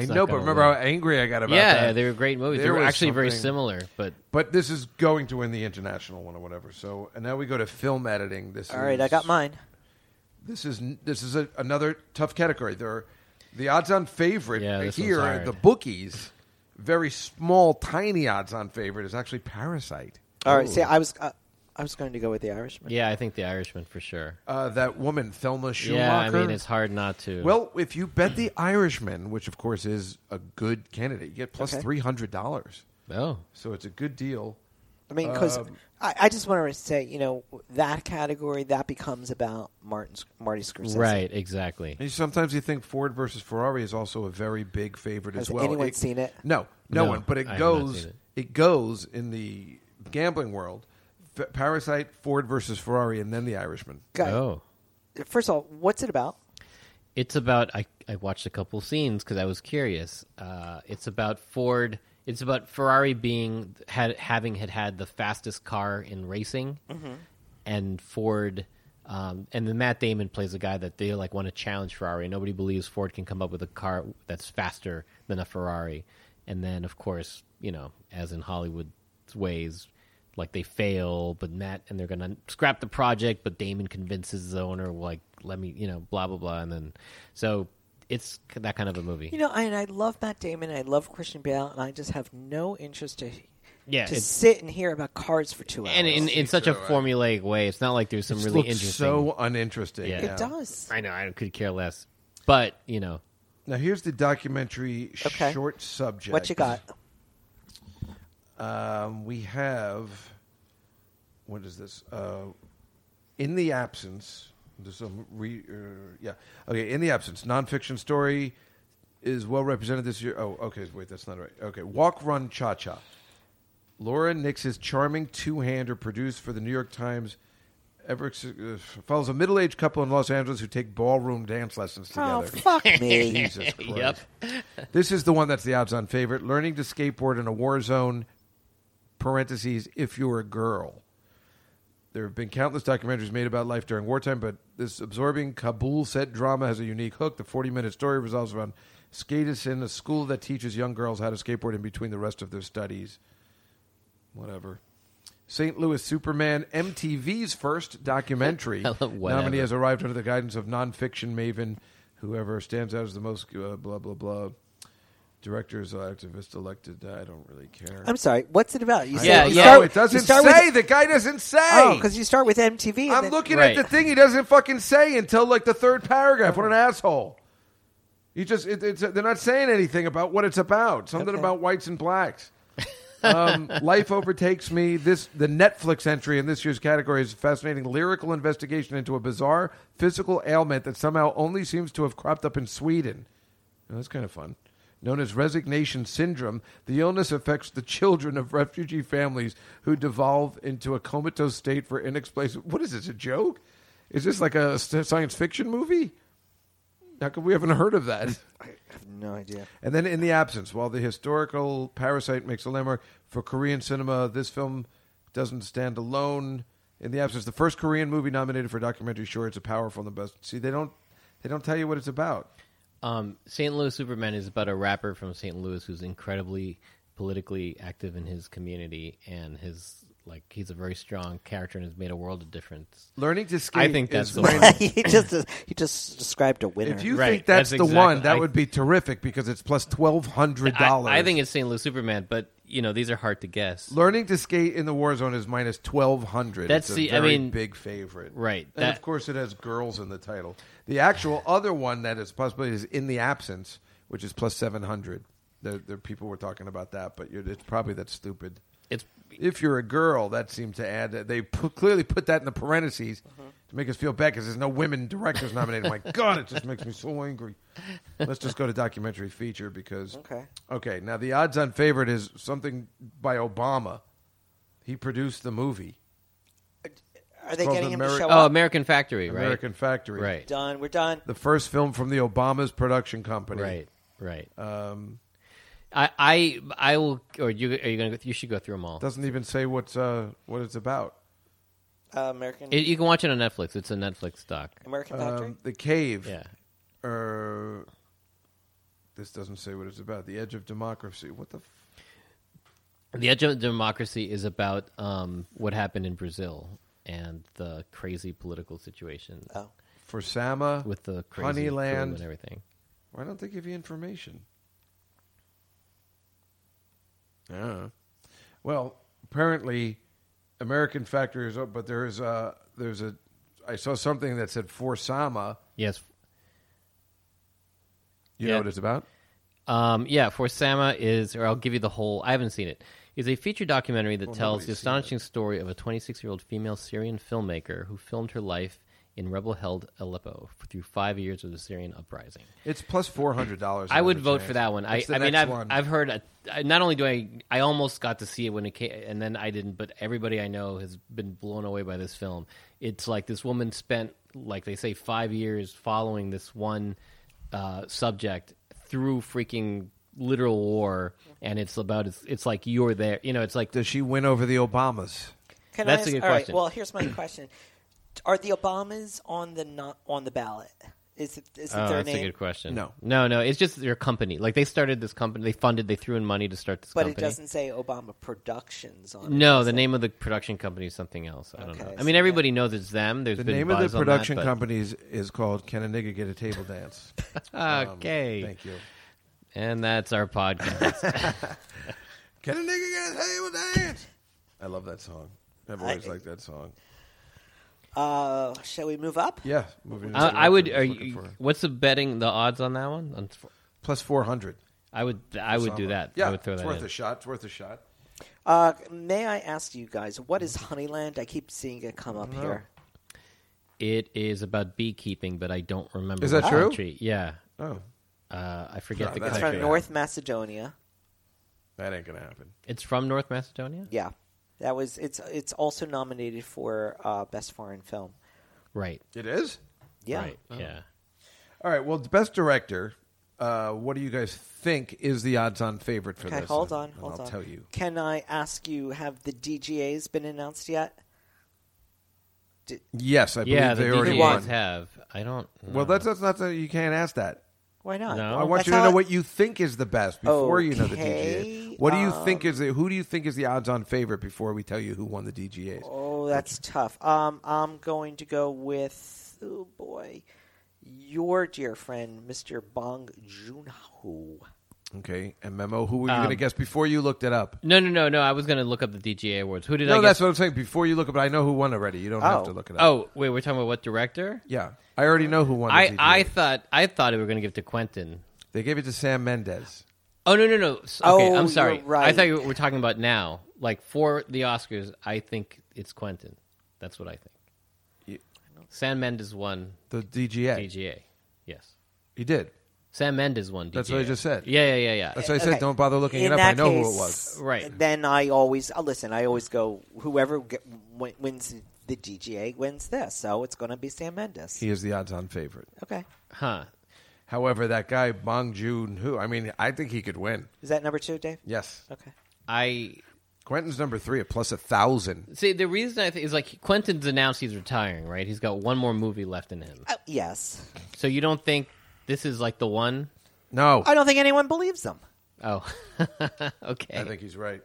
Speaker 3: I
Speaker 4: not
Speaker 3: know, but
Speaker 4: gonna
Speaker 3: remember
Speaker 4: win.
Speaker 3: how angry I got about
Speaker 4: yeah,
Speaker 3: that.
Speaker 4: they were great movies.
Speaker 3: There
Speaker 4: they were
Speaker 3: was
Speaker 4: actually very
Speaker 3: something-
Speaker 4: similar, but
Speaker 3: But this is going to win the international one or whatever. So, and now we go to film editing. This
Speaker 5: All right,
Speaker 3: is-
Speaker 5: I got mine.
Speaker 3: This is this is a, another tough category. There, are, the odds-on favorite
Speaker 4: Yeah, this
Speaker 3: here
Speaker 4: one's
Speaker 3: are
Speaker 4: hard.
Speaker 3: the bookies. Very small, tiny odds-on favorite is actually Parasite.
Speaker 5: All right. See, I was uh, I was going to go with The Irishman.
Speaker 4: yeah, I think The Irishman for sure.
Speaker 3: Uh, that woman Thelma Schumacher.
Speaker 4: Yeah, I mean it's hard not to.
Speaker 3: Well, if you bet the Irishman, which of course is a good candidate, you get plus
Speaker 5: Okay.
Speaker 3: three hundred dollars.
Speaker 4: oh,
Speaker 3: So it's a good deal.
Speaker 5: I mean, because
Speaker 3: Um,
Speaker 5: I, I just want to say, you know, that category that becomes about Martin Sc- Marty Scorsese.
Speaker 4: right, exactly.
Speaker 3: And sometimes you think Ford versus Ferrari is also a very big favorite
Speaker 5: Has
Speaker 3: as well.
Speaker 5: anyone seen it?
Speaker 3: No, no,
Speaker 4: No,
Speaker 3: one. But it
Speaker 4: I have not
Speaker 3: goes.
Speaker 4: seen
Speaker 3: It.
Speaker 4: it.
Speaker 3: goes in the gambling world. F- Parasite, Ford versus Ferrari, and then the Irishman.
Speaker 5: Go-
Speaker 4: Oh,
Speaker 5: First of all, what's it about?
Speaker 4: it's about I, I watched a couple scenes because I was curious. Uh, it's about Ford. It's about Ferrari being had having had had the fastest car in racing, and Ford. Um, and then Matt Damon plays a guy that they like want to challenge Ferrari. Nobody believes Ford can come up with a car that's faster than a Ferrari. And then, of course, you know, as in Hollywood's ways, like they fail, but Matt and they're gonna scrap the project, but Damon convinces the owner like let me you know blah blah blah, and then so it's k- that kind of a movie.
Speaker 5: You know, and I love Matt Damon. I love Christian Bale, and I just have no interest to
Speaker 4: Yeah,
Speaker 5: to
Speaker 4: it's-
Speaker 5: sit and hear about cars for two hours.
Speaker 4: and in, in such a formulaic way, it's not like there's some
Speaker 3: It
Speaker 4: really
Speaker 3: looks
Speaker 4: interesting.
Speaker 3: so uninteresting.
Speaker 4: Yeah.
Speaker 5: it does.
Speaker 4: I know I could care less, but you know,
Speaker 3: Now here's the documentary
Speaker 5: Okay.
Speaker 3: short subject.
Speaker 5: What you got?
Speaker 3: Um, we have what is this? Uh, in the absence, there's some re, uh, yeah, okay. In the absence, nonfiction story is well represented this year. Oh, okay, wait, that's not right. Okay, Walk, Run, Cha Cha. Laura Nix's charming two-hander, produced for the New York Times, ever uh, follows a middle-aged couple in Los Angeles who take ballroom dance lessons together.
Speaker 5: Oh, fuck me.
Speaker 3: Jesus Christ. this is the one that's the odds on favorite. Learning to skateboard in a war zone, parentheses, if you're a girl. There have been countless documentaries made about life during wartime, but this absorbing Kabul set drama has a unique hook. The 40 minute story revolves around skaters in a school that teaches young girls how to skateboard in between the rest of their studies. Whatever. St. Louis Superman, MTV's first documentary.
Speaker 4: I love whatever.
Speaker 3: Nominee has arrived under the guidance of nonfiction maven, whoever stands out as the most uh, blah blah blah. Directors, uh, activist, elected. I don't really care.
Speaker 5: I'm sorry. What's it about? You say-
Speaker 4: Yeah,
Speaker 5: you
Speaker 4: yeah.
Speaker 5: start-
Speaker 3: no,
Speaker 4: with-
Speaker 3: it doesn't
Speaker 5: you start
Speaker 3: say.
Speaker 5: With,
Speaker 3: the guy doesn't say.
Speaker 5: oh, because you start with MTV. and
Speaker 3: I'm
Speaker 5: then-
Speaker 3: looking
Speaker 4: Right.
Speaker 3: at the thing. He doesn't fucking say until like the third paragraph. What an asshole! You just it, it's they're not saying anything about what it's about. Something
Speaker 5: Okay.
Speaker 3: about whites and blacks. um, Life overtakes me. This the Netflix entry in this year's category is a fascinating lyrical investigation into a bizarre physical ailment that somehow only seems to have cropped up in Sweden. Now, that's kind of fun. Known as resignation syndrome, the illness affects the children of refugee families who devolve into a comatose state for inexplicable. What is this? A joke? Is this like a s- science fiction movie? How come we haven't heard of that?
Speaker 5: I have no idea.
Speaker 3: And then in the absence, while the historical Parasite makes a landmark for Korean cinema, this film doesn't stand alone. In the absence, the first Korean movie nominated for documentary short, it's a powerful and the best. See, they don't they don't tell you what it's about.
Speaker 4: Um, St. Louis Superman is about a rapper from St. Louis who's incredibly politically active in his community and his like he's a very strong character and has made a world of difference.
Speaker 3: Learning to skate.
Speaker 4: I think that's
Speaker 3: is
Speaker 4: the
Speaker 3: my-
Speaker 4: one.
Speaker 5: he just he just described a winner.
Speaker 3: If you
Speaker 4: Right,
Speaker 3: think that's,
Speaker 4: that's
Speaker 3: the one,
Speaker 4: exactly-
Speaker 3: that
Speaker 4: I-
Speaker 3: would be terrific because it's plus twelve hundred dollars.
Speaker 4: I, I think it's St. Louis Superman, but you know these are hard to guess.
Speaker 3: learning to skate in the war zone is minus twelve hundred.
Speaker 4: That's
Speaker 3: it's a
Speaker 4: the- I
Speaker 3: very
Speaker 4: mean,
Speaker 3: big favorite,
Speaker 4: right,
Speaker 3: And
Speaker 4: that-
Speaker 3: of course, it has girls in the title. The actual other one that is possibly is in the absence, which is plus seven hundred. The, the people were talking about that, but you're, it's probably that stupid.
Speaker 4: It's
Speaker 3: If you're a girl, that seemed to add. They put, clearly put that in the parentheses to make us feel bad because there's no women directors nominated. My God, it just makes me so angry. Let's just go to documentary feature because
Speaker 5: Okay.
Speaker 3: okay. Now the odds-on favorite is something by Obama. He produced the movie
Speaker 5: Are they
Speaker 3: called
Speaker 5: getting him
Speaker 3: Ameri-
Speaker 5: to show
Speaker 4: oh
Speaker 5: up?
Speaker 4: American Factory, right?
Speaker 3: American Factory,
Speaker 4: Right.
Speaker 5: Done. We're done.
Speaker 3: The first film from the Obama's production company,
Speaker 4: Right, right. Um, I, I, I will. Or you, are you gonna? Go, you should go through them all.
Speaker 3: Doesn't even say what's uh, what it's about.
Speaker 5: Uh, American
Speaker 4: It, you can watch it on Netflix. It's a Netflix doc.
Speaker 5: American Factory.
Speaker 3: Um, the cave.
Speaker 4: Yeah.
Speaker 3: Uh, this doesn't say what it's about. The edge of democracy. What the. F-
Speaker 4: The Edge of Democracy is about um, what happened in Brazil and the crazy political situation
Speaker 5: oh,
Speaker 3: for Sama
Speaker 4: with the crazy crew
Speaker 3: Uh, Honeyland.
Speaker 4: and everything.
Speaker 3: Why don't they give you information? Yeah. Well, apparently, American factory is up, but there is a there's a. I saw something that said for Sama.
Speaker 4: Yes.
Speaker 3: You
Speaker 4: Yeah.
Speaker 3: know what it's about?
Speaker 4: Um, yeah, For Sama is, or I'll give you the whole, I haven't seen it, is a feature documentary that tells the astonishing story of a 26 year old female Syrian filmmaker who filmed her life in rebel held Aleppo through five years of the Syrian uprising.
Speaker 3: It's plus four hundred dollars.
Speaker 4: I would vote for that one. I,
Speaker 3: It's the
Speaker 4: I mean,
Speaker 3: next
Speaker 4: I've
Speaker 3: one.
Speaker 4: I've heard. A, I, not only do I, I almost got to see it when it came, and then I didn't. But everybody I know has been blown away by this film. It's like this woman spent, like they say, five years following this one uh, subject through freaking literal war, and it's about it's, it's like you're there. You know, it's like
Speaker 3: Does she win over the Obamas?
Speaker 5: Can
Speaker 4: That's
Speaker 5: I ask,
Speaker 4: a good
Speaker 5: all right,
Speaker 4: question.
Speaker 5: well, here's my question: Are the Obamas on the not on the ballot? Is it is it
Speaker 4: Oh,
Speaker 5: their
Speaker 4: that's
Speaker 5: name?
Speaker 4: a good question.
Speaker 3: No.
Speaker 4: no, no. It's just their company. Like they started this company. They funded. They threw in money to start this
Speaker 5: But
Speaker 4: company.
Speaker 5: it doesn't say Obama Productions on. it,
Speaker 4: No,
Speaker 5: does
Speaker 4: the
Speaker 5: it?
Speaker 4: name of the production company is something else. I don't
Speaker 5: Okay,
Speaker 4: know. I
Speaker 5: so
Speaker 4: mean,
Speaker 5: yeah.
Speaker 4: everybody knows it's them. There's
Speaker 3: The
Speaker 4: been
Speaker 3: name of the
Speaker 4: buzz on
Speaker 3: production
Speaker 4: that,
Speaker 3: company is, is called "Can a Nigga Get a Table Dance."
Speaker 4: but-
Speaker 3: Um,
Speaker 4: Okay,
Speaker 3: thank you.
Speaker 4: and that's our podcast.
Speaker 3: Can a nigga get a table dance? I love that song. I've always
Speaker 5: I-
Speaker 3: liked that song.
Speaker 5: Uh, shall we move up?
Speaker 3: Yeah, moving
Speaker 4: I,
Speaker 3: into
Speaker 4: I would.
Speaker 3: what I
Speaker 4: Are
Speaker 3: was looking
Speaker 4: you,
Speaker 3: for.
Speaker 4: what's the betting? The odds on that one? On-
Speaker 3: plus four hundred.
Speaker 4: I would. I would do that.
Speaker 3: Yeah,
Speaker 4: I would throw
Speaker 3: it's
Speaker 4: that
Speaker 3: worth
Speaker 4: in.
Speaker 3: a shot. It's worth a shot.
Speaker 5: Uh, may I ask you guys what is Honeyland? I keep seeing it come up here.
Speaker 4: It is about beekeeping, but I don't remember.
Speaker 3: Is that
Speaker 4: what
Speaker 3: true?
Speaker 4: country. Yeah,
Speaker 3: Oh,
Speaker 4: uh, I forget
Speaker 3: No,
Speaker 4: the
Speaker 3: that's
Speaker 4: country.
Speaker 5: It's from
Speaker 3: Okay.
Speaker 5: North Macedonia.
Speaker 3: that ain't gonna happen.
Speaker 4: It's from North Macedonia,
Speaker 5: Yeah, that was. It's it's also nominated for uh, best foreign film.
Speaker 4: right?
Speaker 3: It is.
Speaker 5: Yeah.
Speaker 4: right.
Speaker 3: Oh.
Speaker 4: Yeah.
Speaker 3: All right. Well, the best director. Uh, what do you guys think is the odds-on favorite for
Speaker 5: Okay,
Speaker 3: this?
Speaker 5: hold
Speaker 3: And-
Speaker 5: on,
Speaker 3: and
Speaker 5: hold
Speaker 3: I'll
Speaker 5: on.
Speaker 3: tell you.
Speaker 5: Can I ask you, have the DGAs been announced yet?
Speaker 3: Yes, I believe
Speaker 4: Yeah, the
Speaker 3: they already
Speaker 4: DJs
Speaker 3: won.
Speaker 4: have. I don't. Know.
Speaker 3: Well, that's that's not you can't ask that.
Speaker 5: Why not?
Speaker 4: No.
Speaker 3: I want
Speaker 5: Oh, That's
Speaker 3: you to
Speaker 5: how
Speaker 3: know
Speaker 5: it-
Speaker 3: what you think is the best before you know the
Speaker 5: Okay,
Speaker 3: DGA. What do you
Speaker 5: um,
Speaker 3: think is the who do you think is the odds-on favorite before we tell you who won the DGAs?
Speaker 5: Oh, that's tough. Um, I'm going to go with oh boy, your dear friend, Mr. Bong Joon-ho.
Speaker 3: Okay, and Memo, who were you
Speaker 4: Um,
Speaker 3: going to guess before you looked it up?
Speaker 4: No, no, no, no. I was going to look up the DGA awards. Who did I
Speaker 3: No,
Speaker 4: guess?
Speaker 3: that's what I'm saying. Before you look up, I know who won already. You don't have
Speaker 5: Oh.
Speaker 3: to look it up.
Speaker 4: oh, wait, we're talking about what director?
Speaker 3: yeah, I already know who won.
Speaker 4: I,
Speaker 3: the
Speaker 4: I
Speaker 3: DGA.
Speaker 4: thought I thought we were going to give it to Quentin.
Speaker 3: they gave it to Sam Mendes.
Speaker 4: Oh no no no! S- Okay,
Speaker 5: Oh,
Speaker 4: I'm sorry.
Speaker 5: you're right.
Speaker 4: I thought you were talking about now. Like for the Oscars, I think it's Quentin. That's what I think. Sam Mendes won
Speaker 3: The DGA.
Speaker 4: DGA. Yes,
Speaker 3: He did.
Speaker 4: Sam Mendes won. DGA.
Speaker 3: That's what I just said.
Speaker 4: Yeah yeah yeah yeah.
Speaker 3: That's why I said don't bother looking it
Speaker 5: In
Speaker 3: up. I
Speaker 5: that
Speaker 3: know
Speaker 5: case,
Speaker 3: who it was.
Speaker 4: Right.
Speaker 5: Then I always uh, listen. I always go whoever get, win- wins the DGA wins this, so it's going to be Sam Mendes.
Speaker 3: He is the odds-on favorite.
Speaker 5: okay,
Speaker 4: huh?
Speaker 3: However, that guy Bong Joon, who I mean, I think he could win.
Speaker 5: is that number two, Dave?
Speaker 3: Yes,
Speaker 5: Okay.
Speaker 4: I
Speaker 3: Quentin's number three at plus a thousand.
Speaker 4: see. The reason I think is like Quentin's announced he's retiring. Right. He's got one more movie left in him.
Speaker 5: Oh, yes.
Speaker 4: So you don't think this is like the one?
Speaker 3: No,
Speaker 5: I don't think anyone believes him.
Speaker 4: Oh, okay.
Speaker 3: I think he's right.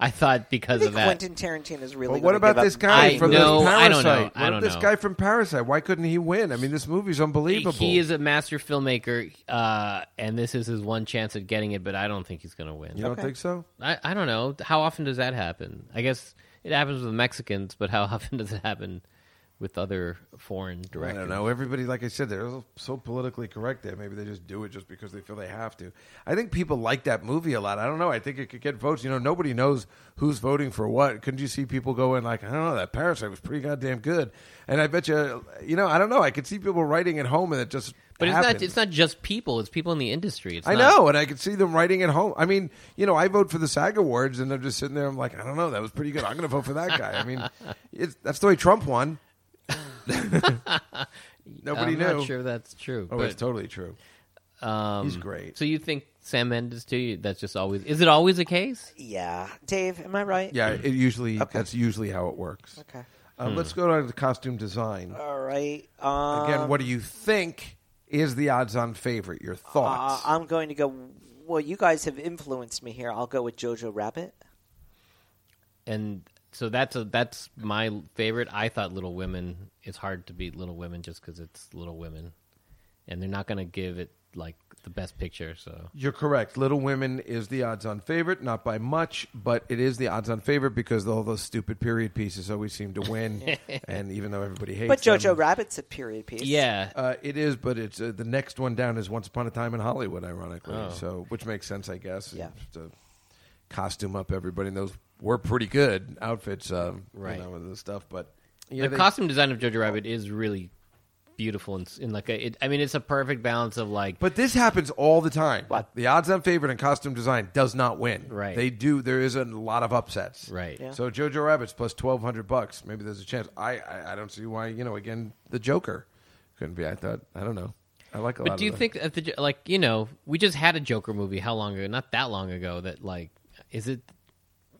Speaker 4: I thought because
Speaker 5: I think
Speaker 4: of that.
Speaker 5: Quentin Tarantino is really.
Speaker 3: But what
Speaker 5: gonna
Speaker 3: about
Speaker 5: give
Speaker 3: this
Speaker 5: up-
Speaker 3: guy
Speaker 4: I
Speaker 3: from
Speaker 4: know,
Speaker 3: the
Speaker 4: I
Speaker 3: Parasite?
Speaker 4: don't know,
Speaker 3: What
Speaker 4: I
Speaker 3: about
Speaker 4: don't
Speaker 3: this
Speaker 4: know.
Speaker 3: guy from Parasite? Why couldn't he win? I mean, this movie's unbelievable.
Speaker 4: He is a master filmmaker, uh, and this is his one chance at getting it. But I don't think he's going to win.
Speaker 3: You don't think so?
Speaker 4: I, I don't know. How often does that happen? I guess it happens with the Mexicans, but how often does it happen with other foreign
Speaker 3: I
Speaker 4: directors?
Speaker 3: don't know. Everybody, like I said, they're so politically correct there. Maybe they just do it just because they feel they have to. I think people like that movie a lot. I don't know. I think it could get votes. You know, nobody knows who's voting for what. Couldn't you see people going like, I don't know, that Parasite was pretty goddamn good. And I bet you, you know, I don't know. I could see people writing at home and it just.
Speaker 4: But it's
Speaker 3: happened.
Speaker 4: not. It's not just people. It's people in the industry. It's
Speaker 3: I
Speaker 4: not-
Speaker 3: know, and I could see them writing at home. I mean, you know, I vote for the SAG Awards, and I'm just sitting there. I'm like, I don't know, that was pretty good. I'm going to vote for that guy. I mean, it's, that's the way Trump won. Nobody
Speaker 4: I'm
Speaker 3: knew.
Speaker 4: not sure that's true.
Speaker 3: Oh,
Speaker 4: but,
Speaker 3: it's totally true.
Speaker 4: um,
Speaker 3: He's great.
Speaker 4: So you think Sam Mendes too? You- That's just always. Is it always the case?
Speaker 5: Yeah, Dave. Am I right?
Speaker 3: yeah, it usually that's usually how it works.
Speaker 5: Okay.
Speaker 3: Um,
Speaker 4: Hmm.
Speaker 3: Let's go on to costume design
Speaker 5: All right. Um,
Speaker 3: again. What do you think is the odds-on favorite? Your
Speaker 5: Uh,
Speaker 3: thoughts?
Speaker 5: I'm going to go. Well, you guys have influenced me here. I'll go with Jojo Rabbit.
Speaker 4: And so that's a that's my favorite. I thought Little Women. It's hard to beat Little Women just because it's Little Women, and they're not going to give it like the best picture. So
Speaker 3: You're correct. Little Women is the odds-on favorite, not by much, but it is the odds-on favorite because all those stupid period pieces always seem to win. and even though everybody hates,
Speaker 5: But Jojo
Speaker 3: them,
Speaker 5: Rabbit's a period piece.
Speaker 4: yeah,
Speaker 3: uh, it is. But it's uh, the next one down is Once Upon a Time in Hollywood, ironically. So, which makes sense, I guess.
Speaker 5: Oh. Yeah.
Speaker 3: To costume up everybody, and those were pretty good outfits, um,
Speaker 4: Right.
Speaker 3: You know, with the stuff, but yeah,
Speaker 4: the
Speaker 3: they-
Speaker 4: costume design of Jojo Rabbit is really beautiful and, and like a, it, I mean, it's a perfect balance of like
Speaker 3: But this happens all the time.
Speaker 5: What?
Speaker 3: The odds-on favorite in costume design does not win.
Speaker 4: Right.
Speaker 3: They do. There is a lot of upsets.
Speaker 4: Right. Yeah.
Speaker 3: So Jojo Rabbit's plus twelve hundred bucks. Maybe there's a chance. I, I I don't see why. You know, again, the Joker couldn't be. I thought. I don't know. I like a lot.
Speaker 4: But do you
Speaker 3: of the-
Speaker 4: think that the, like you know we just had a Joker movie how long ago? Not that long ago. That like is it?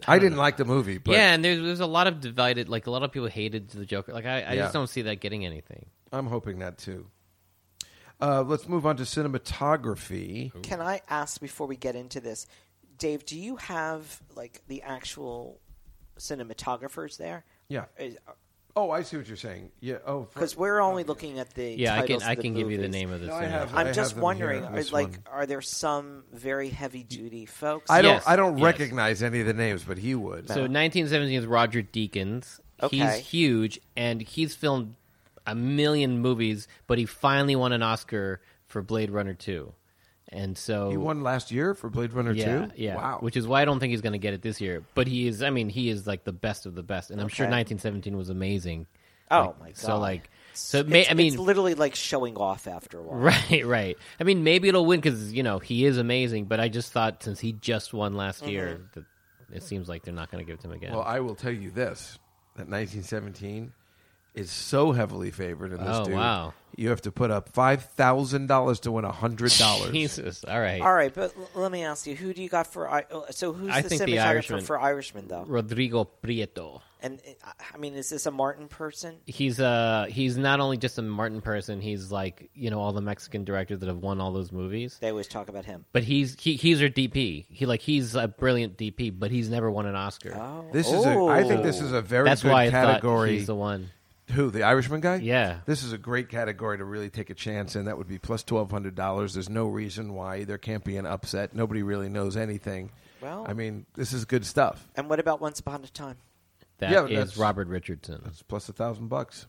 Speaker 3: I didn't like the movie, but
Speaker 4: yeah, and there's there's a lot of divided. Like a lot of people hated the Joker. Like I, I
Speaker 3: Yeah.
Speaker 4: just don't see that getting anything.
Speaker 3: I'm hoping that too. Uh, let's move on to cinematography.
Speaker 5: Can I ask before we get into this, Dave? Do you have like the actual cinematographers there?
Speaker 3: Yeah. Oh, I see what you're saying. Yeah. Oh, for-
Speaker 5: Because we're only looking at the
Speaker 4: Yeah, I can
Speaker 5: titles of
Speaker 4: I
Speaker 5: the
Speaker 4: can give you the
Speaker 5: movies.
Speaker 4: name of the
Speaker 3: No, I have-
Speaker 5: I'm
Speaker 3: I
Speaker 5: just
Speaker 3: them here,
Speaker 5: wondering, are,
Speaker 3: this
Speaker 5: like,
Speaker 3: one.
Speaker 5: are there some very heavy duty folks?
Speaker 3: I don't.
Speaker 4: Yes,
Speaker 3: I don't
Speaker 4: yes.
Speaker 3: recognize any of the names, but he would.
Speaker 4: So 1917 is Roger Deakins. He's
Speaker 5: Okay.
Speaker 4: huge, and he's filmed a million movies, but he finally won an Oscar for Blade Runner 2. And so
Speaker 3: he won last year for Blade Runner
Speaker 4: yeah,
Speaker 3: Two.
Speaker 4: Yeah,
Speaker 3: Wow.
Speaker 4: Which is why I don't think he's going to get it this year. But he is. I mean, he is like the best of the best, and I'm sure
Speaker 5: Okay.
Speaker 4: 1917 was amazing.
Speaker 5: Oh,
Speaker 4: Like,
Speaker 5: my God.
Speaker 4: So like, so it may,
Speaker 5: It's-
Speaker 4: I mean,
Speaker 5: it's literally like showing off after a while.
Speaker 4: right, right. I mean, maybe it'll win because you know he is amazing. But I just thought since he just won last
Speaker 5: Mm-hmm.
Speaker 4: year, that it seems like they're not going to give it to him again.
Speaker 3: Well, I will tell you this: that 1917 is so heavily favored in this.
Speaker 4: Oh,
Speaker 3: dude,
Speaker 4: wow.
Speaker 3: You have to put up five thousand dollars to win hundred dollars.
Speaker 4: Jesus, all right.
Speaker 5: All right, but l- let me ask you, who do you got for I- uh, so who's
Speaker 4: I
Speaker 5: the
Speaker 4: think the
Speaker 5: cinematographer
Speaker 4: Irishman.
Speaker 5: for Irishman though?
Speaker 4: Rodrigo Prieto.
Speaker 5: And uh, I mean, is this a Martin person?
Speaker 4: he's uh he's not only just a Martin person. He's like you know all the Mexican directors that have won all those movies.
Speaker 5: They always talk about him.
Speaker 4: But he's he, he's her DP. He like he's a brilliant DP, but he's never won an Oscar.
Speaker 5: Oh,
Speaker 3: This is a, I think this is a very
Speaker 4: Oh. That's
Speaker 3: good
Speaker 4: why I
Speaker 3: category.
Speaker 4: thought he's the one.
Speaker 3: Who the Irishman guy?
Speaker 4: Yeah.
Speaker 3: This is a great category to really take a chance in. That would be plus twelve hundred dollars. There's no reason why there can't be an upset. Nobody really knows anything.
Speaker 5: Well-
Speaker 3: I mean, this is good stuff.
Speaker 5: And what about Once Upon a Time?
Speaker 4: That
Speaker 3: Yeah,
Speaker 4: is
Speaker 3: that's-
Speaker 4: Robert Richardson.
Speaker 3: It's plus a thousand bucks.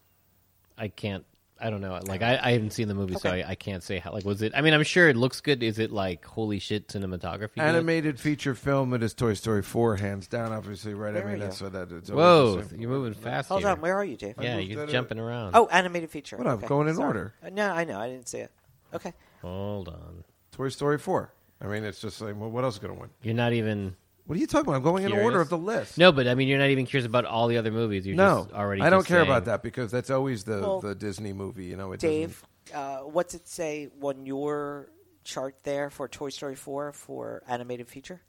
Speaker 4: I can't. I don't know. Like I, I haven't seen the movie, so I, I can't say how. Like was it? I mean, I'm sure it looks good. Is it like holy shit cinematography? good?
Speaker 3: Animated feature film. It is Toy Story four, hands down. Obviously, right? I mean, that's what that is.
Speaker 4: Whoa, you're moving fast.
Speaker 5: Hold
Speaker 4: here.
Speaker 5: on, where are you, Dave?
Speaker 4: Yeah,
Speaker 3: moved
Speaker 4: you're
Speaker 3: that
Speaker 4: jumping around.
Speaker 5: Oh, animated feature.
Speaker 3: What, I'm
Speaker 5: Okay,
Speaker 3: going in
Speaker 5: sorry.
Speaker 3: order.
Speaker 5: Uh, No, I know. I didn't see it. Okay.
Speaker 4: Hold on.
Speaker 3: Toy Story four. I mean, it's just like, well, what else is going to win?
Speaker 4: You're not even.
Speaker 3: What are you talking about? I'm going in
Speaker 4: Curious?
Speaker 3: order of the list.
Speaker 4: No, but I mean, you're not even curious about all the other movies. You're
Speaker 3: no,
Speaker 4: just already.
Speaker 3: I don't
Speaker 4: just
Speaker 3: care
Speaker 4: saying-
Speaker 3: about that because that's always the,
Speaker 5: Well,
Speaker 3: the Disney movie. You know, it doesn't-
Speaker 5: Dave, uh, what's it say on your chart there for Toy Story 4 for animated feature?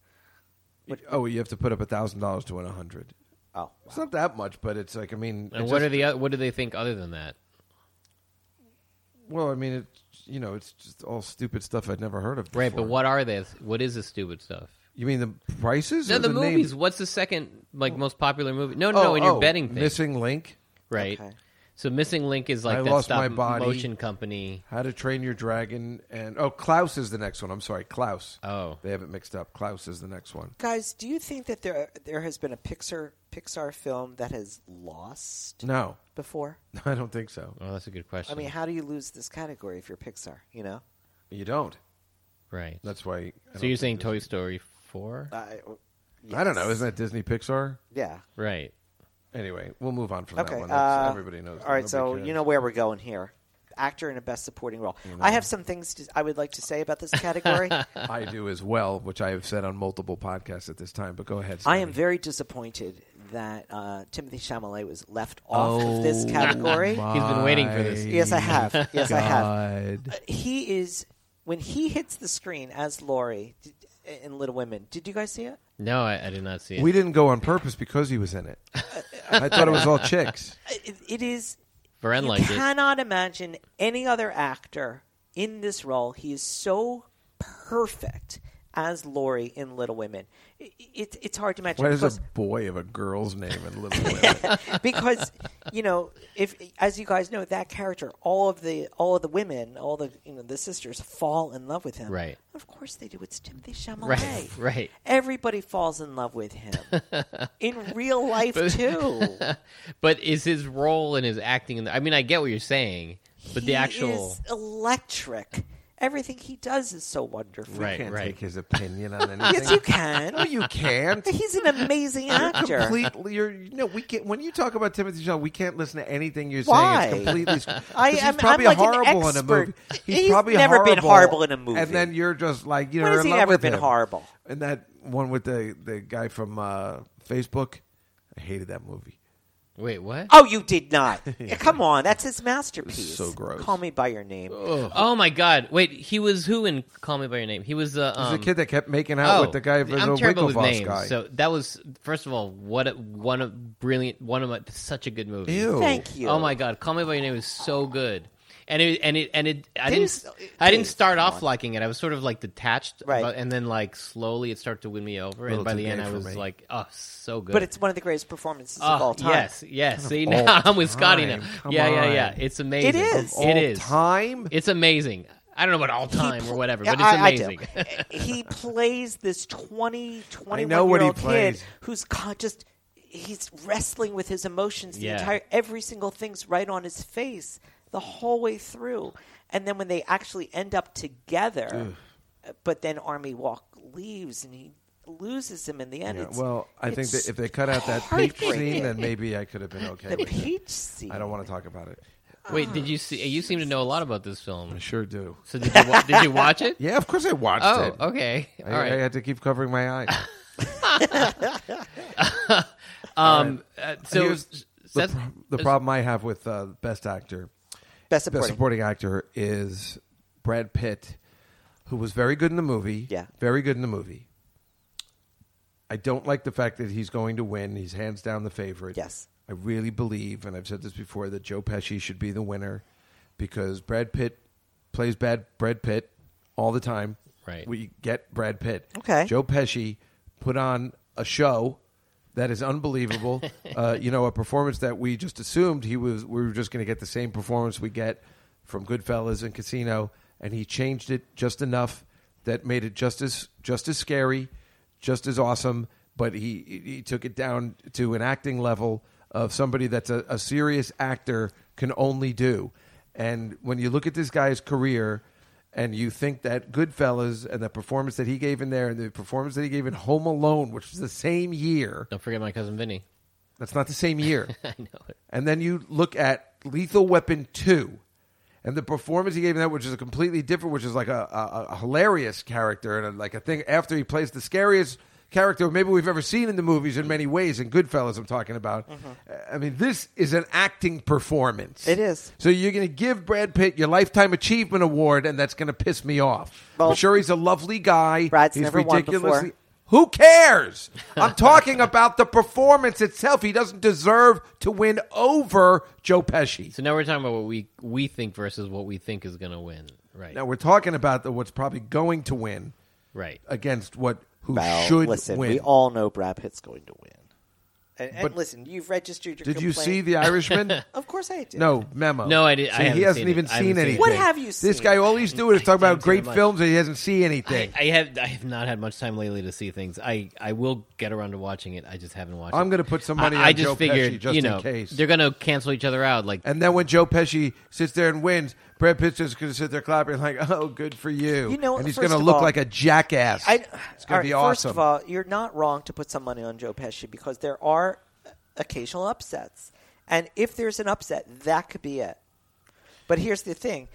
Speaker 3: Oh, you have to put up a thousand dollars to win a hundred.
Speaker 5: Oh,
Speaker 3: It's not that much, but it's like I mean,
Speaker 4: And
Speaker 3: it's
Speaker 4: what
Speaker 3: just-
Speaker 4: are the oth- what do they think other than that?
Speaker 3: Well, I mean, it you know, it's just all stupid stuff I'd never heard of. Before.
Speaker 4: Right, but what are they? What is this stupid stuff?
Speaker 3: you mean the prices?
Speaker 4: No,
Speaker 3: or
Speaker 4: the,
Speaker 3: the
Speaker 4: movies.
Speaker 3: Name? Oh,
Speaker 4: What's the second like most popular movie? No, no, no in your betting thing,
Speaker 3: Missing Link,
Speaker 4: right?
Speaker 5: Okay.
Speaker 4: So Missing Link is like
Speaker 3: I
Speaker 4: that
Speaker 3: Lost
Speaker 4: stop
Speaker 3: My Body.
Speaker 4: motion company.
Speaker 3: How to Train Your Dragon, and oh, Klaus is the next one. I'm sorry, Klaus.
Speaker 4: Oh.
Speaker 3: they have it mixed up. Klaus is the next one.
Speaker 5: Guys, do you think that there there has been a Pixar Pixar film that has lost
Speaker 3: No,
Speaker 5: before?
Speaker 3: I don't think so.
Speaker 4: Oh, that's a good question.
Speaker 5: I mean, how do you lose this category if you're Pixar? You know,
Speaker 3: You don't.
Speaker 4: right.
Speaker 3: That's why. I
Speaker 4: So
Speaker 3: don't
Speaker 4: you're
Speaker 3: think
Speaker 4: saying
Speaker 3: Disney-
Speaker 4: Toy Story four?
Speaker 5: I,
Speaker 3: I don't know. Isn't that Disney Pixar?
Speaker 5: yeah.
Speaker 4: right.
Speaker 3: Anyway, we'll move on from
Speaker 5: Okay.
Speaker 3: that one. That's-
Speaker 5: uh,
Speaker 3: everybody knows.
Speaker 5: All right,
Speaker 3: Nobody
Speaker 5: so
Speaker 3: cares.
Speaker 5: you know where we're going here. Actor in a best supporting role. I have some things to, I would like to say about this category.
Speaker 3: I do as well, which I have said on multiple podcasts at this time. But go ahead.
Speaker 5: I
Speaker 3: Scotty.
Speaker 5: am very disappointed that uh, Timothy Chalamet was left off of
Speaker 3: Oh,
Speaker 5: this category.
Speaker 4: He's been waiting for this.
Speaker 5: Yes, I have. Yes, I have.
Speaker 3: God.
Speaker 5: He is when he hits the screen as Laurie d- in Little Women. Did you guys see it?
Speaker 4: No, I, I did not see it.
Speaker 3: We didn't go on purpose because he was in it. I thought it was all chicks.
Speaker 5: It, it is.
Speaker 4: Varenne
Speaker 5: you
Speaker 4: liked it.
Speaker 5: cannot imagine any other actor in this role. He is so perfect as Laurie in Little Women. I- i- It's it's hard to imagine.
Speaker 3: Why is a
Speaker 5: because-
Speaker 3: boy of a girl's name in Little Women?
Speaker 5: because you know if as you guys know that character all of the all of the women all the you know the sisters fall in love with him
Speaker 4: Right.
Speaker 5: of course they do it's timothy chalamet
Speaker 4: Right, right.
Speaker 5: everybody falls in love with him in real life too
Speaker 4: But is his role and his acting? In the, I mean, I get what you're saying, but
Speaker 5: He
Speaker 4: the actual
Speaker 5: is electric everything he does is so wonderful
Speaker 4: Right,
Speaker 3: Can't
Speaker 4: right.
Speaker 3: take his opinion on anything.
Speaker 5: yes you can
Speaker 3: No, you can't.
Speaker 5: he's an amazing actor
Speaker 3: Completely, you're, no. We can't. When you talk about Timothy Chalamet, we can't listen to anything you're
Speaker 5: Why?
Speaker 3: saying. It's completely. sc- 'cause
Speaker 5: I
Speaker 3: he's
Speaker 5: am- I'm
Speaker 3: probably
Speaker 5: like an
Speaker 3: horrible in a
Speaker 5: expert.
Speaker 3: movie. He's,
Speaker 5: He's
Speaker 3: probably
Speaker 5: never
Speaker 3: horrible,
Speaker 5: been horrible in a movie.
Speaker 3: And then you're just like, you know,
Speaker 5: When has
Speaker 3: in
Speaker 5: he
Speaker 3: love
Speaker 5: ever
Speaker 3: with
Speaker 5: been
Speaker 3: him.
Speaker 5: horrible?
Speaker 3: And that one with the the guy from uh, Facebook, I hated that movie.
Speaker 4: wait, what?
Speaker 5: Oh, you did not! Come on, that's his masterpiece.
Speaker 3: so gross.
Speaker 5: Call me by your name.
Speaker 4: Oh my God! Wait, he was who in Call Me by Your Name? He was the
Speaker 3: He's
Speaker 4: um, oh,
Speaker 3: a kid that kept making out with the guy from
Speaker 4: I'm
Speaker 3: the
Speaker 4: terrible with
Speaker 3: Winklevoss
Speaker 4: names.
Speaker 3: guy.
Speaker 4: So that was first of all, what a, one of brilliant, one of my, such a good movie.
Speaker 3: Ew.
Speaker 5: Thank you.
Speaker 4: Oh my God, Call Me by Your Name is so good. And it and it and it. I
Speaker 5: There's-
Speaker 4: didn't. I didn't
Speaker 5: Dave,
Speaker 4: start
Speaker 5: come
Speaker 4: off
Speaker 5: on.
Speaker 4: liking it. I was sort of like detached,
Speaker 5: Right.
Speaker 4: but- and then like slowly it started to win me over. And
Speaker 3: Little
Speaker 4: by
Speaker 3: too
Speaker 4: the end,
Speaker 3: gay
Speaker 4: I
Speaker 3: for
Speaker 4: was
Speaker 3: me.
Speaker 4: like, oh, so good.
Speaker 5: But it's one of the greatest performances
Speaker 4: Oh,
Speaker 5: of all time.
Speaker 4: Yes, yes. See,
Speaker 3: all
Speaker 4: now I'm with Scotty now.
Speaker 3: time. Come
Speaker 4: yeah, yeah, yeah.
Speaker 3: on.
Speaker 4: It's amazing.
Speaker 5: It is. Of
Speaker 3: all
Speaker 4: It is.
Speaker 3: time.
Speaker 4: It's amazing. I don't know about all
Speaker 5: He
Speaker 4: time
Speaker 5: pl-
Speaker 4: or whatever,
Speaker 5: Yeah,
Speaker 4: but it's
Speaker 5: I- I do. Eh,
Speaker 4: amazing.
Speaker 5: he plays this 20, 21
Speaker 3: know what
Speaker 5: year
Speaker 3: he
Speaker 5: old kid
Speaker 3: plays.
Speaker 5: who's con- just he's wrestling with his emotions the
Speaker 4: Yeah.
Speaker 5: entire every single thing's right on his face the whole way through. And then when they actually end up together, but then Army Walk leaves and he loses him in the end.
Speaker 3: Yeah,
Speaker 5: It's-
Speaker 3: well, I think
Speaker 5: it's
Speaker 3: that if they cut out that peach scene,
Speaker 5: heartbreaking.
Speaker 3: then maybe I could have been okay.
Speaker 5: the
Speaker 3: with it.
Speaker 5: peach scene.
Speaker 3: I don't want to talk about it.
Speaker 4: Wait, did you see? You seem to know a lot about this film.
Speaker 3: I sure do.
Speaker 4: So did you, wa- did you watch it?
Speaker 3: Yeah, of course I watched
Speaker 4: Oh,
Speaker 3: it.
Speaker 4: okay. All
Speaker 3: I,
Speaker 4: right.
Speaker 3: I had to keep covering my eyes.
Speaker 4: um. uh, so
Speaker 3: Here's the,
Speaker 4: Seth-
Speaker 3: pro- the problem I have with uh, Best Actor,
Speaker 5: Best
Speaker 3: Best
Speaker 5: supporting.
Speaker 3: Supporting Actor is Brad Pitt, who was very good in the movie.
Speaker 5: Yeah.
Speaker 3: very good in the movie. I don't like the fact that he's going to win. He's hands down the favorite.
Speaker 5: Yes.
Speaker 3: I really believe, and I've said this before, that Joe Pesci should be the winner because Brad Pitt plays bad Brad Pitt all the time.
Speaker 4: Right.
Speaker 3: We get Brad Pitt.
Speaker 5: Okay.
Speaker 3: Joe Pesci put on a show that is unbelievable. uh, you know, a performance that we just assumed he was. We were just going to get the same performance we get from Goodfellas and Casino, and he changed it just enough that made it just as just as scary, just as awesome. But he he took it down to an acting level of somebody that's a, a serious actor can only do. And when you look at this guy's career, and you think that Goodfellas and the performance that he gave in there and the performance that he gave in Home Alone, which was the same year,
Speaker 4: Don't forget my cousin Vinny.
Speaker 3: that's not the same year.
Speaker 4: I know it.
Speaker 3: and then you look at Lethal Weapon 2 and the performance he gave in that, which is a completely different, which is like a, a, a hilarious character and a, like a thing after he plays the scariest character maybe we've ever seen in the movies in many ways in Goodfellas I'm talking about.
Speaker 4: Mm-hmm.
Speaker 3: I mean, this is an acting performance.
Speaker 5: It is.
Speaker 3: So you're going to give Brad Pitt your lifetime achievement award, and that's going to piss me off.
Speaker 5: Well-
Speaker 3: I'm sure he's a lovely guy.
Speaker 5: Brad's
Speaker 3: he's
Speaker 5: never won before.
Speaker 3: Who cares? I'm talking about the performance itself. He doesn't deserve to win over Joe Pesci.
Speaker 4: So now we're talking about what we we think versus what we think is going to win. Right.
Speaker 3: Now we're talking about the, what's probably going to win
Speaker 4: Right.
Speaker 3: against what who
Speaker 5: Well,
Speaker 3: should
Speaker 5: listen,
Speaker 3: win.
Speaker 5: we all know Brad Pitt's going to win. And, and
Speaker 3: But-
Speaker 5: listen, you've registered your
Speaker 3: Did you
Speaker 5: complaint.
Speaker 3: see The Irishman?
Speaker 5: Of course I did.
Speaker 3: No memo.
Speaker 4: No, I did- I
Speaker 3: See,
Speaker 4: haven't
Speaker 3: he hasn't
Speaker 4: seen it.
Speaker 3: even
Speaker 4: I haven't
Speaker 3: seen
Speaker 4: seen it.
Speaker 3: anything.
Speaker 5: What have you seen?
Speaker 3: This guy, all he's doing is
Speaker 4: I
Speaker 3: talking about
Speaker 4: haven't seen
Speaker 3: great
Speaker 4: much.
Speaker 3: films and he hasn't seen
Speaker 4: I,
Speaker 3: anything.
Speaker 4: I have I have not had much time lately to see things. I, I will get around to watching it. I just haven't watched.
Speaker 3: I'm
Speaker 4: it.
Speaker 3: gonna put some money
Speaker 4: I, I
Speaker 3: on
Speaker 4: just
Speaker 3: Joe
Speaker 4: figured
Speaker 3: Pesci just
Speaker 4: you
Speaker 3: in
Speaker 4: know
Speaker 3: case.
Speaker 4: they're gonna cancel each other out. Like
Speaker 3: and then when Joe Pesci sits there and wins, Brad Pitt's just going to sit there clapping like, "Oh, good for you."
Speaker 5: You know,
Speaker 3: and he's
Speaker 5: first
Speaker 3: gonna
Speaker 5: of
Speaker 3: look
Speaker 5: all-
Speaker 3: like a jackass.
Speaker 5: I,
Speaker 3: it's going
Speaker 5: all
Speaker 3: to be
Speaker 5: right, First
Speaker 3: awesome.
Speaker 5: of all, you're not wrong to put some money on Joe Pesci because there are occasional upsets, and if there's an upset, that could be it. But here's the thing: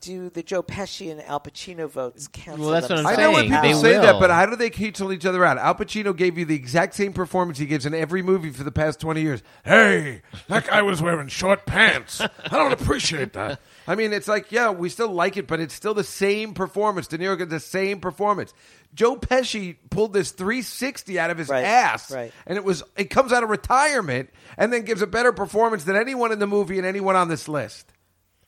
Speaker 5: do the Joe Pesci and Al Pacino votes cancel?
Speaker 4: Well, that's what I'm
Speaker 3: I
Speaker 5: themselves
Speaker 3: know when
Speaker 4: saying.
Speaker 3: people
Speaker 5: out?
Speaker 4: They
Speaker 3: say
Speaker 4: will.
Speaker 3: that, but how do they cancel each other out? Al Pacino gave you the exact same performance he gives in every movie for the past 20 years. Hey, that guy was wearing short pants. I don't appreciate that. I mean, it's like, yeah, we still like it, but it's still the same performance. De Niro gets the same performance. Joe Pesci pulled this 360 out of his
Speaker 5: Right,
Speaker 3: ass,
Speaker 5: right.
Speaker 3: and it was it comes out of retirement and then gives a better performance than anyone in the movie and anyone on this list.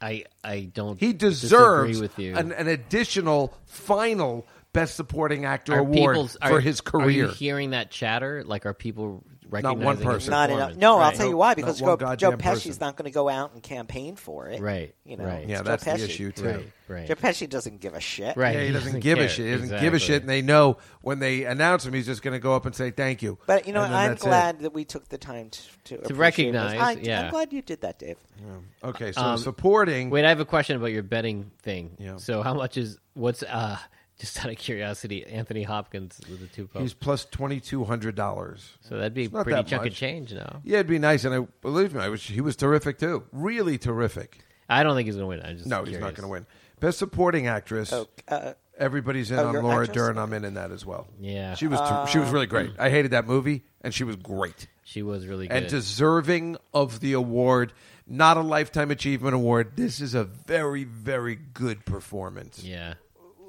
Speaker 4: I I don't.
Speaker 3: He
Speaker 4: disagree
Speaker 3: deserves
Speaker 4: with you.
Speaker 3: An, an additional final Best Supporting Actor
Speaker 4: Are
Speaker 3: award
Speaker 4: people-
Speaker 3: for
Speaker 4: are-
Speaker 3: his
Speaker 4: Are you
Speaker 3: career.
Speaker 4: hearing that chatter? Like, are people recognizing his
Speaker 3: person.
Speaker 5: Not enough.
Speaker 4: performance?
Speaker 5: No, I'll
Speaker 4: Right.
Speaker 5: tell you
Speaker 3: No,
Speaker 5: why. Because
Speaker 3: not one
Speaker 5: Joe, Joe
Speaker 3: goddamn
Speaker 5: Pesci's
Speaker 3: person.
Speaker 5: not going to go out and campaign for it.
Speaker 4: Right,
Speaker 5: You know.
Speaker 4: right.
Speaker 5: it's
Speaker 3: yeah,
Speaker 5: Joe
Speaker 3: that's
Speaker 5: Pesci.
Speaker 3: the issue too.
Speaker 4: Right, right,
Speaker 5: Joe Pesci doesn't give a shit.
Speaker 4: right.
Speaker 3: Yeah, he doesn't give a
Speaker 4: care.
Speaker 3: shit. He doesn't give a
Speaker 4: Exactly.
Speaker 3: shit, and they know when they announce him, he's just going to go up and say thank you.
Speaker 5: But you know,
Speaker 3: And then
Speaker 5: I'm
Speaker 3: that's it.
Speaker 5: glad that we took the time to to, appreciate this.
Speaker 4: recognize,
Speaker 5: I,
Speaker 4: yeah.
Speaker 5: I'm glad you did that, Dave.
Speaker 3: Mm-hmm. Okay, so supporting.
Speaker 4: Um, Wait, I have a question about your betting thing.
Speaker 3: Yeah.
Speaker 4: So, how much is what's uh just out of curiosity, Anthony Hopkins with the two
Speaker 3: He's
Speaker 4: posts?
Speaker 3: plus twenty two hundred dollars.
Speaker 4: So that'd be
Speaker 3: not
Speaker 4: pretty
Speaker 3: that
Speaker 4: chunk
Speaker 3: much.
Speaker 4: of change now.
Speaker 3: Yeah, it'd be nice, and I believe me, I was, he was terrific too. Really terrific.
Speaker 4: I don't think he's going to win. I just
Speaker 3: No, he's not going to win. Best supporting actress.
Speaker 5: Oh, uh,
Speaker 3: Everybody's in
Speaker 5: Oh,
Speaker 3: on
Speaker 5: your
Speaker 3: Laura
Speaker 5: actress?
Speaker 3: Dern. I'm in in that as well.
Speaker 4: Yeah.
Speaker 3: she was ter- she was really great. I hated that movie, and she was great
Speaker 4: She was really good.
Speaker 3: and deserving of the award. Not a lifetime achievement award. This is a very very good performance.
Speaker 4: yeah.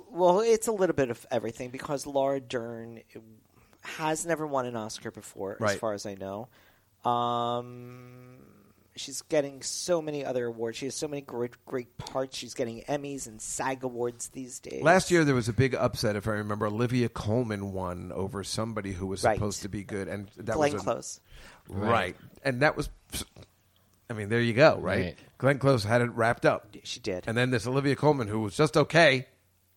Speaker 5: well, it's a little bit of everything because Laura Dern has never won an Oscar before, as
Speaker 3: Right.
Speaker 5: far as I know. Um, she's getting so many other awards. She has so many great, great parts. She's getting Emmys and SAG awards these days.
Speaker 3: Last year there was a big upset, if I remember. Olivia Coleman won over somebody who was
Speaker 5: Right.
Speaker 3: supposed to be good, and that
Speaker 5: Glenn
Speaker 3: was a-
Speaker 5: Close.
Speaker 3: right. And that was, I mean, there you go, right?
Speaker 4: Right.
Speaker 3: Glenn Close had it wrapped up.
Speaker 5: She did.
Speaker 3: And then this Olivia Coleman, who was just okay,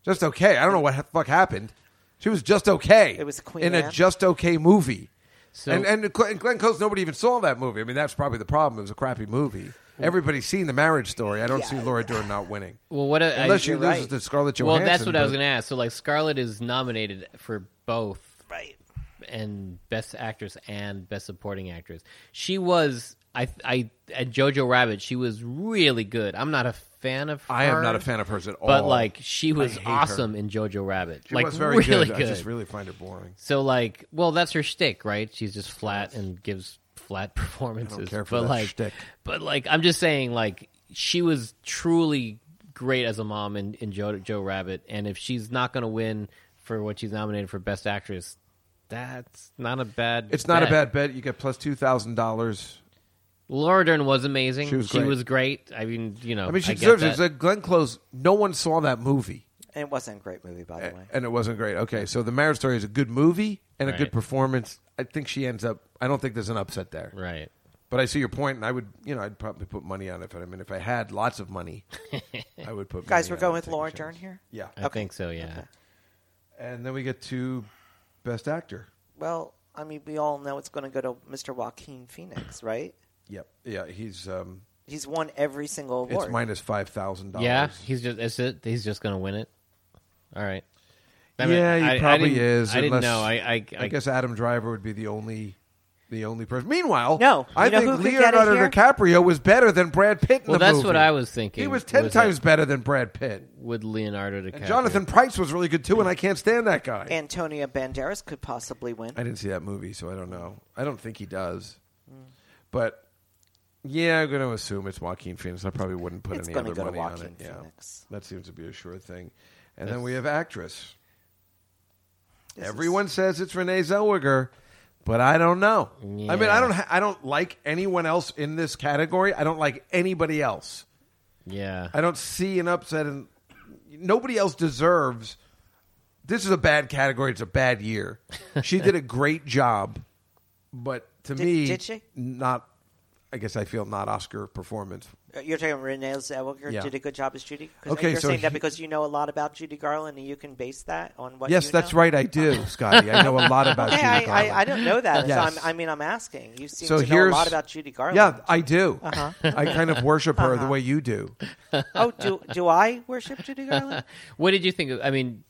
Speaker 3: just okay. I don't know what the fuck happened. She was just okay.
Speaker 5: It was Queen
Speaker 3: in a
Speaker 5: Anne.
Speaker 3: just okay movie.
Speaker 4: So-
Speaker 3: and and Glenn Glenn Close, nobody even saw that movie. I mean, that's probably the problem. It was a crappy movie. Everybody's seen the Marriage Story. I don't see Laura Dern not winning.
Speaker 4: Well, what a,
Speaker 3: Unless
Speaker 4: I,
Speaker 3: she
Speaker 5: you're
Speaker 3: loses
Speaker 5: right.
Speaker 3: to Scarlett
Speaker 4: well,
Speaker 3: Johansson.
Speaker 4: that's what I was
Speaker 3: but-
Speaker 4: going to ask. So, like, Scarlett is nominated for both
Speaker 5: Right.
Speaker 4: and best actress and best supporting actress. She was I I at Jojo Rabbit. She was really good. I'm not a fan of. Her,
Speaker 3: I am not a fan of hers at
Speaker 4: But
Speaker 3: all.
Speaker 4: like she was
Speaker 3: hate her.
Speaker 4: awesome in Jojo Rabbit.
Speaker 3: She
Speaker 4: like
Speaker 3: was very
Speaker 4: really
Speaker 3: good. I just really find her boring.
Speaker 4: so like, well, that's her shtick, right? She's just flat and gives flat performances.
Speaker 3: care for
Speaker 4: but
Speaker 3: that
Speaker 4: like,
Speaker 3: shtick.
Speaker 4: but like, I'm just saying, like, she was truly great as a mom in, in Joe, Joe Rabbit, and if she's not going to win for what she's nominated for Best Actress, That's not a bad.
Speaker 3: It's not a
Speaker 4: bet.
Speaker 3: bad bet. You get plus two thousand dollars.
Speaker 4: Laura Dern was amazing.
Speaker 3: She
Speaker 4: She
Speaker 3: was
Speaker 4: was,
Speaker 3: great.
Speaker 4: great. I mean, you know,
Speaker 3: I mean, she
Speaker 4: get
Speaker 3: deserves it.
Speaker 4: that.
Speaker 3: It's like Glenn Close. No one saw that movie,
Speaker 5: And it wasn't a great movie, by the way.
Speaker 3: and it wasn't great. Okay, so the Marriage Story is a good movie and a good
Speaker 4: Right.
Speaker 3: performance. I think she ends up. I don't think there's an upset there.
Speaker 4: Right.
Speaker 3: But I see your point, and I would, you know, I'd probably put money on it. But I mean, if I had lots of money, I would put.
Speaker 5: Guys,
Speaker 3: money
Speaker 5: we're
Speaker 3: on it,
Speaker 5: going with
Speaker 3: take a
Speaker 5: Laura
Speaker 3: chance.
Speaker 5: Dern here.
Speaker 3: Yeah,
Speaker 4: I think so, yeah.
Speaker 3: and then we get to Best Actor.
Speaker 5: Well, I mean, we all know it's going to go to Mr. Joaquin Phoenix, right?
Speaker 3: Yep. Yeah, he's. um
Speaker 5: He's won every single award.
Speaker 3: It's minus five thousand dollars.
Speaker 4: Yeah, he's just that's it. He's just going to win it. All right.
Speaker 3: yeah, he probably
Speaker 4: didn't-
Speaker 3: is.
Speaker 4: I didn't
Speaker 3: unless-
Speaker 4: know. I I,
Speaker 3: I guess Adam Driver would be the only, the only person. Meanwhile,
Speaker 5: No,
Speaker 3: I
Speaker 5: you know
Speaker 3: think
Speaker 5: who could get it
Speaker 3: Leonardo
Speaker 5: here?
Speaker 3: DiCaprio was better than Brad Pitt. In
Speaker 4: Well,
Speaker 3: the
Speaker 4: that's
Speaker 3: movie.
Speaker 4: what I was thinking.
Speaker 3: He was ten
Speaker 4: was
Speaker 3: times
Speaker 4: that-
Speaker 3: better than Brad Pitt.
Speaker 4: with Leonardo DiCaprio.
Speaker 3: And Jonathan Price was really good too, and I can't stand that guy.
Speaker 5: Antonia Banderas could possibly win.
Speaker 3: I didn't see that movie, so I don't know. I don't think he does.
Speaker 5: Hmm.
Speaker 3: But yeah, I'm going to assume it's Joaquin Phoenix. I probably wouldn't put
Speaker 5: It's
Speaker 3: any
Speaker 5: gonna
Speaker 3: other
Speaker 5: go to
Speaker 3: money on it.
Speaker 5: Joaquin
Speaker 3: Yeah,
Speaker 5: Phoenix.
Speaker 3: that seems to be a sure thing. And then we have actress.
Speaker 5: This
Speaker 3: Everyone says it's Renee Zellweger, but I don't know. I mean, I
Speaker 4: Yeah.
Speaker 3: don't. Ha- I don't like anyone else in this category. I don't like anybody else.
Speaker 4: Yeah.
Speaker 3: I don't see an upset, and nobody else deserves. This is a bad category. It's a bad year. She did a great job, but to
Speaker 5: Did-
Speaker 3: me,
Speaker 5: did she?
Speaker 3: Not. I guess I feel not Oscar performance.
Speaker 5: Uh, You're talking Renee Zellweger
Speaker 3: Yeah.
Speaker 5: did a good job as Judy. 'Cause
Speaker 3: Okay,
Speaker 5: you're
Speaker 3: so
Speaker 5: saying that
Speaker 3: he-
Speaker 5: because you know a lot about Judy Garland and you can base that on what.
Speaker 3: yes,
Speaker 5: you
Speaker 3: that's
Speaker 5: know?
Speaker 3: right. I do, Scotty. I know a lot about.
Speaker 5: Okay,
Speaker 3: Judy
Speaker 5: I,
Speaker 3: Garland.
Speaker 5: I, I don't know that.
Speaker 3: Yes.
Speaker 5: so I'm, I mean, I'm asking. You seem
Speaker 3: So
Speaker 5: to know
Speaker 3: here's
Speaker 5: a lot about Judy Garland.
Speaker 3: Yeah, I do.
Speaker 5: Uh-huh.
Speaker 3: I kind of worship her the way you do.
Speaker 5: Oh, do do I worship Judy Garland?
Speaker 4: What did you think of I mean,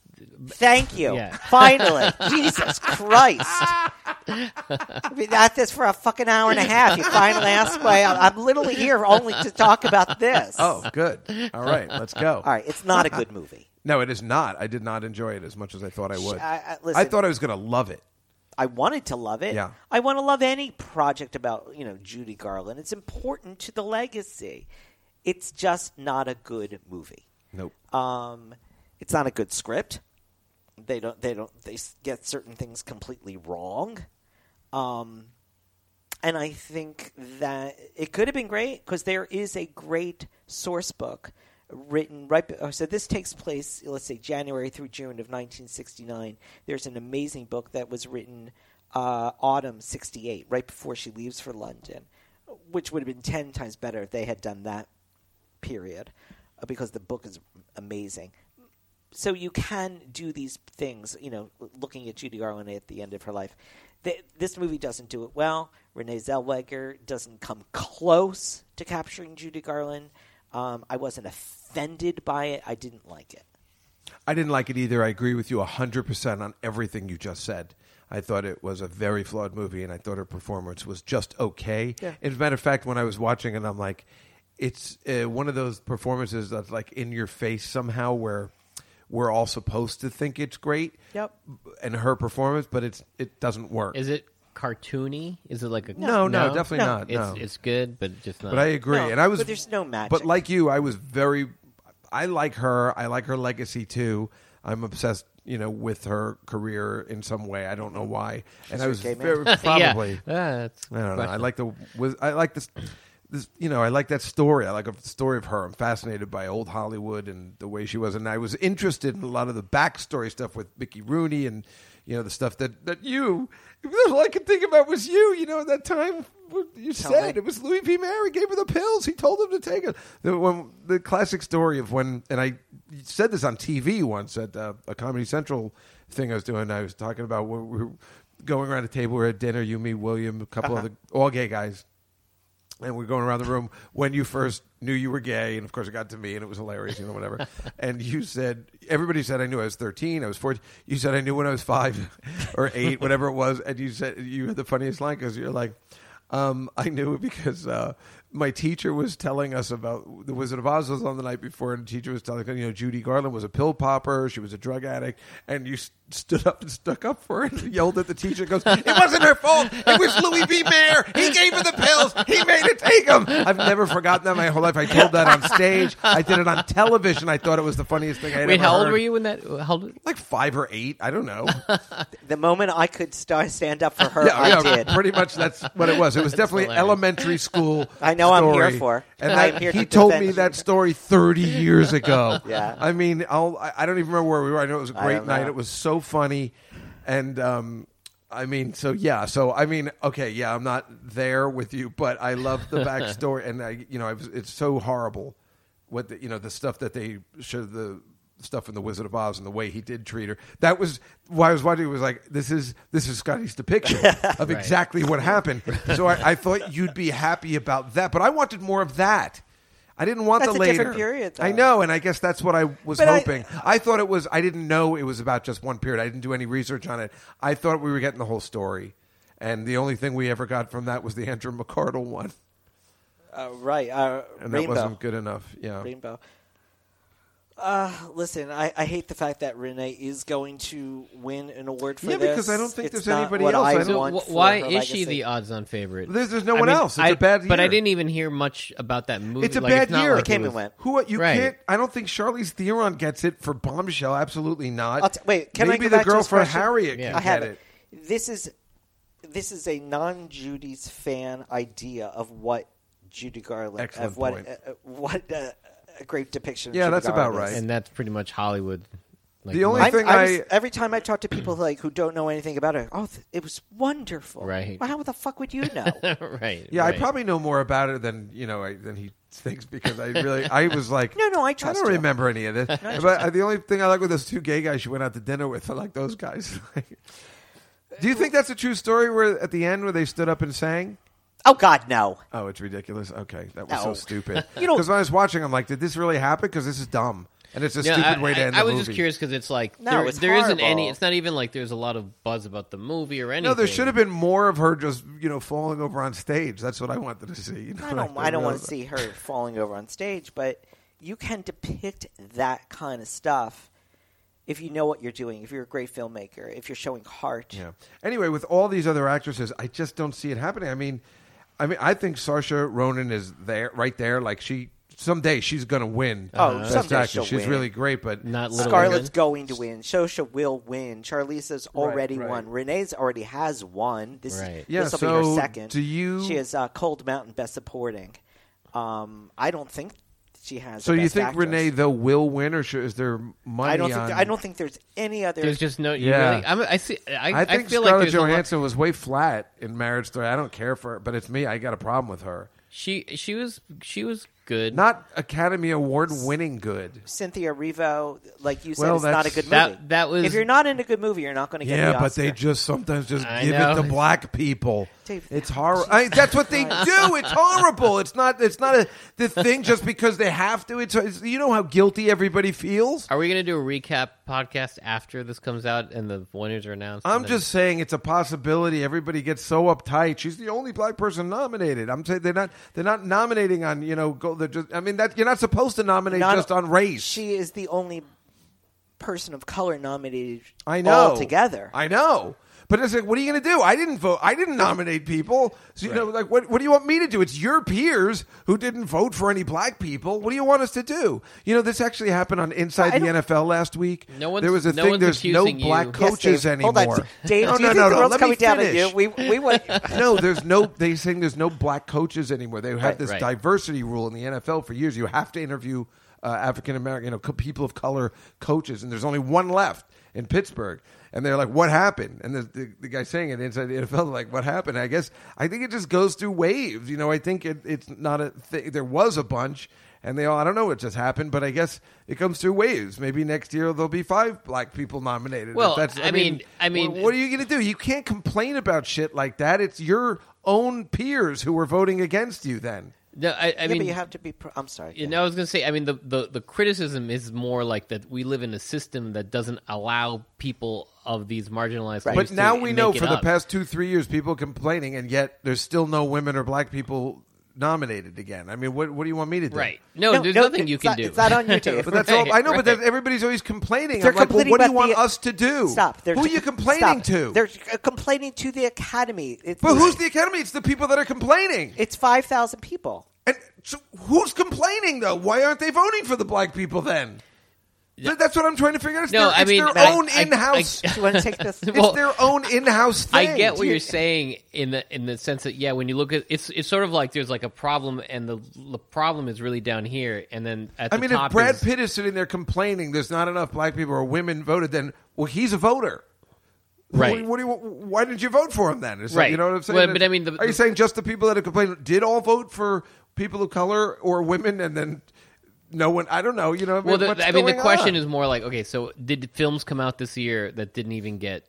Speaker 5: Thank you.
Speaker 4: Yeah.
Speaker 5: Finally, Jesus Christ! I've been at this for a fucking hour and a half. You finally asked why I'm, I'm literally here only to talk about this.
Speaker 3: Oh, good. All right, let's go.
Speaker 5: all right. It's not a good movie.
Speaker 3: No, it is not. I did not enjoy it as much as I thought I would.
Speaker 5: I- I- listen.
Speaker 3: thought I was going to love it.
Speaker 5: I wanted to love it.
Speaker 3: Yeah.
Speaker 5: I want to love any project about, you know, Judy Garland. It's important to the legacy. It's just not a good movie.
Speaker 3: Nope.
Speaker 5: Um, it's not a good script. They don't they don't they s- get certain things completely wrong. Um, and I think that it could have been great because there is a great source book written right. be- oh, So this takes place, let's say, January through June of 1969. There's an amazing book that was written uh, autumn 68, right before she leaves for London, which would have been 10 times better if they had done that period uh, because the book is amazing so you can do these things, you know, looking at Judy Garland at the end of her life. Th- this movie doesn't do it well. Renee Zellweger doesn't come close to capturing Judy Garland. Um, I wasn't offended by it. I didn't like it.
Speaker 3: I didn't like it either. I agree with you 100% on everything you just said. I thought it was a very flawed movie, and I thought her performance was just okay.
Speaker 5: Yeah.
Speaker 3: As a matter of fact, when I was watching it, I'm like, it's uh, one of those performances that's like in your face somehow where we're all supposed to think it's great.
Speaker 5: Yep.
Speaker 3: And her performance, but it's it doesn't work.
Speaker 4: is it cartoony? Is it like a
Speaker 3: No, no, definitely No. not,
Speaker 4: It's
Speaker 3: no.
Speaker 4: it's good, but just not.
Speaker 3: But I agree,
Speaker 5: No,
Speaker 3: and I was.
Speaker 5: but there's no magic.
Speaker 3: But like you, I was very. I like her. I like her legacy too. I'm obsessed, you know, with her career in some way. I don't know why, and I was
Speaker 5: gay man.
Speaker 3: very
Speaker 4: Yeah.
Speaker 3: probably.
Speaker 4: Ah, that's
Speaker 3: I don't know. I
Speaker 4: question.
Speaker 3: like the. Was, I like this. This, you know, I like that story. I like the story of her. I'm fascinated by old Hollywood and the way she was, and I was interested in a lot of the backstory stuff with Mickey Rooney and you know the stuff that that you all I could think about was you. You know, at that time what you
Speaker 5: Tell
Speaker 3: said
Speaker 5: me.
Speaker 3: it was Louis P. Mary gave her the pills. He told him to take it. The, when, the classic story of when, and I said this on TV once at uh, a Comedy Central thing I was doing. I was talking about we we were going around a table. We are at dinner. You, me, William, a couple
Speaker 5: Uh-huh.
Speaker 3: other all gay guys and we're going around the room when you first knew you were gay and of course it got to me and it was hilarious you know whatever and you said everybody said i knew i was 13 i was 14 you said i knew when i was 5 or 8 whatever it was and you said you had the funniest line because you're like Um, I knew because uh, my teacher was telling us about the Wizard of Oz was on the night before, and the teacher was telling you know Judy Garland was a pill popper, she was a drug addict, and you st- stood up and stuck up for it, and yelled at the teacher, goes, "It wasn't her fault. It was Louis B. Mayer. He gave her the pills. He made her take them." I've never forgotten that my whole life. I told that on stage. I did it on television. I thought it was the funniest thing I had
Speaker 4: Wait,
Speaker 3: ever
Speaker 4: how old
Speaker 3: heard.
Speaker 4: were you when that? How old?
Speaker 3: Like five or eight. I don't know.
Speaker 5: The moment I could st- stand up for her,
Speaker 3: Yeah,
Speaker 5: I
Speaker 3: yeah,
Speaker 5: did.
Speaker 3: pretty much that's what it was. It was definitely
Speaker 4: hilarious.
Speaker 3: elementary school.
Speaker 5: I know I'm here
Speaker 3: story.
Speaker 5: for.
Speaker 3: And
Speaker 5: I'm
Speaker 3: that-
Speaker 5: here to
Speaker 3: he told
Speaker 5: defend
Speaker 3: me
Speaker 5: you.
Speaker 3: that story 30 years ago.
Speaker 5: Yeah.
Speaker 3: I mean, I'll, I I don't even remember where we were. I know it was a
Speaker 5: I
Speaker 3: great
Speaker 5: don't
Speaker 3: night.
Speaker 5: know.
Speaker 3: It was so funny, and um, I mean, so yeah. So I mean, okay, yeah. I'm not there with you, but I love the backstory, and I, you know, I was, it's so horrible. What the, you know, the stuff that they show the stuff in the Wizard of Oz and the way he did treat her. That was why I was watching. It was like this is this is Scotty's depiction of exactly what happened. So I, I thought you'd be happy about that, but I wanted more of that. I didn't want
Speaker 5: That's
Speaker 3: the
Speaker 5: a
Speaker 3: later
Speaker 5: different period, though.
Speaker 3: I know know, Oh, and I guess that's what I was
Speaker 5: But I-
Speaker 3: hoping. I, thought it was. I didn't know it was about just one period. I didn't do any research on it. I thought we were getting the whole story, and the only thing we ever got from that was the Andrew McCardle one,
Speaker 5: Uh, right. Uh,
Speaker 3: and
Speaker 5: Rainbow.
Speaker 3: that wasn't good enough. Yeah,
Speaker 5: Rainbow. Uh, listen, I, I hate the fact that Renee is going to win an award for
Speaker 3: Yeah,
Speaker 5: this.
Speaker 3: because I don't think
Speaker 5: It's
Speaker 3: there's
Speaker 5: not
Speaker 3: anybody
Speaker 5: what
Speaker 3: else. I
Speaker 5: I
Speaker 3: don't-
Speaker 4: So
Speaker 5: want
Speaker 4: wh-
Speaker 5: for
Speaker 4: why
Speaker 5: her
Speaker 4: is she
Speaker 5: legacy.
Speaker 4: the odds-on favorite?
Speaker 3: There's- there's no one else. It's
Speaker 4: I-
Speaker 3: a bad
Speaker 4: But I
Speaker 3: year.
Speaker 4: didn't even hear much about that movie.
Speaker 3: It's a
Speaker 4: Like,
Speaker 3: bad
Speaker 4: not
Speaker 3: year.
Speaker 4: like
Speaker 3: It
Speaker 5: came
Speaker 4: was-
Speaker 5: and went.
Speaker 3: Who you
Speaker 4: Right.
Speaker 3: can't? I don't think Charlize Theron gets it for Bombshell. Absolutely
Speaker 5: I'll
Speaker 3: not.
Speaker 5: t- wait, can I
Speaker 3: Maybe
Speaker 5: go
Speaker 3: the
Speaker 5: back to
Speaker 3: girl
Speaker 5: this
Speaker 3: for
Speaker 5: question?
Speaker 3: Harriet can
Speaker 5: I have
Speaker 3: get
Speaker 5: it. This is this is a non Judy's fan idea of what Judy Garland
Speaker 3: Excellent
Speaker 5: of what
Speaker 3: point.
Speaker 5: uh, uh, what uh, a great depiction. of
Speaker 3: Yeah,
Speaker 5: Judy
Speaker 3: that's about
Speaker 5: Garland is.
Speaker 3: right.
Speaker 4: and that's pretty much Hollywood. Like,
Speaker 3: The only
Speaker 4: money.
Speaker 5: I'm-
Speaker 3: thing
Speaker 5: I was-
Speaker 3: I-
Speaker 5: every time I talk to people like who don't know anything about it, oh, th- it was wonderful.
Speaker 4: Right.
Speaker 5: Well, how the fuck would you know?
Speaker 4: right.
Speaker 3: Yeah, I
Speaker 4: right.
Speaker 3: probably know more about it than you know I, than he thinks because I really I was like
Speaker 5: No, no, I
Speaker 3: I
Speaker 5: trust
Speaker 3: don't
Speaker 5: you.
Speaker 3: remember any of this. but uh, the only thing I like with those two gay guys she went out to dinner with, I like those guys. Do you think that's a true story? Where at the end where they stood up and sang.
Speaker 5: oh God, no.
Speaker 3: Oh, it's ridiculous. Okay, that was so
Speaker 5: No.
Speaker 3: stupid.
Speaker 5: You don't-
Speaker 3: Because when I was watching, I'm like, did this really happen? Because this is dumb, and it's a
Speaker 4: Yeah,
Speaker 3: stupid
Speaker 4: I,
Speaker 3: way to
Speaker 4: I-
Speaker 3: end
Speaker 4: I
Speaker 3: the
Speaker 4: was
Speaker 3: movie.
Speaker 4: just curious because it's like
Speaker 5: No,
Speaker 4: there,
Speaker 5: it's
Speaker 4: there isn't any.
Speaker 5: horrible.
Speaker 4: It's not even like there's a lot of buzz about the movie or anything.
Speaker 3: No, there should have been more of her just you know falling over on stage. That's what I wanted to see. You know,
Speaker 5: I don't. I don't want to see her falling over on stage, but you can depict that kind of stuff if you know what you're doing. If you're a great filmmaker, if you're showing heart.
Speaker 3: Yeah. Anyway, with all these other actresses, I just don't see it happening. I mean, I mean, I think Saoirse Ronan is there, right there. Like she, someday she's gonna win.
Speaker 5: Oh,
Speaker 3: Best
Speaker 5: someday
Speaker 3: Actress.
Speaker 5: she'll
Speaker 3: she's
Speaker 5: win.
Speaker 3: really great, but
Speaker 4: not little
Speaker 5: Scarlett's
Speaker 4: Women.
Speaker 5: going to win. Shosha will win. Charlize's already
Speaker 3: right.
Speaker 5: won. Renee's already has one. This
Speaker 4: Right.
Speaker 3: Yeah,
Speaker 5: will be
Speaker 3: so
Speaker 5: her second.
Speaker 3: do you-
Speaker 5: She has uh, Cold Mountain Best Supporting. Um, I don't think she has.
Speaker 3: So
Speaker 5: a
Speaker 3: you
Speaker 5: Best
Speaker 3: think
Speaker 5: Actress.
Speaker 3: Renee though will win, or should, is there money?
Speaker 5: I don't think.
Speaker 3: on-
Speaker 5: I don't think there's any other.
Speaker 4: There's just no.
Speaker 3: Yeah.
Speaker 4: Yeah. Really, I'm, I see. I,
Speaker 3: I think
Speaker 4: I feel
Speaker 3: Scarlett
Speaker 4: like there's A lot,
Speaker 3: Johansson was way flat in Marriage Story. I don't care for her, but it's me. I got a problem with her.
Speaker 4: she she was she was good.
Speaker 3: Not Academy Award winning good.
Speaker 5: Cynthia Revo, like you said,
Speaker 3: Well,
Speaker 5: it's not a
Speaker 3: that's-
Speaker 5: good movie.
Speaker 4: That- that was-
Speaker 5: If you're not in a good movie, you're not going to get.
Speaker 3: Yeah,
Speaker 5: the
Speaker 3: but they
Speaker 5: Oscar.
Speaker 3: just sometimes just
Speaker 4: I
Speaker 3: give it
Speaker 4: know.
Speaker 3: to black people.
Speaker 5: Dave,
Speaker 3: it's
Speaker 5: Jesus
Speaker 3: horrible. That's what they do. It's horrible. It's not. It's not a the thing just because they have to. It's, it's you know how guilty everybody feels.
Speaker 4: Are we gonna do a recap podcast after this comes out and the winners are announced?
Speaker 3: I'm
Speaker 4: and then-
Speaker 3: just saying it's a possibility. Everybody gets so uptight. She's the only black person nominated. I'm saying they're not. They're not nominating on you know. Go, they're just. I mean that you're not supposed to nominate
Speaker 5: Not-
Speaker 3: just on race.
Speaker 5: She is the only person of color nominated.
Speaker 3: I know
Speaker 5: altogether.
Speaker 3: I know. But it's like, what are you going to do? I didn't vote. I didn't nominate people. So you know, like, what what do you want me to do? It's your peers who didn't vote for any black people. What do you want us to do? You know, this actually happened on Inside
Speaker 5: I
Speaker 3: the
Speaker 5: don't-
Speaker 3: NFL last week.
Speaker 4: No one's-
Speaker 3: there was a
Speaker 4: no
Speaker 3: thing.
Speaker 4: one's
Speaker 3: There's no
Speaker 4: accusing you.
Speaker 3: black
Speaker 4: Yes,
Speaker 3: coaches
Speaker 5: Dave.
Speaker 3: anymore.
Speaker 5: Hold on, Dave.
Speaker 3: no,
Speaker 5: do you
Speaker 3: no,
Speaker 5: think
Speaker 3: no,
Speaker 5: the
Speaker 3: no.
Speaker 5: world's
Speaker 3: Let me
Speaker 5: coming down on
Speaker 3: finish.
Speaker 5: you? We we want.
Speaker 3: no, there's no. They saying there's no black coaches anymore. They had this
Speaker 4: right.
Speaker 3: diversity rule in the NFL for years. You have to interview uh, African American, you know, co- people of color coaches, and there's only one left in Pittsburgh. And they're like, "What happened?" And the, the, the guy saying it inside the NFL, like, "What happened?" I guess I think it just goes through waves. You know, I think it, it's not a thing. There was a bunch, and they all I don't know what just happened, but I guess it comes through waves. Maybe next year there'll be five black people nominated. If
Speaker 4: Well, I mean- I
Speaker 3: wh-
Speaker 4: mean-
Speaker 3: what do you? you going to do? You can't complain about shit like that. It's your own peers who were voting against you then.
Speaker 4: No, I, I
Speaker 5: yeah,
Speaker 4: mean,
Speaker 5: but you have to be. Pro- I'm sorry.
Speaker 4: You know, I was going to say, I mean, the, the, the criticism is more like that we live in a system that doesn't allow people of these marginalized
Speaker 5: Right.
Speaker 4: groups
Speaker 3: But
Speaker 4: to
Speaker 3: now we
Speaker 4: make
Speaker 3: know
Speaker 4: it
Speaker 3: for the
Speaker 4: up.
Speaker 3: past two, three years, people complaining, and yet there's still no women or black people nominated again. I mean, what, what do you want me to do?
Speaker 4: Right. No,
Speaker 5: No,
Speaker 4: there's
Speaker 5: no,
Speaker 4: nothing you
Speaker 5: it's
Speaker 4: can
Speaker 5: not-
Speaker 4: do.
Speaker 5: it's not on you, Dave.
Speaker 3: But that's
Speaker 4: Right,
Speaker 3: all I know. But
Speaker 4: right.
Speaker 3: that, everybody's always complaining.
Speaker 5: They're
Speaker 3: I'm like, well,
Speaker 5: complaining
Speaker 3: what do you
Speaker 5: about
Speaker 3: want
Speaker 5: the-
Speaker 3: us to do?
Speaker 5: Stop. They're
Speaker 3: Who are you complaining
Speaker 5: stop.
Speaker 3: to?
Speaker 5: They're uh, complaining to the academy. It's,
Speaker 3: but who's the academy? It's the people that are complaining.
Speaker 5: It's five thousand people.
Speaker 3: And so who's complaining though? Why aren't they voting for the black people then? Th- That's what I'm trying to figure out. It's
Speaker 4: No,
Speaker 3: their,
Speaker 4: I
Speaker 3: it's
Speaker 4: mean,
Speaker 3: their
Speaker 4: I-
Speaker 3: own
Speaker 4: I-
Speaker 3: in-house.
Speaker 4: I-
Speaker 5: Do you want to take this?
Speaker 3: it's
Speaker 4: Well,
Speaker 3: their own in-house thing.
Speaker 4: I get what you're saying in the in the sense that yeah, when you look at it's it's sort of like there's like a problem and the the problem is really down here and then at
Speaker 3: I
Speaker 4: the
Speaker 3: mean, if
Speaker 4: top
Speaker 3: Brad
Speaker 4: is-
Speaker 3: Pitt is sitting there complaining there's not enough black people or women voted, then well, he's a voter.
Speaker 4: Right.
Speaker 3: What, what do you, why did you vote for him then? It's like,
Speaker 4: Right.
Speaker 3: you know what I'm saying?
Speaker 4: Well, but I mean, the-
Speaker 3: are you saying just the people that have complained did all vote for people of color or women, and then no one? I don't know. You know.
Speaker 4: well,
Speaker 3: what's
Speaker 4: the, I mean, the
Speaker 3: going on?
Speaker 4: question is more like okay, so did films come out this year that didn't even get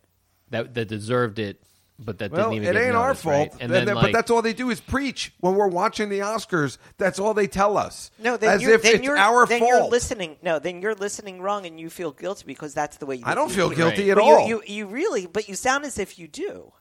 Speaker 4: that that deserved it, but that
Speaker 3: Well,
Speaker 4: didn't even
Speaker 3: it
Speaker 4: get
Speaker 3: ain't our
Speaker 4: noticed,
Speaker 3: fault,
Speaker 4: right?
Speaker 3: And then- but
Speaker 4: like-
Speaker 3: that's all they do is preach when we're watching the Oscars. That's all they tell us.
Speaker 5: No, then
Speaker 3: as
Speaker 5: you're,
Speaker 3: if
Speaker 5: then
Speaker 3: it's
Speaker 5: you're,
Speaker 3: our
Speaker 5: then
Speaker 3: fault.
Speaker 5: You're listening. No, then you're listening wrong, and you feel guilty because that's the way you.
Speaker 3: I don't
Speaker 5: you-
Speaker 3: feel
Speaker 5: you-
Speaker 3: guilty at
Speaker 4: Right.
Speaker 5: but
Speaker 3: all.
Speaker 5: You, you, you really, but you sound as if you do.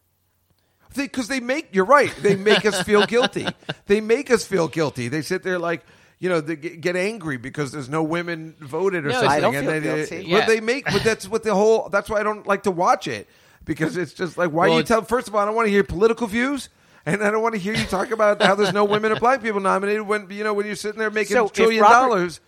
Speaker 3: because they make you're right they make us feel guilty they make us feel guilty they sit there like you know they get get angry because there's no women voted or
Speaker 4: No,
Speaker 3: something
Speaker 4: I
Speaker 5: don't
Speaker 3: and they,
Speaker 5: feel guilty.
Speaker 3: but
Speaker 4: Yeah.
Speaker 3: they make but that's what the whole that's why i don't like to watch it because it's just like why
Speaker 4: Well,
Speaker 3: you
Speaker 4: it's-
Speaker 3: tell first of all i don't want to hear political views and I don't want to hear you talk about how there's no women or black people nominated when you know when you're sitting there making
Speaker 5: So if
Speaker 3: trillion
Speaker 5: Robert-
Speaker 3: dollars.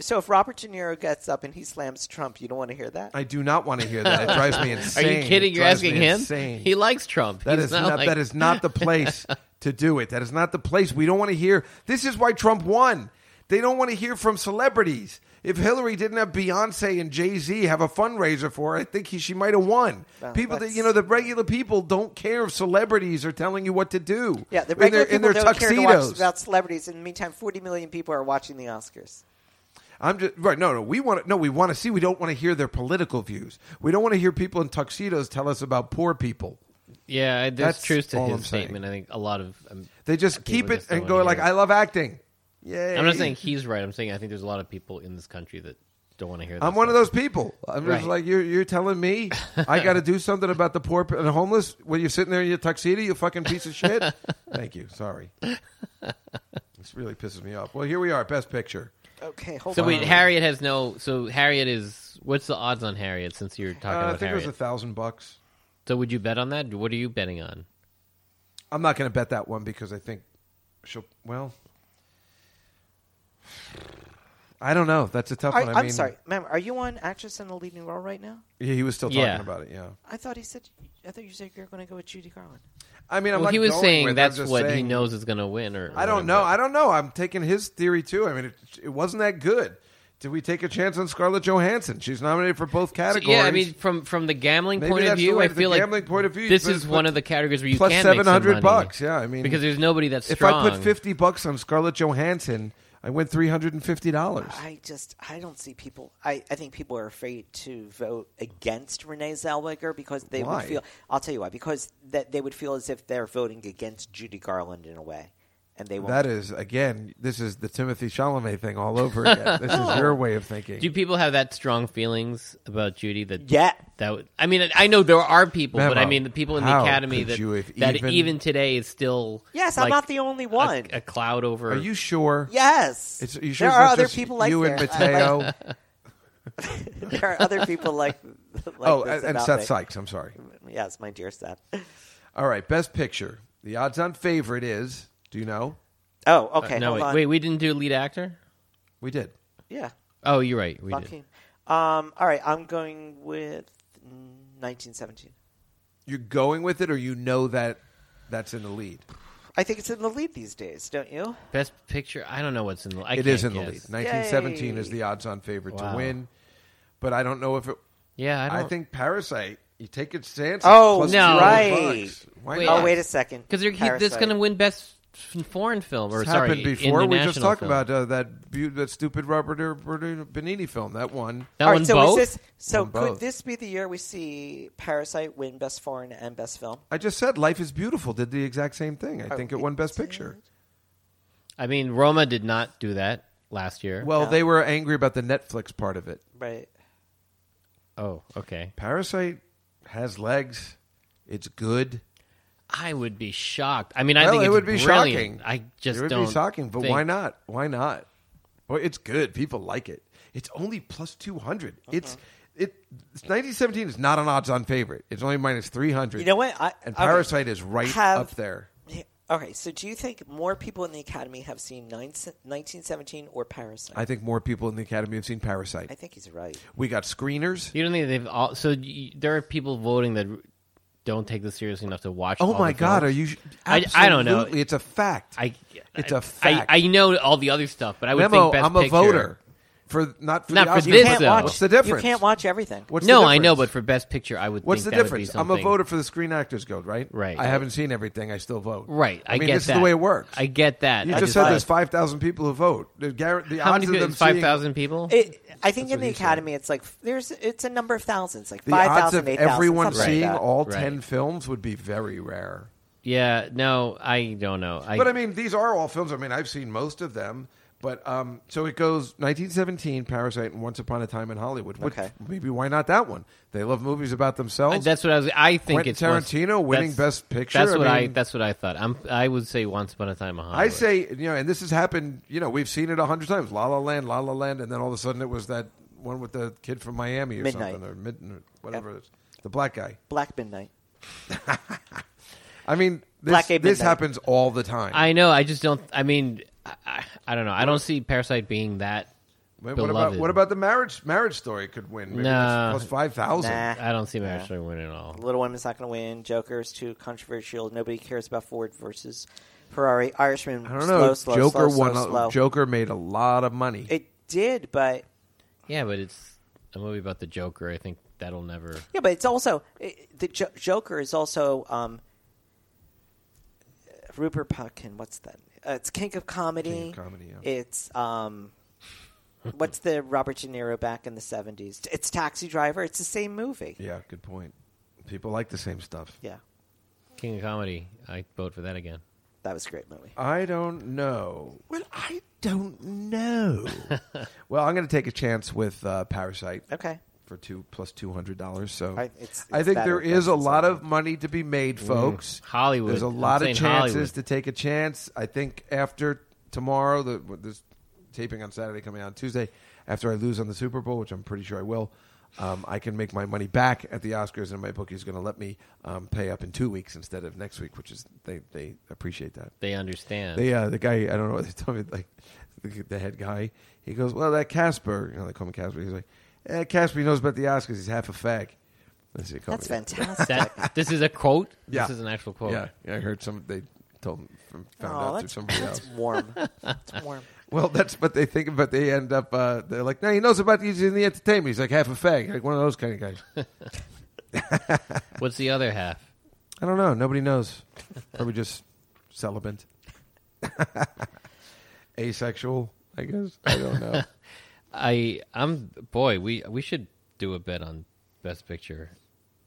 Speaker 5: So if Robert De Niro gets up and he slams Trump, you don't want to hear that.
Speaker 3: I do not want to hear that. It drives me
Speaker 4: are
Speaker 3: insane.
Speaker 4: you kidding?
Speaker 3: It
Speaker 4: You're
Speaker 3: drives
Speaker 4: asking
Speaker 3: me
Speaker 4: him.
Speaker 3: Insane.
Speaker 4: He likes Trump.
Speaker 3: That
Speaker 4: He's
Speaker 3: is not,
Speaker 4: like-
Speaker 3: that is not the place to do it. That is not the place. We don't want to hear. This is why Trump won. They don't want to hear from celebrities. If Hillary didn't have Beyonce and Jay Z have a fundraiser for her, I think he, she might have won.
Speaker 5: Well,
Speaker 3: people that
Speaker 5: that's-
Speaker 3: you know, the regular people don't care if celebrities are telling you what to do.
Speaker 5: Yeah, the
Speaker 3: in their,
Speaker 5: regular
Speaker 3: in
Speaker 5: people
Speaker 3: their
Speaker 5: don't
Speaker 3: tuxedos.
Speaker 5: care to watch about celebrities. In the meantime, 40 million people are watching the Oscars.
Speaker 3: I'm just right. No, no. We want to. No, we want to see. We don't want to hear their political views. We don't want to hear people in tuxedos tell us about poor people.
Speaker 4: Yeah, I- there's
Speaker 3: That's
Speaker 4: truth to
Speaker 3: all
Speaker 4: his
Speaker 3: I'm saying.
Speaker 4: statement. I think a lot of um,
Speaker 3: They just
Speaker 4: People
Speaker 3: keep it
Speaker 4: just don't
Speaker 3: and go
Speaker 4: wanna
Speaker 3: like,
Speaker 4: hear it.
Speaker 3: "I love acting." Yeah.
Speaker 4: I'm not saying he's right. I'm saying I think there's a lot of people in this country that don't want to hear. This
Speaker 3: I'm one of
Speaker 4: stuff.
Speaker 3: those people. I'm
Speaker 4: Right.
Speaker 3: just like you're. You're telling me I got to do something about the poor p- and the homeless when you're sitting there in your tuxedo, you fucking piece of shit. Thank you. Sorry. This really pisses me off. Well, here we are. Best picture.
Speaker 5: Okay, hold
Speaker 4: So
Speaker 5: on.
Speaker 4: wait,
Speaker 3: Uh, Um,
Speaker 4: Harriet has no. So Harriet is. What's the odds on Harriet? Since you're talking
Speaker 3: Uh, I
Speaker 4: about
Speaker 3: think
Speaker 4: Harriet,
Speaker 3: it was a thousand bucks.
Speaker 4: so would you bet on that? What are you betting on?
Speaker 3: I'm not going to bet that one because I think she'll. Well, I don't know. That's a tough
Speaker 5: Are,
Speaker 3: one. I
Speaker 5: I'm
Speaker 3: mean,
Speaker 5: sorry, ma'am. Are you on actress in a leading role right now?
Speaker 3: He he was still talking
Speaker 4: Yeah.
Speaker 3: about it. Yeah.
Speaker 5: I thought he said. I thought you said you're going to go with Judy Garland.
Speaker 3: I mean, I'm
Speaker 4: well,
Speaker 3: not
Speaker 4: he was
Speaker 3: going
Speaker 4: saying
Speaker 3: with it. I'm
Speaker 4: that's
Speaker 3: just
Speaker 4: what he
Speaker 3: saying-
Speaker 4: knows is going to win. Or, or
Speaker 3: I don't
Speaker 4: whatever.
Speaker 3: know. I don't know. I'm taking his theory too. I mean, it, it wasn't that good. Did we take a chance on Scarlett Johansson? She's nominated for both
Speaker 4: So,
Speaker 3: categories.
Speaker 4: yeah, I mean, from from the gambling
Speaker 3: Maybe
Speaker 4: point of
Speaker 3: that's the
Speaker 4: view,
Speaker 3: way-
Speaker 4: I
Speaker 3: the
Speaker 4: feel like
Speaker 3: gambling point of view,
Speaker 4: this
Speaker 3: but-
Speaker 4: is
Speaker 3: but
Speaker 4: one of the categories where you
Speaker 3: plus
Speaker 4: can make some
Speaker 3: 700
Speaker 4: money.
Speaker 3: bucks, yeah, I mean-
Speaker 4: because there's nobody that's
Speaker 3: if
Speaker 4: strong.
Speaker 3: I put fifty bucks on Scarlett Johansson, I win three hundred and fifty dollars.
Speaker 5: I just I don't see people. I, I think people are afraid to vote against Renee Zellweger because they
Speaker 3: Why?
Speaker 5: would feel. I'll tell you why. Because that they would feel as if they're voting against Judy Garland in a way, and they won't.
Speaker 3: That is again. This is the Timothy Chalamet thing all over again. this is your way of thinking.
Speaker 4: Do people have that strong feelings about Judy? That
Speaker 5: Yeah.
Speaker 4: that would, I mean, I know there are people, but I
Speaker 3: Memo,
Speaker 4: mean the people in the
Speaker 3: how
Speaker 4: academy
Speaker 3: could
Speaker 4: that
Speaker 3: you have
Speaker 4: that
Speaker 3: even-
Speaker 4: even, today is still
Speaker 5: Yes, I'm
Speaker 4: like,
Speaker 5: not the only
Speaker 4: a-
Speaker 5: one.
Speaker 4: A, cloud over.
Speaker 3: Are you sure?
Speaker 5: yes,
Speaker 3: It's, you sure
Speaker 5: there
Speaker 3: it's
Speaker 5: are
Speaker 3: not
Speaker 5: other
Speaker 3: just
Speaker 5: people like
Speaker 3: you
Speaker 5: there.
Speaker 3: and
Speaker 5: I
Speaker 3: Mateo.
Speaker 5: like- there are other people like. like
Speaker 3: oh,
Speaker 5: this
Speaker 3: and, and
Speaker 5: about
Speaker 3: Seth
Speaker 5: me.
Speaker 3: Sykes. I'm sorry.
Speaker 5: Yes, my dear Seth.
Speaker 3: All right, best picture. The odds-on favorite is. Do you know?
Speaker 5: Oh, okay.
Speaker 4: Uh, no,
Speaker 5: hold
Speaker 4: wait,
Speaker 5: on.
Speaker 4: wait, we didn't do lead actor.
Speaker 3: We did.
Speaker 5: Yeah.
Speaker 4: Oh, you're right. We did.
Speaker 5: Joaquin. Um, all right, I'm going with mm, 1917.
Speaker 3: You're going with it, or you know that that's in the lead.
Speaker 5: I think it's in the lead these days, don't you?
Speaker 4: Best picture. I don't know what's in the. I
Speaker 3: It is in
Speaker 4: can't
Speaker 3: the lead.
Speaker 4: guess.
Speaker 3: 1917
Speaker 5: Yay.
Speaker 3: is the odds-on favorite to
Speaker 4: Wow.
Speaker 3: win, but I don't know if it.
Speaker 4: Yeah, I,
Speaker 3: I,
Speaker 4: don't,
Speaker 3: think Parasite. You take a chance.
Speaker 5: Oh,
Speaker 3: plus
Speaker 4: no.
Speaker 3: 200
Speaker 5: right.
Speaker 3: bucks. Why
Speaker 4: Wait,
Speaker 3: not?
Speaker 5: Oh, wait a second.
Speaker 4: because that's
Speaker 5: Parasite.
Speaker 4: going to win best f- foreign film or
Speaker 3: It's
Speaker 4: sorry,
Speaker 3: happened before. We just
Speaker 4: international
Speaker 3: talked
Speaker 4: film.
Speaker 3: about uh, that beau- that stupid Robert Er- Roberto Benini film. That one.
Speaker 4: that
Speaker 5: All
Speaker 4: one
Speaker 5: right, so
Speaker 4: both.
Speaker 5: is this so
Speaker 3: Won
Speaker 5: could
Speaker 3: both.
Speaker 5: this be the year we see Parasite win Best Foreign and Best Film?
Speaker 3: I just said Life is Beautiful did the exact same thing. I think it won Best Picture.
Speaker 4: I mean, Roma did not do that last year.
Speaker 3: Well, they were angry about the Netflix part of it.
Speaker 5: Right.
Speaker 4: oh, okay.
Speaker 3: Parasite has legs. It's good.
Speaker 4: I would be shocked. I mean, I
Speaker 3: well,
Speaker 4: think
Speaker 3: it
Speaker 4: it's
Speaker 3: would be shocking.
Speaker 4: brilliant. I just
Speaker 3: it would
Speaker 4: don't
Speaker 3: be shocking. But
Speaker 4: think-
Speaker 3: why not? Why not? Well, it's good. People like it. It's only plus two hundred. It's
Speaker 4: Uh-huh.
Speaker 3: it. Nineteen seventeen is not an odds-on favorite. It's only minus three hundred.
Speaker 5: You know what? I-
Speaker 3: and
Speaker 5: okay.
Speaker 3: Parasite is right
Speaker 5: Have-
Speaker 3: up there.
Speaker 5: Yeah. Okay, so do you think more people in the academy have seen 9 1917 or Parasite?
Speaker 3: I think more people in the academy have seen Parasite.
Speaker 5: I think he's right.
Speaker 3: we got screeners.
Speaker 4: You don't think they've all? So y there are people voting that don't take this seriously enough to watch.
Speaker 3: Oh
Speaker 4: all
Speaker 3: my
Speaker 4: the
Speaker 3: God!
Speaker 4: films.
Speaker 3: Are you?
Speaker 4: I- I don't know.
Speaker 3: absolutely, It's a fact.
Speaker 4: I,
Speaker 3: It's
Speaker 4: a
Speaker 3: a fact.
Speaker 4: I, I know all the other stuff, but I would
Speaker 3: Memo.
Speaker 4: think best
Speaker 3: I'm a
Speaker 4: picture-
Speaker 3: voter for not for
Speaker 4: Not
Speaker 3: the
Speaker 4: for
Speaker 3: Oscars.
Speaker 4: this, though.
Speaker 3: What's the difference?
Speaker 5: You can't watch everything.
Speaker 3: What's
Speaker 4: no,
Speaker 3: the
Speaker 4: I know,
Speaker 3: difference?
Speaker 4: but for best picture, I would.
Speaker 3: What's
Speaker 4: think
Speaker 3: the
Speaker 4: that would be
Speaker 3: difference? I'm a
Speaker 4: something-
Speaker 3: voter for the Screen Actors Guild, right?
Speaker 4: Right.
Speaker 3: I haven't seen everything. I still vote.
Speaker 4: Right, I,
Speaker 3: I, mean,
Speaker 4: get
Speaker 3: this
Speaker 4: that.
Speaker 3: is the way it works.
Speaker 4: I get that.
Speaker 3: You
Speaker 4: I
Speaker 3: just
Speaker 4: just-
Speaker 3: said there's five thousand people who vote. The, gar- the
Speaker 4: how
Speaker 3: odds
Speaker 4: many?
Speaker 3: of them
Speaker 4: people- Five
Speaker 3: seeing-
Speaker 4: thousand people.
Speaker 5: It, I think in the
Speaker 3: he said.
Speaker 5: academy, it's like there's it's a number of thousands, like
Speaker 3: The
Speaker 5: five
Speaker 3: odds
Speaker 5: thousand,
Speaker 3: of
Speaker 5: eight thousand.
Speaker 3: everyone
Speaker 5: something like
Speaker 3: seeing
Speaker 5: that.
Speaker 3: all
Speaker 4: Right.
Speaker 3: ten films would be very rare.
Speaker 4: yeah, no, I don't know. I,
Speaker 3: But I mean, these are all films. I mean, I've seen most of them. But um, so it goes 1917, Parasite, and Once Upon a Time in Hollywood. Which,
Speaker 5: Okay.
Speaker 3: Maybe why not that one? They love movies about
Speaker 4: I-
Speaker 3: themselves.
Speaker 4: that's what I was. I think
Speaker 3: Oh. Quentin
Speaker 4: it's once-
Speaker 3: Tarantino winning
Speaker 4: that's-
Speaker 3: Best Picture?
Speaker 4: That's
Speaker 3: I
Speaker 4: what I,
Speaker 3: mean-
Speaker 4: That's what I thought. I'm. I would say Once Upon a Time in Hollywood.
Speaker 3: I say, you know, and this has happened. You know, we've seen it a hundred times. La La Land, La La Land, and then all of a sudden it was that one with the kid from Miami or
Speaker 5: Midnight.
Speaker 3: something, or mid, whatever it is, the black guy.
Speaker 5: Black Midnight.
Speaker 3: I mean, this,
Speaker 5: Black Ape
Speaker 3: this
Speaker 5: Midnight.
Speaker 3: happens all the time.
Speaker 4: I know. I just don't. I mean, I, I, I don't know. I don't see Parasite being that.
Speaker 3: what, what
Speaker 4: beloved.
Speaker 3: about what about the marriage marriage story? Could win maybe
Speaker 4: Nah.
Speaker 3: it's plus five thousand.
Speaker 5: Nah.
Speaker 4: I don't see Marriage Story winning at all.
Speaker 5: Little Women's not going to win. Joker's too controversial. Nobody cares about Ford versus Ferrari. Irishman.
Speaker 3: I don't
Speaker 5: slow,
Speaker 3: know.
Speaker 5: Slow,
Speaker 3: Joker
Speaker 5: slow,
Speaker 3: won.
Speaker 5: Slow,
Speaker 3: a-
Speaker 5: slow.
Speaker 3: Joker made a lot of money.
Speaker 5: It did, but
Speaker 4: Yeah, but it's a movie about the Joker. I think that'll never.
Speaker 5: yeah, but it's also it, the jo- Joker is also um, Rupert Putkin. What's that? Uh, it's King of Comedy.
Speaker 3: King of Comedy, yeah.
Speaker 5: It's um, what's the Robert De Niro back in the seventies? It's Taxi Driver. It's the same movie.
Speaker 3: yeah, good point. People like the same stuff.
Speaker 5: Yeah,
Speaker 4: King of Comedy. I vote for that again.
Speaker 5: that was a great movie.
Speaker 3: I don't know. Well, I don't know. well, I'm going to take a chance with uh, Parasite.
Speaker 5: Okay.
Speaker 3: for two plus two hundred dollars. So
Speaker 5: I- it's-
Speaker 3: I
Speaker 5: it's
Speaker 3: think
Speaker 5: better
Speaker 3: there is a
Speaker 5: versus
Speaker 3: lot
Speaker 5: Hollywood.
Speaker 3: of money to be made, folks.
Speaker 4: Mm. Hollywood.
Speaker 3: There's a
Speaker 4: I'm
Speaker 3: lot
Speaker 4: saying
Speaker 3: of chances
Speaker 4: Hollywood.
Speaker 3: to take a chance. I think after tomorrow, the with this taping on Saturday coming out on Tuesday, after I lose on the Super Bowl, which I'm pretty sure I will. Um, I can make my money back at the Oscars, and my bookie's going to let me um, pay up in two weeks instead of next week, which is they, they appreciate that.
Speaker 4: They understand.
Speaker 3: They uh, the guy I don't know what they told me like the, the head guy. He goes, well, that Casper, you know, they call him Casper. He's like, eh, Casper, he knows about the Oscars. He's half a fag. That's, what he called
Speaker 5: That's
Speaker 3: me.
Speaker 5: fantastic.
Speaker 4: that, this is a quote.
Speaker 3: Yeah.
Speaker 4: This is an actual quote.
Speaker 3: Yeah, yeah, I heard some. They told him from, found
Speaker 5: Oh,
Speaker 3: out through
Speaker 5: that's,
Speaker 3: somebody else.
Speaker 5: that's warm. It's warm.
Speaker 3: Well, that's what they think, but they end up. Uh, they're like, no, he knows about these in the entertainment. He's like half a fag, like one of those kind of guys.
Speaker 4: What's the other half?
Speaker 3: I don't know. Nobody knows. Probably just celibate, asexual. I guess I don't know.
Speaker 4: I I'm boy. We we should do a bet on Best Picture.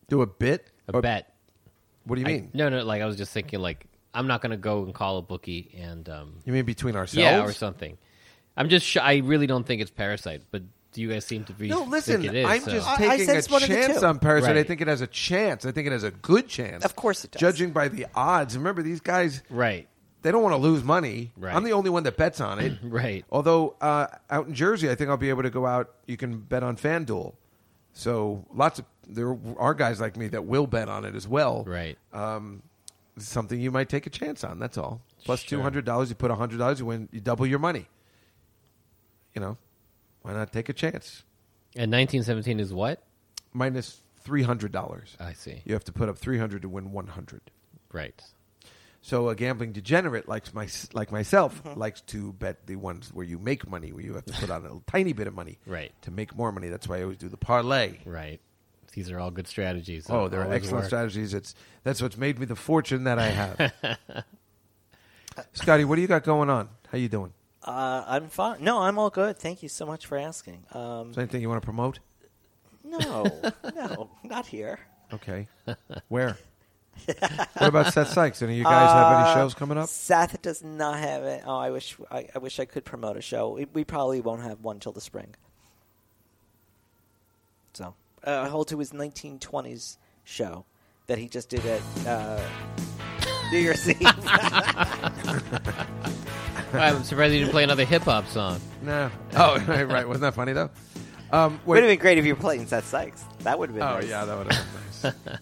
Speaker 3: Do a bit.
Speaker 4: A
Speaker 3: Or-
Speaker 4: bet.
Speaker 3: What do you
Speaker 4: I-
Speaker 3: mean?
Speaker 4: no, no. Like I was just thinking. Like I'm not gonna go and call a bookie and um
Speaker 3: You mean between ourselves?
Speaker 4: yeah or something. I'm just. Sh- I really don't think it's Parasite, but do you guys seem to be?
Speaker 3: No, listen.
Speaker 4: Think it is,
Speaker 3: I'm
Speaker 4: so-
Speaker 3: just
Speaker 5: I- I
Speaker 3: taking
Speaker 5: said
Speaker 3: a
Speaker 5: it's one of the
Speaker 3: chance
Speaker 5: two.
Speaker 3: on Parasite. I
Speaker 4: Right.
Speaker 3: think it has a chance. I think it has a good chance.
Speaker 5: Of course it does.
Speaker 3: Judging by the odds, remember these guys.
Speaker 4: right.
Speaker 3: They don't want to lose money.
Speaker 4: Right.
Speaker 3: I'm the only one that bets on it.
Speaker 4: Right.
Speaker 3: Although uh, out in Jersey, I think I'll be able to go out. You can bet on FanDuel. So lots of there are guys like me that will bet on it as well.
Speaker 4: Right.
Speaker 3: Um, it's something you might take a chance on. That's all. Plus
Speaker 4: Sure.
Speaker 3: two hundred dollars, you put hundred dollars, you win. You double your money. You know, why not take a chance?
Speaker 4: And 1917 is what?
Speaker 3: minus three hundred dollars.
Speaker 4: I see.
Speaker 3: You have to put up three hundred to win one hundred.
Speaker 4: Right.
Speaker 3: So a gambling degenerate likes my, like myself
Speaker 4: Uh-huh.
Speaker 3: likes to bet the ones where you make money, where you have to put on a little tiny bit of money,
Speaker 4: Right.
Speaker 3: to make more money. That's why I always do the parlay.
Speaker 4: Right. These are all good strategies. that
Speaker 3: Oh, there are
Speaker 4: always
Speaker 3: excellent
Speaker 4: work.
Speaker 3: strategies. It's that's what's made me the fortune that I have. Scotty, what do you got going on? How you doing?
Speaker 5: Uh, I'm fine. No, I'm all good. Thank you so much for asking. Um,
Speaker 3: Is there anything you want to promote?
Speaker 5: no, no, not here.
Speaker 3: Okay, where? What about Seth Sykes? Any of you guys
Speaker 5: Uh,
Speaker 3: have any shows coming up?
Speaker 5: Seth does not have it. Oh, I wish I, I wish I could promote a show. We, we probably won't have one till the spring. So, uh, hold to his 1920s show that he just did at uh, New Year's Eve.
Speaker 4: I'm surprised you didn't play another hip hop song.
Speaker 3: No. Oh, right, right. Wasn't that funny though? Um,
Speaker 5: Would
Speaker 3: wait.
Speaker 5: have been great if you were playing Seth Sykes. That would have been.
Speaker 3: oh
Speaker 5: nice.
Speaker 3: yeah, that would have been nice.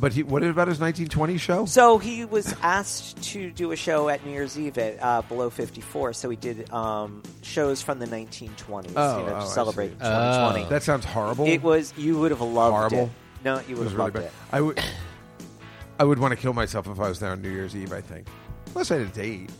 Speaker 3: but he, what about his 1920 show?
Speaker 5: So he was asked to do a show at New Year's Eve at uh, Below 54. So he did um, shows from the 1920s
Speaker 3: Oh,
Speaker 5: you know,
Speaker 3: oh, I
Speaker 5: to
Speaker 3: see.
Speaker 5: celebrate 2020.
Speaker 3: that sounds horrible.
Speaker 5: it was you would have loved
Speaker 3: Horrible.
Speaker 5: it. No, you
Speaker 3: It
Speaker 5: would
Speaker 3: was
Speaker 5: have
Speaker 3: really
Speaker 5: loved
Speaker 3: bad.
Speaker 5: it.
Speaker 3: I would. I would want to kill myself if I was there on New Year's Eve. I think. Unless I had a date.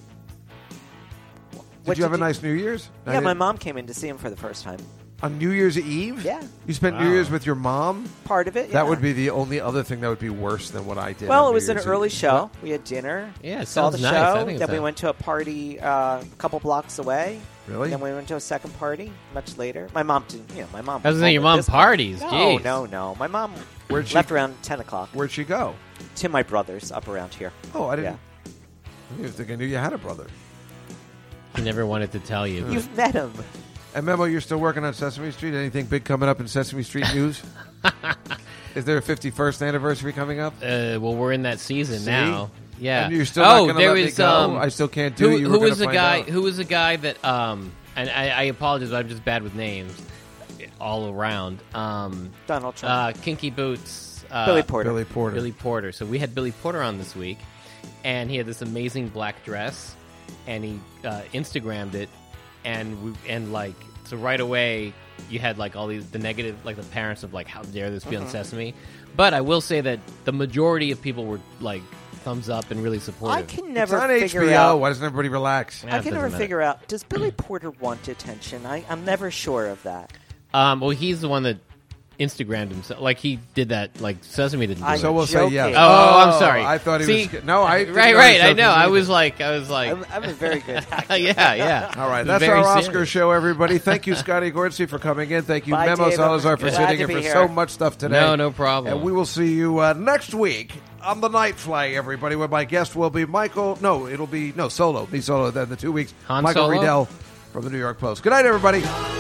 Speaker 3: Did
Speaker 5: What
Speaker 3: you have a nice New Year's? I
Speaker 5: Yeah, my
Speaker 3: didn't-
Speaker 5: mom came in to see him for the first time.
Speaker 3: on New Year's Eve.
Speaker 5: Yeah.
Speaker 3: You spent
Speaker 4: Wow.
Speaker 3: New Year's with your mom.
Speaker 5: Part of it.
Speaker 3: That
Speaker 5: yeah.
Speaker 3: would be the only other thing that would be worse than what I did.
Speaker 5: Well,
Speaker 3: on
Speaker 5: it
Speaker 3: New
Speaker 5: was an
Speaker 3: Year's
Speaker 5: early
Speaker 3: Eve.
Speaker 5: show. We had dinner.
Speaker 4: Yeah, it
Speaker 5: saw the
Speaker 4: sounds
Speaker 5: show.
Speaker 4: nice. I think it
Speaker 5: then we
Speaker 4: sounds-
Speaker 5: went to a party uh, a couple blocks away.
Speaker 3: Really?
Speaker 5: Then we went to a second party much later. My mom didn't. You know, my mom.
Speaker 4: I was gonna say, your
Speaker 5: home at
Speaker 4: mom
Speaker 5: this
Speaker 4: parties,
Speaker 5: point.
Speaker 4: jeez.
Speaker 5: No, no, no. My mom
Speaker 3: Where'd she-
Speaker 5: left around ten o'clock
Speaker 3: Where'd she go?
Speaker 5: to my brother's up around here.
Speaker 3: Oh, I didn't. I didn't even think I knew you had a brother.
Speaker 4: He never wanted to tell you.
Speaker 3: Hmm.
Speaker 4: but-
Speaker 5: You've met him.
Speaker 3: And Memo, you're still working on Sesame Street. Anything big coming up in Sesame Street news? Is there a 51st anniversary coming up?
Speaker 4: Uh, well, we're in that season
Speaker 3: See?
Speaker 4: now. Yeah.
Speaker 3: And you're still
Speaker 4: oh,
Speaker 3: not gonna
Speaker 4: there
Speaker 3: let me
Speaker 4: was,
Speaker 3: go?
Speaker 4: Um,
Speaker 3: I still can't do
Speaker 4: who,
Speaker 3: it. You were
Speaker 4: Who
Speaker 3: gonna
Speaker 4: was the
Speaker 3: find
Speaker 4: guy?
Speaker 3: out.
Speaker 4: Who was the guy that? Um, and I, I apologize. I'm just bad with names, all around. Um,
Speaker 5: Donald Trump.
Speaker 4: uh, Kinky Boots. Uh,
Speaker 5: Billy Porter.
Speaker 3: Billy Porter.
Speaker 4: Billy Porter. So we had Billy Porter on this week, and he had this amazing black dress, and he uh, Instagrammed it, and we, and like so right away you had like all these the negative like the parents of like how dare this be on
Speaker 3: Uh-huh.
Speaker 4: Sesame, but I will say that the majority of people were like thumbs up and really
Speaker 5: I
Speaker 4: supportive.
Speaker 5: can
Speaker 3: It's
Speaker 5: never
Speaker 3: on
Speaker 5: figure
Speaker 3: HBO.
Speaker 5: out.
Speaker 3: Why doesn't everybody relax?
Speaker 4: Yeah, it
Speaker 5: I can
Speaker 4: doesn't
Speaker 5: never
Speaker 4: matter.
Speaker 5: figure out. Does Billy Porter want attention? I, I'm never sure of that.
Speaker 4: Um, well, he's the one that Instagrammed himself. Like he did that. Like Sesame didn't.
Speaker 5: I-
Speaker 4: do
Speaker 3: So
Speaker 4: it.
Speaker 3: we'll say
Speaker 5: Joking.
Speaker 3: yes.
Speaker 5: Oh,
Speaker 4: Oh, I'm sorry.
Speaker 3: I thought he
Speaker 4: See?
Speaker 3: was. No, I. didn't
Speaker 4: Right, right. I
Speaker 3: he
Speaker 4: know. I
Speaker 3: either.
Speaker 4: was like, I was like,
Speaker 5: I'm, I'm a very good actor.
Speaker 4: yeah, yeah.
Speaker 3: All right,
Speaker 4: It was
Speaker 3: that's
Speaker 4: very
Speaker 3: our Oscar
Speaker 4: serious.
Speaker 3: show, everybody. Thank you, Scotty Gorsey, for coming in. Thank you,
Speaker 5: Bye,
Speaker 3: Memo
Speaker 5: David.
Speaker 3: Salazar, for
Speaker 5: Glad
Speaker 3: sitting
Speaker 5: to
Speaker 3: in
Speaker 5: be
Speaker 3: for
Speaker 5: here.
Speaker 3: so much stuff today.
Speaker 4: No, no problem.
Speaker 3: And we will see you uh, next week on the Night Fly, everybody, where my guest will be Michael. No, it'll be no solo, be solo. Then the two weeks,
Speaker 4: Han
Speaker 3: Michael
Speaker 4: Solo?
Speaker 3: Riedel from the New York Post. Good night, everybody.
Speaker 8: Solo.